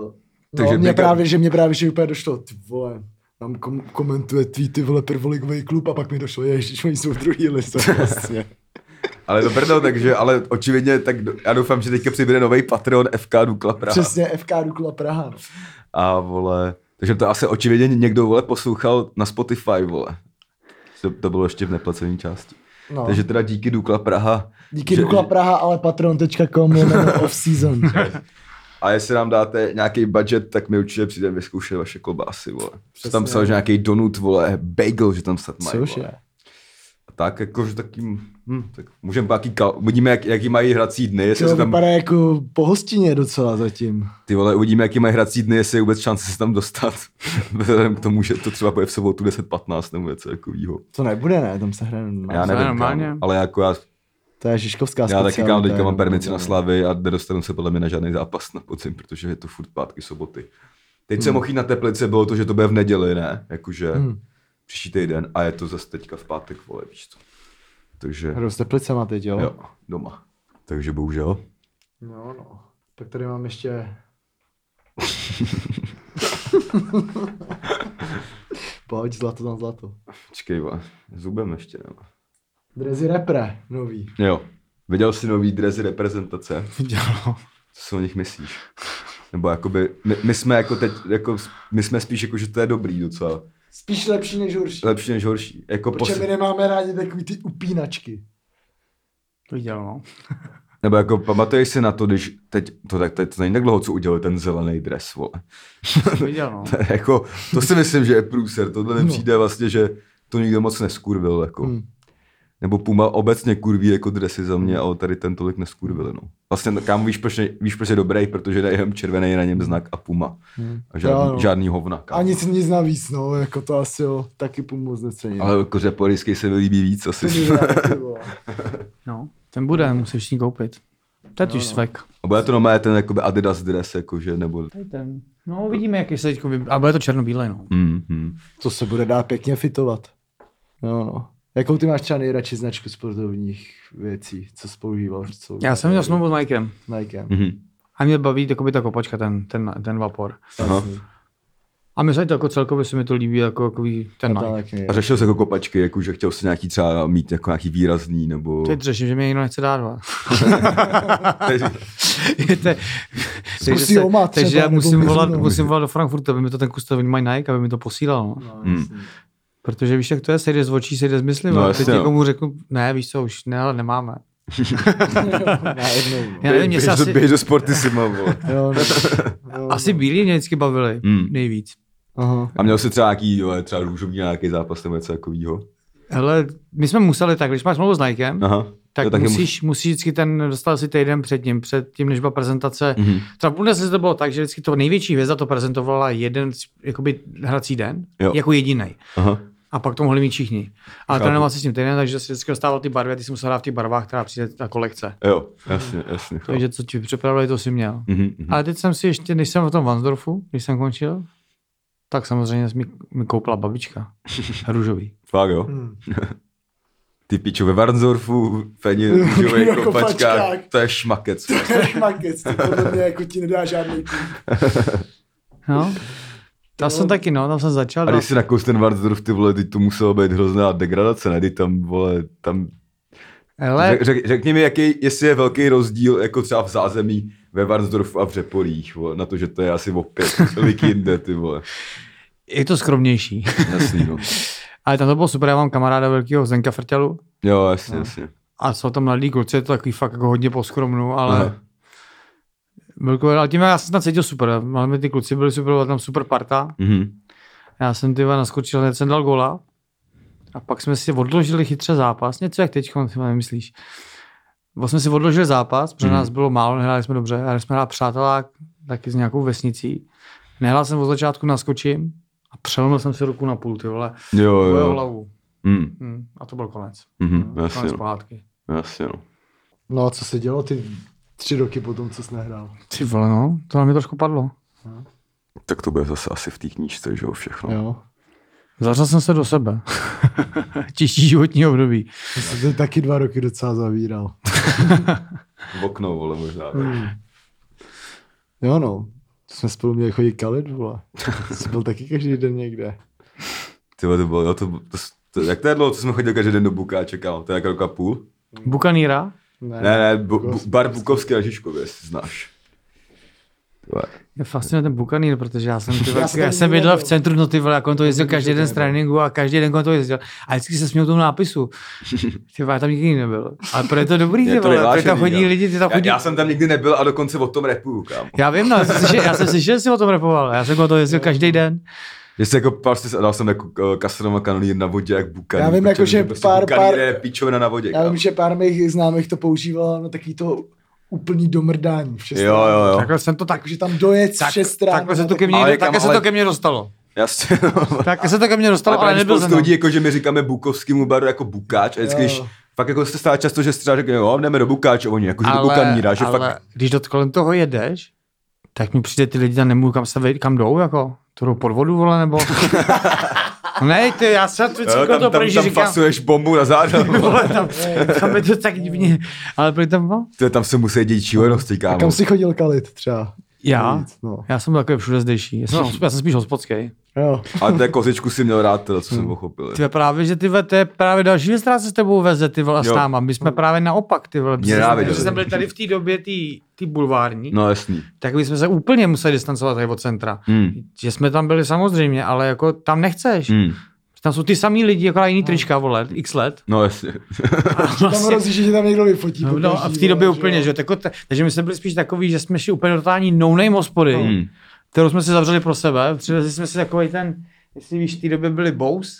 A: Uh,
B: Takže
A: no, mě
B: mega-
A: právě, že mě právě, že úplně došlo, ty vole, tam kom- komentuje tweety, vole, prvoligový klub a pak mi došlo, ježiš, oni jsou v druhý list, vlastně.
B: Ale to brdo, takže, ale očividně, tak do- já doufám, že teďka přibude nový Patreon FK Dukla Praha.
A: Přesně, FK Dukla Praha. No.
B: A vole, takže to asi očividně někdo, vole, poslouchal na Spotify, vole. To, to bylo ještě v neplacené části.
A: No.
B: Takže teda díky Dukla Praha.
A: Díky
B: že-
A: Dukla Praha, ale patron.com je off-season.
B: A jestli nám dáte nějaký budget, tak my určitě přijdeme vyzkoušet vaše klobásy, vole. Přesně.
A: Přesně.
B: Tam psal, že nějaký donut, vole, bagel, že tam snad mají,
A: Což
B: vole.
A: je.
B: A tak, jakože takým, hm, tak můžeme pak, kal- uvidíme, jak, jaký mají hrací dny, jestli
A: To
B: se tam
A: vypadá jako po hostině docela zatím.
B: Ty vole, uvidíme, jaký mají hrací dny, jestli je vůbec šance se tam dostat. Vzhledem k tomu, že to třeba bude v sobotu 10.15 nebo něco takového.
A: To nebude, ne? Tam se hraje
B: No, Já
A: normálně.
C: ne-
B: nevím,
C: normálně.
B: kámo, ale jako já,
A: To je Žižkovská
B: já taky
A: specialita,
B: kam teďka mám
A: jenom.
B: permici na Slavy a nedostanu se podle mě na žádný zápas na podzim, protože Hmm. je to furt pátky, soboty. Teď jsem mohl jít na Teplice, bylo to, že to bude v neděli, ne? Jakože,
A: Hmm.
B: příští týden a je to zase teďka v pátek, vole, víš co. Takže,
A: Hrou s Teplicema teď, jo?
B: jo, doma. Takže bohužel.
A: No, no. Tak tady mám ještě... Pojď, zlato na zlato.
B: Počkej, vole, zubem ještě nemá.
A: Drezy repre, nový.
B: Jo, viděl jsi nový dresy reprezentace?
C: Dělalo.
B: Co si o nich myslíš? Nebo jakoby, my, my jsme jako teď, jako, my jsme spíš jako, že to je dobrý docela.
A: Spíš lepší než horší.
B: Lepší než horší. Jako
A: Protože
B: posl-
A: my nemáme rádi takový ty upínačky.
C: Dělalo.
B: Nebo jako pamatuješ si na to, když teď, to, tak, teď to není tak dlouho, co udělal ten zelený dres, vole.
C: Dělalo.
B: To je jako, to si myslím, že je průser. Tohle mi
A: No.
B: přijde vlastně, že to nikdo moc neskurvil, jako.
A: Hmm.
B: Nebo Puma obecně kurví jako dresy za mě, ale tady ten tolik neskurvil, no. Vlastně kámo, víš proč, ne- víš proč je dobrý, protože dají jenom červený na něm znak a Puma. A žádný,
A: Jo, no.
B: žádný hovna, kámo.
A: A nic, nic navíc, no, jako to asi jo, taky pomoc necením.
B: Ale kořeporisky se mi líbí víc
A: To
B: asi.
A: mi vrátí, vole.
C: No, ten bude, musíš s ní koupit. To je tuž svek.
B: A bude to normálně ten jakoby Adidas dres, jakože, nebo...
C: Tady ten. No, uvidíme, jaký se teď vy... A bude to černobílé, no.
B: Mm-hmm.
A: To se bude dát pěkně fitovat. No, no. Jakou ty máš třeba nejradši značku sportovních věcí, co jsi používal? Co
C: Já jsem měl smlouvu s Nikem.
A: S Nikem.
B: Mm-hmm.
C: A mě baví jakoby ta kopačka, ten, ten, ten vapor.
B: Aha.
C: A myslím, že to jako celkově se mi to líbí, jako, jako ten
A: No,
C: Nike.
A: taky,
B: A řešil jsi jako kopačky, jako že chtěl si nějaký třeba mít jako nějaký výrazný, nebo...
C: Teď řeším, že mě někdo nechce dát dva. Te- takže
A: Zkusí
C: se-
A: omat
C: takže
A: třeba,
C: já
A: nebo
C: musím
A: můžu
C: volat,
A: domů.
C: musím volat do Frankfurtu, aby mi to ten kus to mají Nike, aby mi to posílal. No.
A: no,
B: Mm.
A: jasný.
C: Protože víš, jak to je, sejde z očí, sejde z mysli.
B: No,
C: No,
B: jasně,
C: teď
B: no.
C: někomu řeknu, ne, víš co, už ne, ale nemáme.
A: Najednou, no.
C: Já nevím, mě se asi,
B: Běž do Sportissima, vole.
A: Jo, no. Jo,
C: asi
A: no.
C: bílí mě vždycky bavili
B: Mm.
C: nejvíc.
A: Aha.
B: A měl jsi třeba nějaký, jo, třeba růžový nějaký zápas nebo něco takového.
C: Hele, my jsme museli tak, když máš smlouvu s Nikem,
B: Aha.
C: tak
B: Jo, No, taky
C: musíš, musíš vždycky ten, dostal si týden před tím, před tím, než byla prezentace.
B: Mhm.
C: Třeba v Bundeslize to bylo tak, že vždycky to největší hvězda to prezentovala jeden z- jakoby, hrací den,
B: Jo.
C: jako jediný.
B: Aha.
C: A pak to mohli mít všichni. Ale
B: Chápu.
C: trénoval si s tím týden, takže si vždycky dostával ty barvy a ty si musel hrát v těch barvách, která přijde ta kolekce.
B: Jo, jasně, jasně. chápu.
C: Takže co ti připravili, to si měl.
B: Mhm, mhm.
C: Ale teď jsem si ještě, než jsem v tom Vansdorfu, když jsem končil, tak samozřejmě mi, mi koupila babička. Růžový.
B: Fakt jo.
A: Hmm.
B: Ty pičo ve Varnsdorfu, feni růžovej
A: Jako
B: kopačkách,
A: kopačkách.
B: to je šmakec.
A: To je šmakec, to podle mě jako ti nedá žádný tým.
C: No. Tam jsem taky, no, tam jsem začal.
B: A
C: dal
B: když si nakous ten Varnsdorf, ty vole, ty to muselo být hrozná degradace, ne? Ty tam, vole, tam...
C: Hele,
B: Řek, řek, řekni mi, jaký, jestli je velký rozdíl, jako třeba v zázemí ve Varnsdorfu a v Řepolích, vole, na to, že to je asi opět likinde, ty vole.
C: je to skromnější.
B: Jasný, no.
C: Ale tam to bylo super, já mám kamaráda velkého Zdenka Frťalu
B: Jo, jasně, no. jasně.
C: a jsou tam mladí kluci, je to takový fakt jako hodně poskromnou, ale
B: Aha.
C: Aha. Velkou, ale tím já jsem se tam cítil super, máme ty kluci, byli super, byla tam super parta,
B: Mhm.
C: já jsem ty vole, naskočil, hned jsem dal gola a pak jsme si odložili chytře zápas, něco jak teď, nemyslíš. Vlastně si odložili zápas, protože
B: Mhm.
C: nás bylo málo, nehráli jsme dobře, hráli jsme hrát přátelá taky s nějakou vesnicí. Nehrál jsem od začátku, naskočím a přelomil jsem si ruku na půl, ty vole,
B: Jo,
C: jo.
B: jo.
C: hlavu.
B: Mm,
C: Hm, a to byl konec. Hmm,
B: mhm, jasně,
C: Konec
B: no.
C: pohádky.
B: jasně, no.
A: No a co se dělo ty tři roky potom, co jsi nehrál?
C: Ty vole, no, to na mě trošku padlo.
B: Tak to bude zase asi v té knížce, že jo,
C: No.
B: všechno.
A: Jo.
C: Zařel jsem se do sebe. Těžší životní období.
A: Já jsem tady taky dva roky docela zavíral.
B: V okno, vole, možná.
A: Jo no, to jsme spolu měli chodit kalit, vole. Jsi byl taky každý den někde.
B: Ty vole, to bylo, jo, to, to, to, jak to je dlouho, co jsme chodili každý den do Bukáče, kámo, to je jak rok a půl?
C: Bukaníra?
B: Ne, ne, bu, bu, bar Bukovský a Žižkově, jestli znáš. Ty vole.
C: Je fascinuje ten Bukanír, protože já jsem, ty vole,
A: Já
C: já,
A: jsem
C: já jsem
A: nevěděl.
C: bydlel v centru, no ty vole, jak on to jezdil
A: vím, že
C: každý
A: to
C: den z
A: nebyl.
C: tréninku a každý den jak on to jezdil. A vždycky se směl tomu nápisu. Ty vole, já tam nikdy nebyl. Ale pro je to dobrý,
B: Je
C: ty
B: to
C: vole, pro tam
B: vyhlášený,
C: chodí
B: jo.
C: lidi, ty tam
B: Já,
C: chodí.
B: já, jsem tam nikdy nebyl a dokonce o tom repuju, kámo.
C: Já vím, no, já jsem slyšel, já jsem slyšel, že jsi o tom repoval, já jsem o to jezdil každý den.
B: Že se jako prostě dal jsem jako eh, Castronova kanonýr na vodě, jak Bukanír.
A: Já vím,
B: protože
A: jako, že
B: prostě
A: pár-
B: Bukanír
A: pár-
B: je pičovina na vodě,
A: Já
B: kámo.
A: vím, že pár mých známých to používalo na takový to úplný domrdání. V šest
B: Jo,
A: ráno.
B: jo, jo.
C: Takhle jsem to tak,
A: Takže tam dojet tak,
C: tak,
A: v šest ráno.
C: takhle se to ke
A: na
C: mně,
B: Ale kam,
C: takhle se
B: ale-
C: to ke mně dostalo.
B: Jasně, no.
C: Takhle se to ke mně dostalo, ale,
B: právě
C: nebyl jsem
B: spoustu
C: tam.
B: lidí, jako, že my říkáme bukovskému baru jako bukáč, a vždycky,
A: Jo.
B: když fakt jako se stává často, že si třeba řekne, jo, jdeme do bukáč, a oni jako, že do
C: ale,
B: bukaníra, že
C: ale
B: fakt,
C: když do kolem toho jedeš, Tak mi přijde ty lidi, já nemůžu kam se vejít, kam jdou, jako? To jdou pod vodu, vole, nebo? ne, ty, já se tu
B: Jo,
C: to
B: tam, tam,
C: projíždí,
B: tam
C: říkám,
B: fasuješ bombu na záda.
C: vole, tam, tam je to tak divně. Ale byli tam, no?
B: To je- tam se musí dít šílenosti,
A: A
B: kámo.
A: kam jsi chodil kalit třeba?
C: Já?
A: Nic, no.
C: Já jsem byl takový všude zdejší. Já jsem,
B: No.
C: já jsem spíš hospodský.
A: Jo.
C: Vlastně-
B: Ale té kozičku si měl rád, teda, co
A: Hmm.
B: jsem pochopil.
C: Ty vole, právě, že ty vole, to je právě další věc, která se s tebou veze, ty vole, s
B: Jo.
C: náma. My jsme právě naopak, ty vole. protože-
B: nenáviděl.
C: Protože jsme byli tady v té době ty, ty bulvární,
B: No jasný.
C: tak my jsme se úplně museli distancovat tady od centra.
B: Hmm.
C: Že jsme tam byli samozřejmě, ale jako tam nechceš.
B: Hmm.
C: Tam jsou ty samý lidi, jako na jiný trička, vole, x let.
B: No jasně.
A: Hmm. Tam hrozí, že tě tam někdo vyfotí.
C: No,
A: pokaždý,
C: no a v té době
A: jo,
C: úplně, že jo. Tako, t- takže my jsme byli spíš takový, že jsme šli úplně do totální no-name hospody,
B: Hmm.
C: kterou jsme si zavřeli pro sebe. Přivezli jsme si takový ten, jestli víš, v té době byly Bose.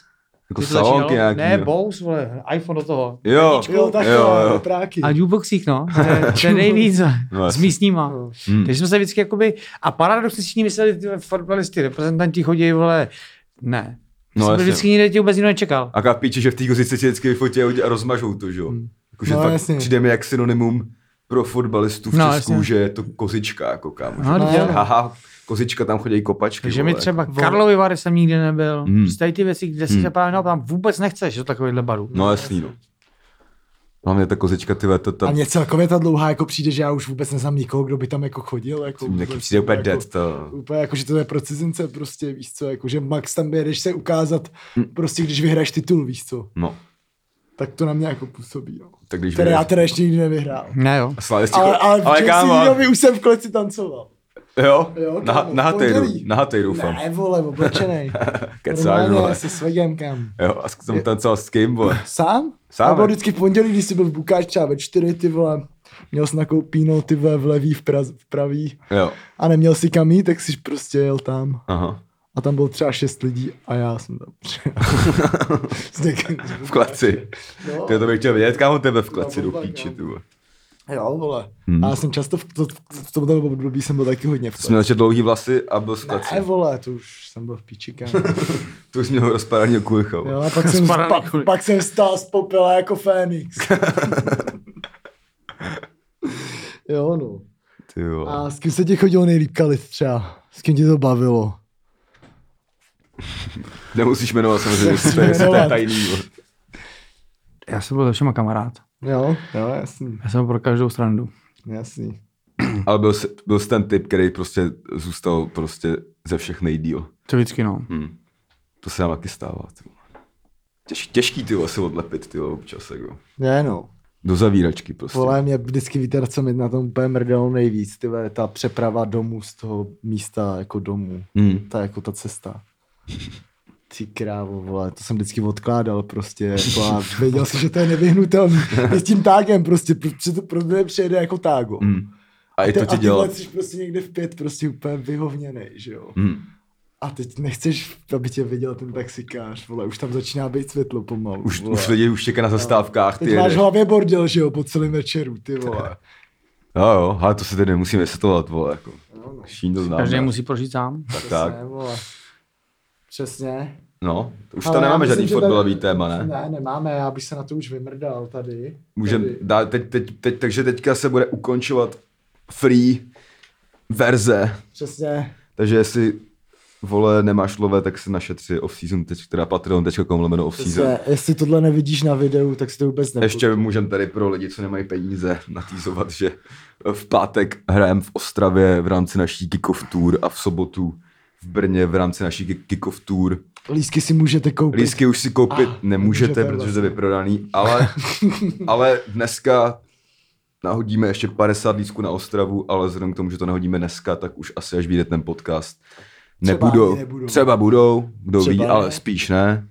B: Jako
C: Kdy to
B: salonky
C: začínalo?
B: nějaký.
C: Ne,
B: jo.
C: Bose, vole, iPhone do toho.
B: Jo,
A: Jo, tak jo, jo. Práky.
C: A jukeboxích, no. To je- To je nejvíc
B: No,
C: no, s
B: jasně.
C: místníma.
B: Hmm.
C: Takže jsme se vždycky jakoby... A paradoxně si mysleli, ty fotbalisti, reprezentanti chodí, vole, ne.
B: No,
C: No,
B: jasně.
C: vždycky nikde tě vůbec nikdo nečekal.
B: A kapíči, že v té kozici si vždycky vyfotí a udě- a rozmažou to, že jo. Jakože
A: No,
B: fakt
A: jasně.
B: přijde mi jak synonymum pro fotbalistů v
C: No,
B: Česku,
C: jasně.
B: že je to kozička, jako kámo.
C: No,
B: že-
C: jo.
B: Haha, kozička, tam chodí kopačky.
C: Takže
B: vole.
C: mi třeba Karlovy Vary jsem nikdy nebyl.
B: Hmm.
C: Hmm. Prostě tady ty věci, kde si
B: Hmm.
C: se právě no, tam vůbec nechceš do takovýchhle barů.
B: No jasný, no. Hlavně ta kozička, ty vole, to
A: A
B: tam...
A: mě celkově ta dlouhá jako přijde, že já už vůbec neznám nikoho, kdo by tam jako chodil. Jako,
B: Někdy
A: vůbec,
B: přijde úplně
A: jako,
B: dead, to...
A: Úplně jako, že to je pro cizince prostě, víš co, jako, že max tam jedeš se ukázat,
B: Hm.
A: prostě když vyhraješ titul, víš co,
B: No,
A: tak to na mě jako působí, jo.
B: tak když
A: Které já
B: vyhraješ-
A: teda ještě nikdy nevyhrál.
C: Ne jo.
B: A slavisti-
A: Ale, ale,
B: Jako- ale kámo,
A: v Jesse už jsem v kleci tancoval.
B: jo,
A: Jo,
B: na,
A: kámo,
B: na
A: v
B: hatejdu,
A: pondělí.
B: na hatejdu, doufám.
A: Ne, vole, oblečenej.
B: Kecáš,
A: Normálně
B: vole.
A: se svegem, kam.
B: Jo, a jsem tancoval s kým, vole.
A: Sám?
B: Sám,
A: Já byl
B: ne?
A: vždycky v pondělí, když jsi byl v Bukáč třeba ve čtyři, ty vole. Měl jsi nakoupínou ty vole v levý, v, praz, v pravý
B: Jo,
A: a neměl si kam jít, tak jsi prostě jel tam.
B: aha.
A: A tam bylo třeba šest lidí a já jsem tam přijel. S někým.
B: V kleci.
A: No,
B: Ty to bych chtěl vědět, kámo tebe v kleci
A: No,
B: do
A: tak,
B: píči,
A: jo.
B: ty vole.
A: jo, vole.
B: Hmm.
A: A já jsem často v, to, v tomto období jsem byl taky hodně v
B: Jsi měl ještě dlouhý vlasy a byl v kleci.
A: Ne, vole, to už jsem byl v píči, kam.
B: To už měl rozpadaný kulicha.
A: Jo, a pak, jsem,
C: Spadá na
A: pak,
C: kuli.
A: pak jsem stál z popela jako Fénix. jo, no.
B: Ty jo.
A: A s kým se ti chodilo nejlíp kalit třeba? S kým ti to bavilo?
B: Nemusíš jmenovat samozřejmě,
A: Nemusíš
B: to je, to je
A: jmenovat.
B: tajný. jo.
C: Já jsem byl se všema kamarád.
A: Jo, jo, jasný,
C: Já jsem byl pro každou strandu.
A: jasný.
B: Ale byl, se- byl jsi ten typ, který prostě zůstal prostě ze všech nejdíl.
C: To vždycky no.
B: Hm. To se nám taky stává. Ty. vole. Těž, těžký ty vole, se odlepit ty vole, občas. Jako.
A: Ne, no.
B: Do zavíračky prostě.
A: Vole, mě vždycky víte, co mi na tom úplně mrdelo nejvíc, ty vole, ta přeprava domů z toho místa jako domů.
B: Hm.
A: Ta jako ta cesta. Ty krávo, vole, to jsem vždycky odkládal prostě, jako a věděl jsem, že to je nevyhnutelný. I s tím tágem prostě, protože to pro mě přijede jako tágo.
B: Hm. A i
A: Te-
B: to
A: a
B: ti
A: ty
B: dělá.
A: vole, jsi prostě někde v pět, prostě úplně vyhovněnej, že jo.
B: Hm.
A: A teď nechceš, aby tě viděl ten taxikář, vole, už tam začíná být světlo pomalu.
B: Už,
A: vole.
B: už lidi už čeká na zastávkách. Ty
A: Teď máš
B: jedeš.
A: v hlavě bordel, že jo, po celém večeru, ty vole.
B: Jo, jo, ale to se tedy nemusíme vysvětlovat, vole. Jako.
A: No,
B: Šín to známe.
C: Každý musí prožít sám.
B: Tak, tak.
A: Přesně, vole. Přesně.
B: No, to už
A: Ale
B: tam
A: já
B: nemáme
A: myslím,
B: žádný
A: že tady-
B: fotbalový téma, ne?
A: Ne, nemáme, já bych se na to už vymrdal tady.
B: Můžem
A: Tady.
B: dát, teď, teď, teď, takže teďka se bude ukončovat free verze.
A: Přesně.
B: Takže jestli vole nemáš lové, tak si našetři off-season, teď, teda patreon.com lomeno off-season.
A: Přesně. Jestli tohle nevidíš na videu, tak si to vůbec nepůjde.
B: Ještě můžeme tady pro lidi, co nemají peníze, natýzovat, že v pátek hrajeme v Ostravě v rámci naší kick-off tour a v sobotu v Brně v rámci naší kick- kick-off tour.
A: Lísky si můžete koupit.
B: Lísky už si koupit
A: Ah,
B: nemůžete,
A: nemůžete,
B: protože to
A: vlastně.
B: je vyprodaný, ale, ale dneska nahodíme ještě 50 lísků na Ostravu, ale vzhledem k tomu, že to nahodíme dneska, tak už asi až vyjde ten podcast.
A: Třeba
B: Nebudou,
A: ani nebudou.
B: Třeba budou, kdo
A: Třeba
B: ví,
A: ne.
B: ale spíš ne.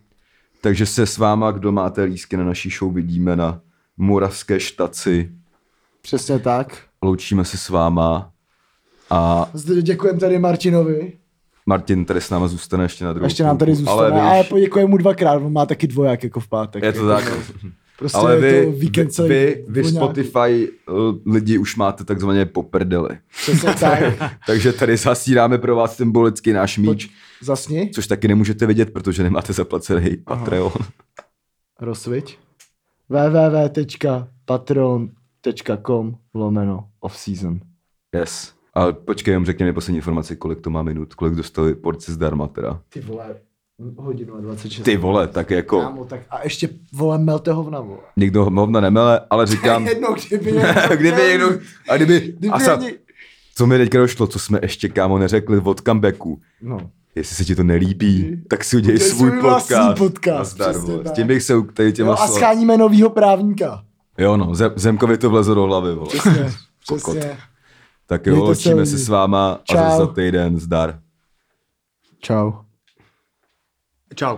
B: Takže se s váma, kdo máte lísky na naší show, vidíme na Moravské štaci.
A: Přesně tak.
B: Loučíme se s váma a
A: Zde děkujem tady Martinovi.
B: Martin tady s náma zůstane ještě na druhou
A: Ještě nám
B: půlku,
A: tady zůstane. Ale,
B: Ale, vy
A: ale
B: už-
A: poděkujeme mu dvakrát, on má taky dvoják jako v pátek.
B: je to
A: Jako,
B: tak.
A: no. Prostě
B: Ale
A: je
B: vy,
A: to víkend
B: vy,
A: celý
B: vy, vy
A: dvoňák.
B: Spotify eh, lidi už máte takzvaně poprdeli.
A: Přesně tak.
B: Takže tady zasíráme pro vás symbolicky náš míč,
A: Zasni,
B: což taky nemůžete vidět, protože nemáte zaplacený Patreon.
A: rozsviť. www.patreon.com lomeno offseason.
B: Yes. A počkej, jenom řekněme poslední informaci, kolik to má minut, kolik dostali porci zdarma teda.
A: Ty vole, hodinu a 26.
B: Ty vole, tak jako,
A: Kámo, tak a ještě vole, melte hovna, vole.
B: někdo hovna nemele, ale říkám,
A: Jedno, kdyby někdo...
B: kdyby někdo, a kdyby, kdyby
A: Kdyby
B: a sa,
A: ani-
B: co mi teďka došlo, co jsme ještě, kámo, neřekli od comebacku.
A: No.
B: Jestli se ti to nelíbí, tak si udělej
A: Mhm. Udělej
B: svůj
A: svůj
B: podcast.
A: vlastní podcast,
B: Nazdar,
A: přesně
B: vole. S
A: tak.
B: tím bych se u- tady těma
A: Jo, a
B: slo-
A: scháníme novýho právníka.
B: Jo no, Zem, Zemkovi to vlezlo do hlavy, vole.
A: Přesně,
B: Kokot.
A: přesně.
B: Tak jo,
A: Mějte se,
B: učíme se
A: lidi.
B: s váma a zase
A: Čau.
B: za týden, zdar.
A: Čau.
C: Čau.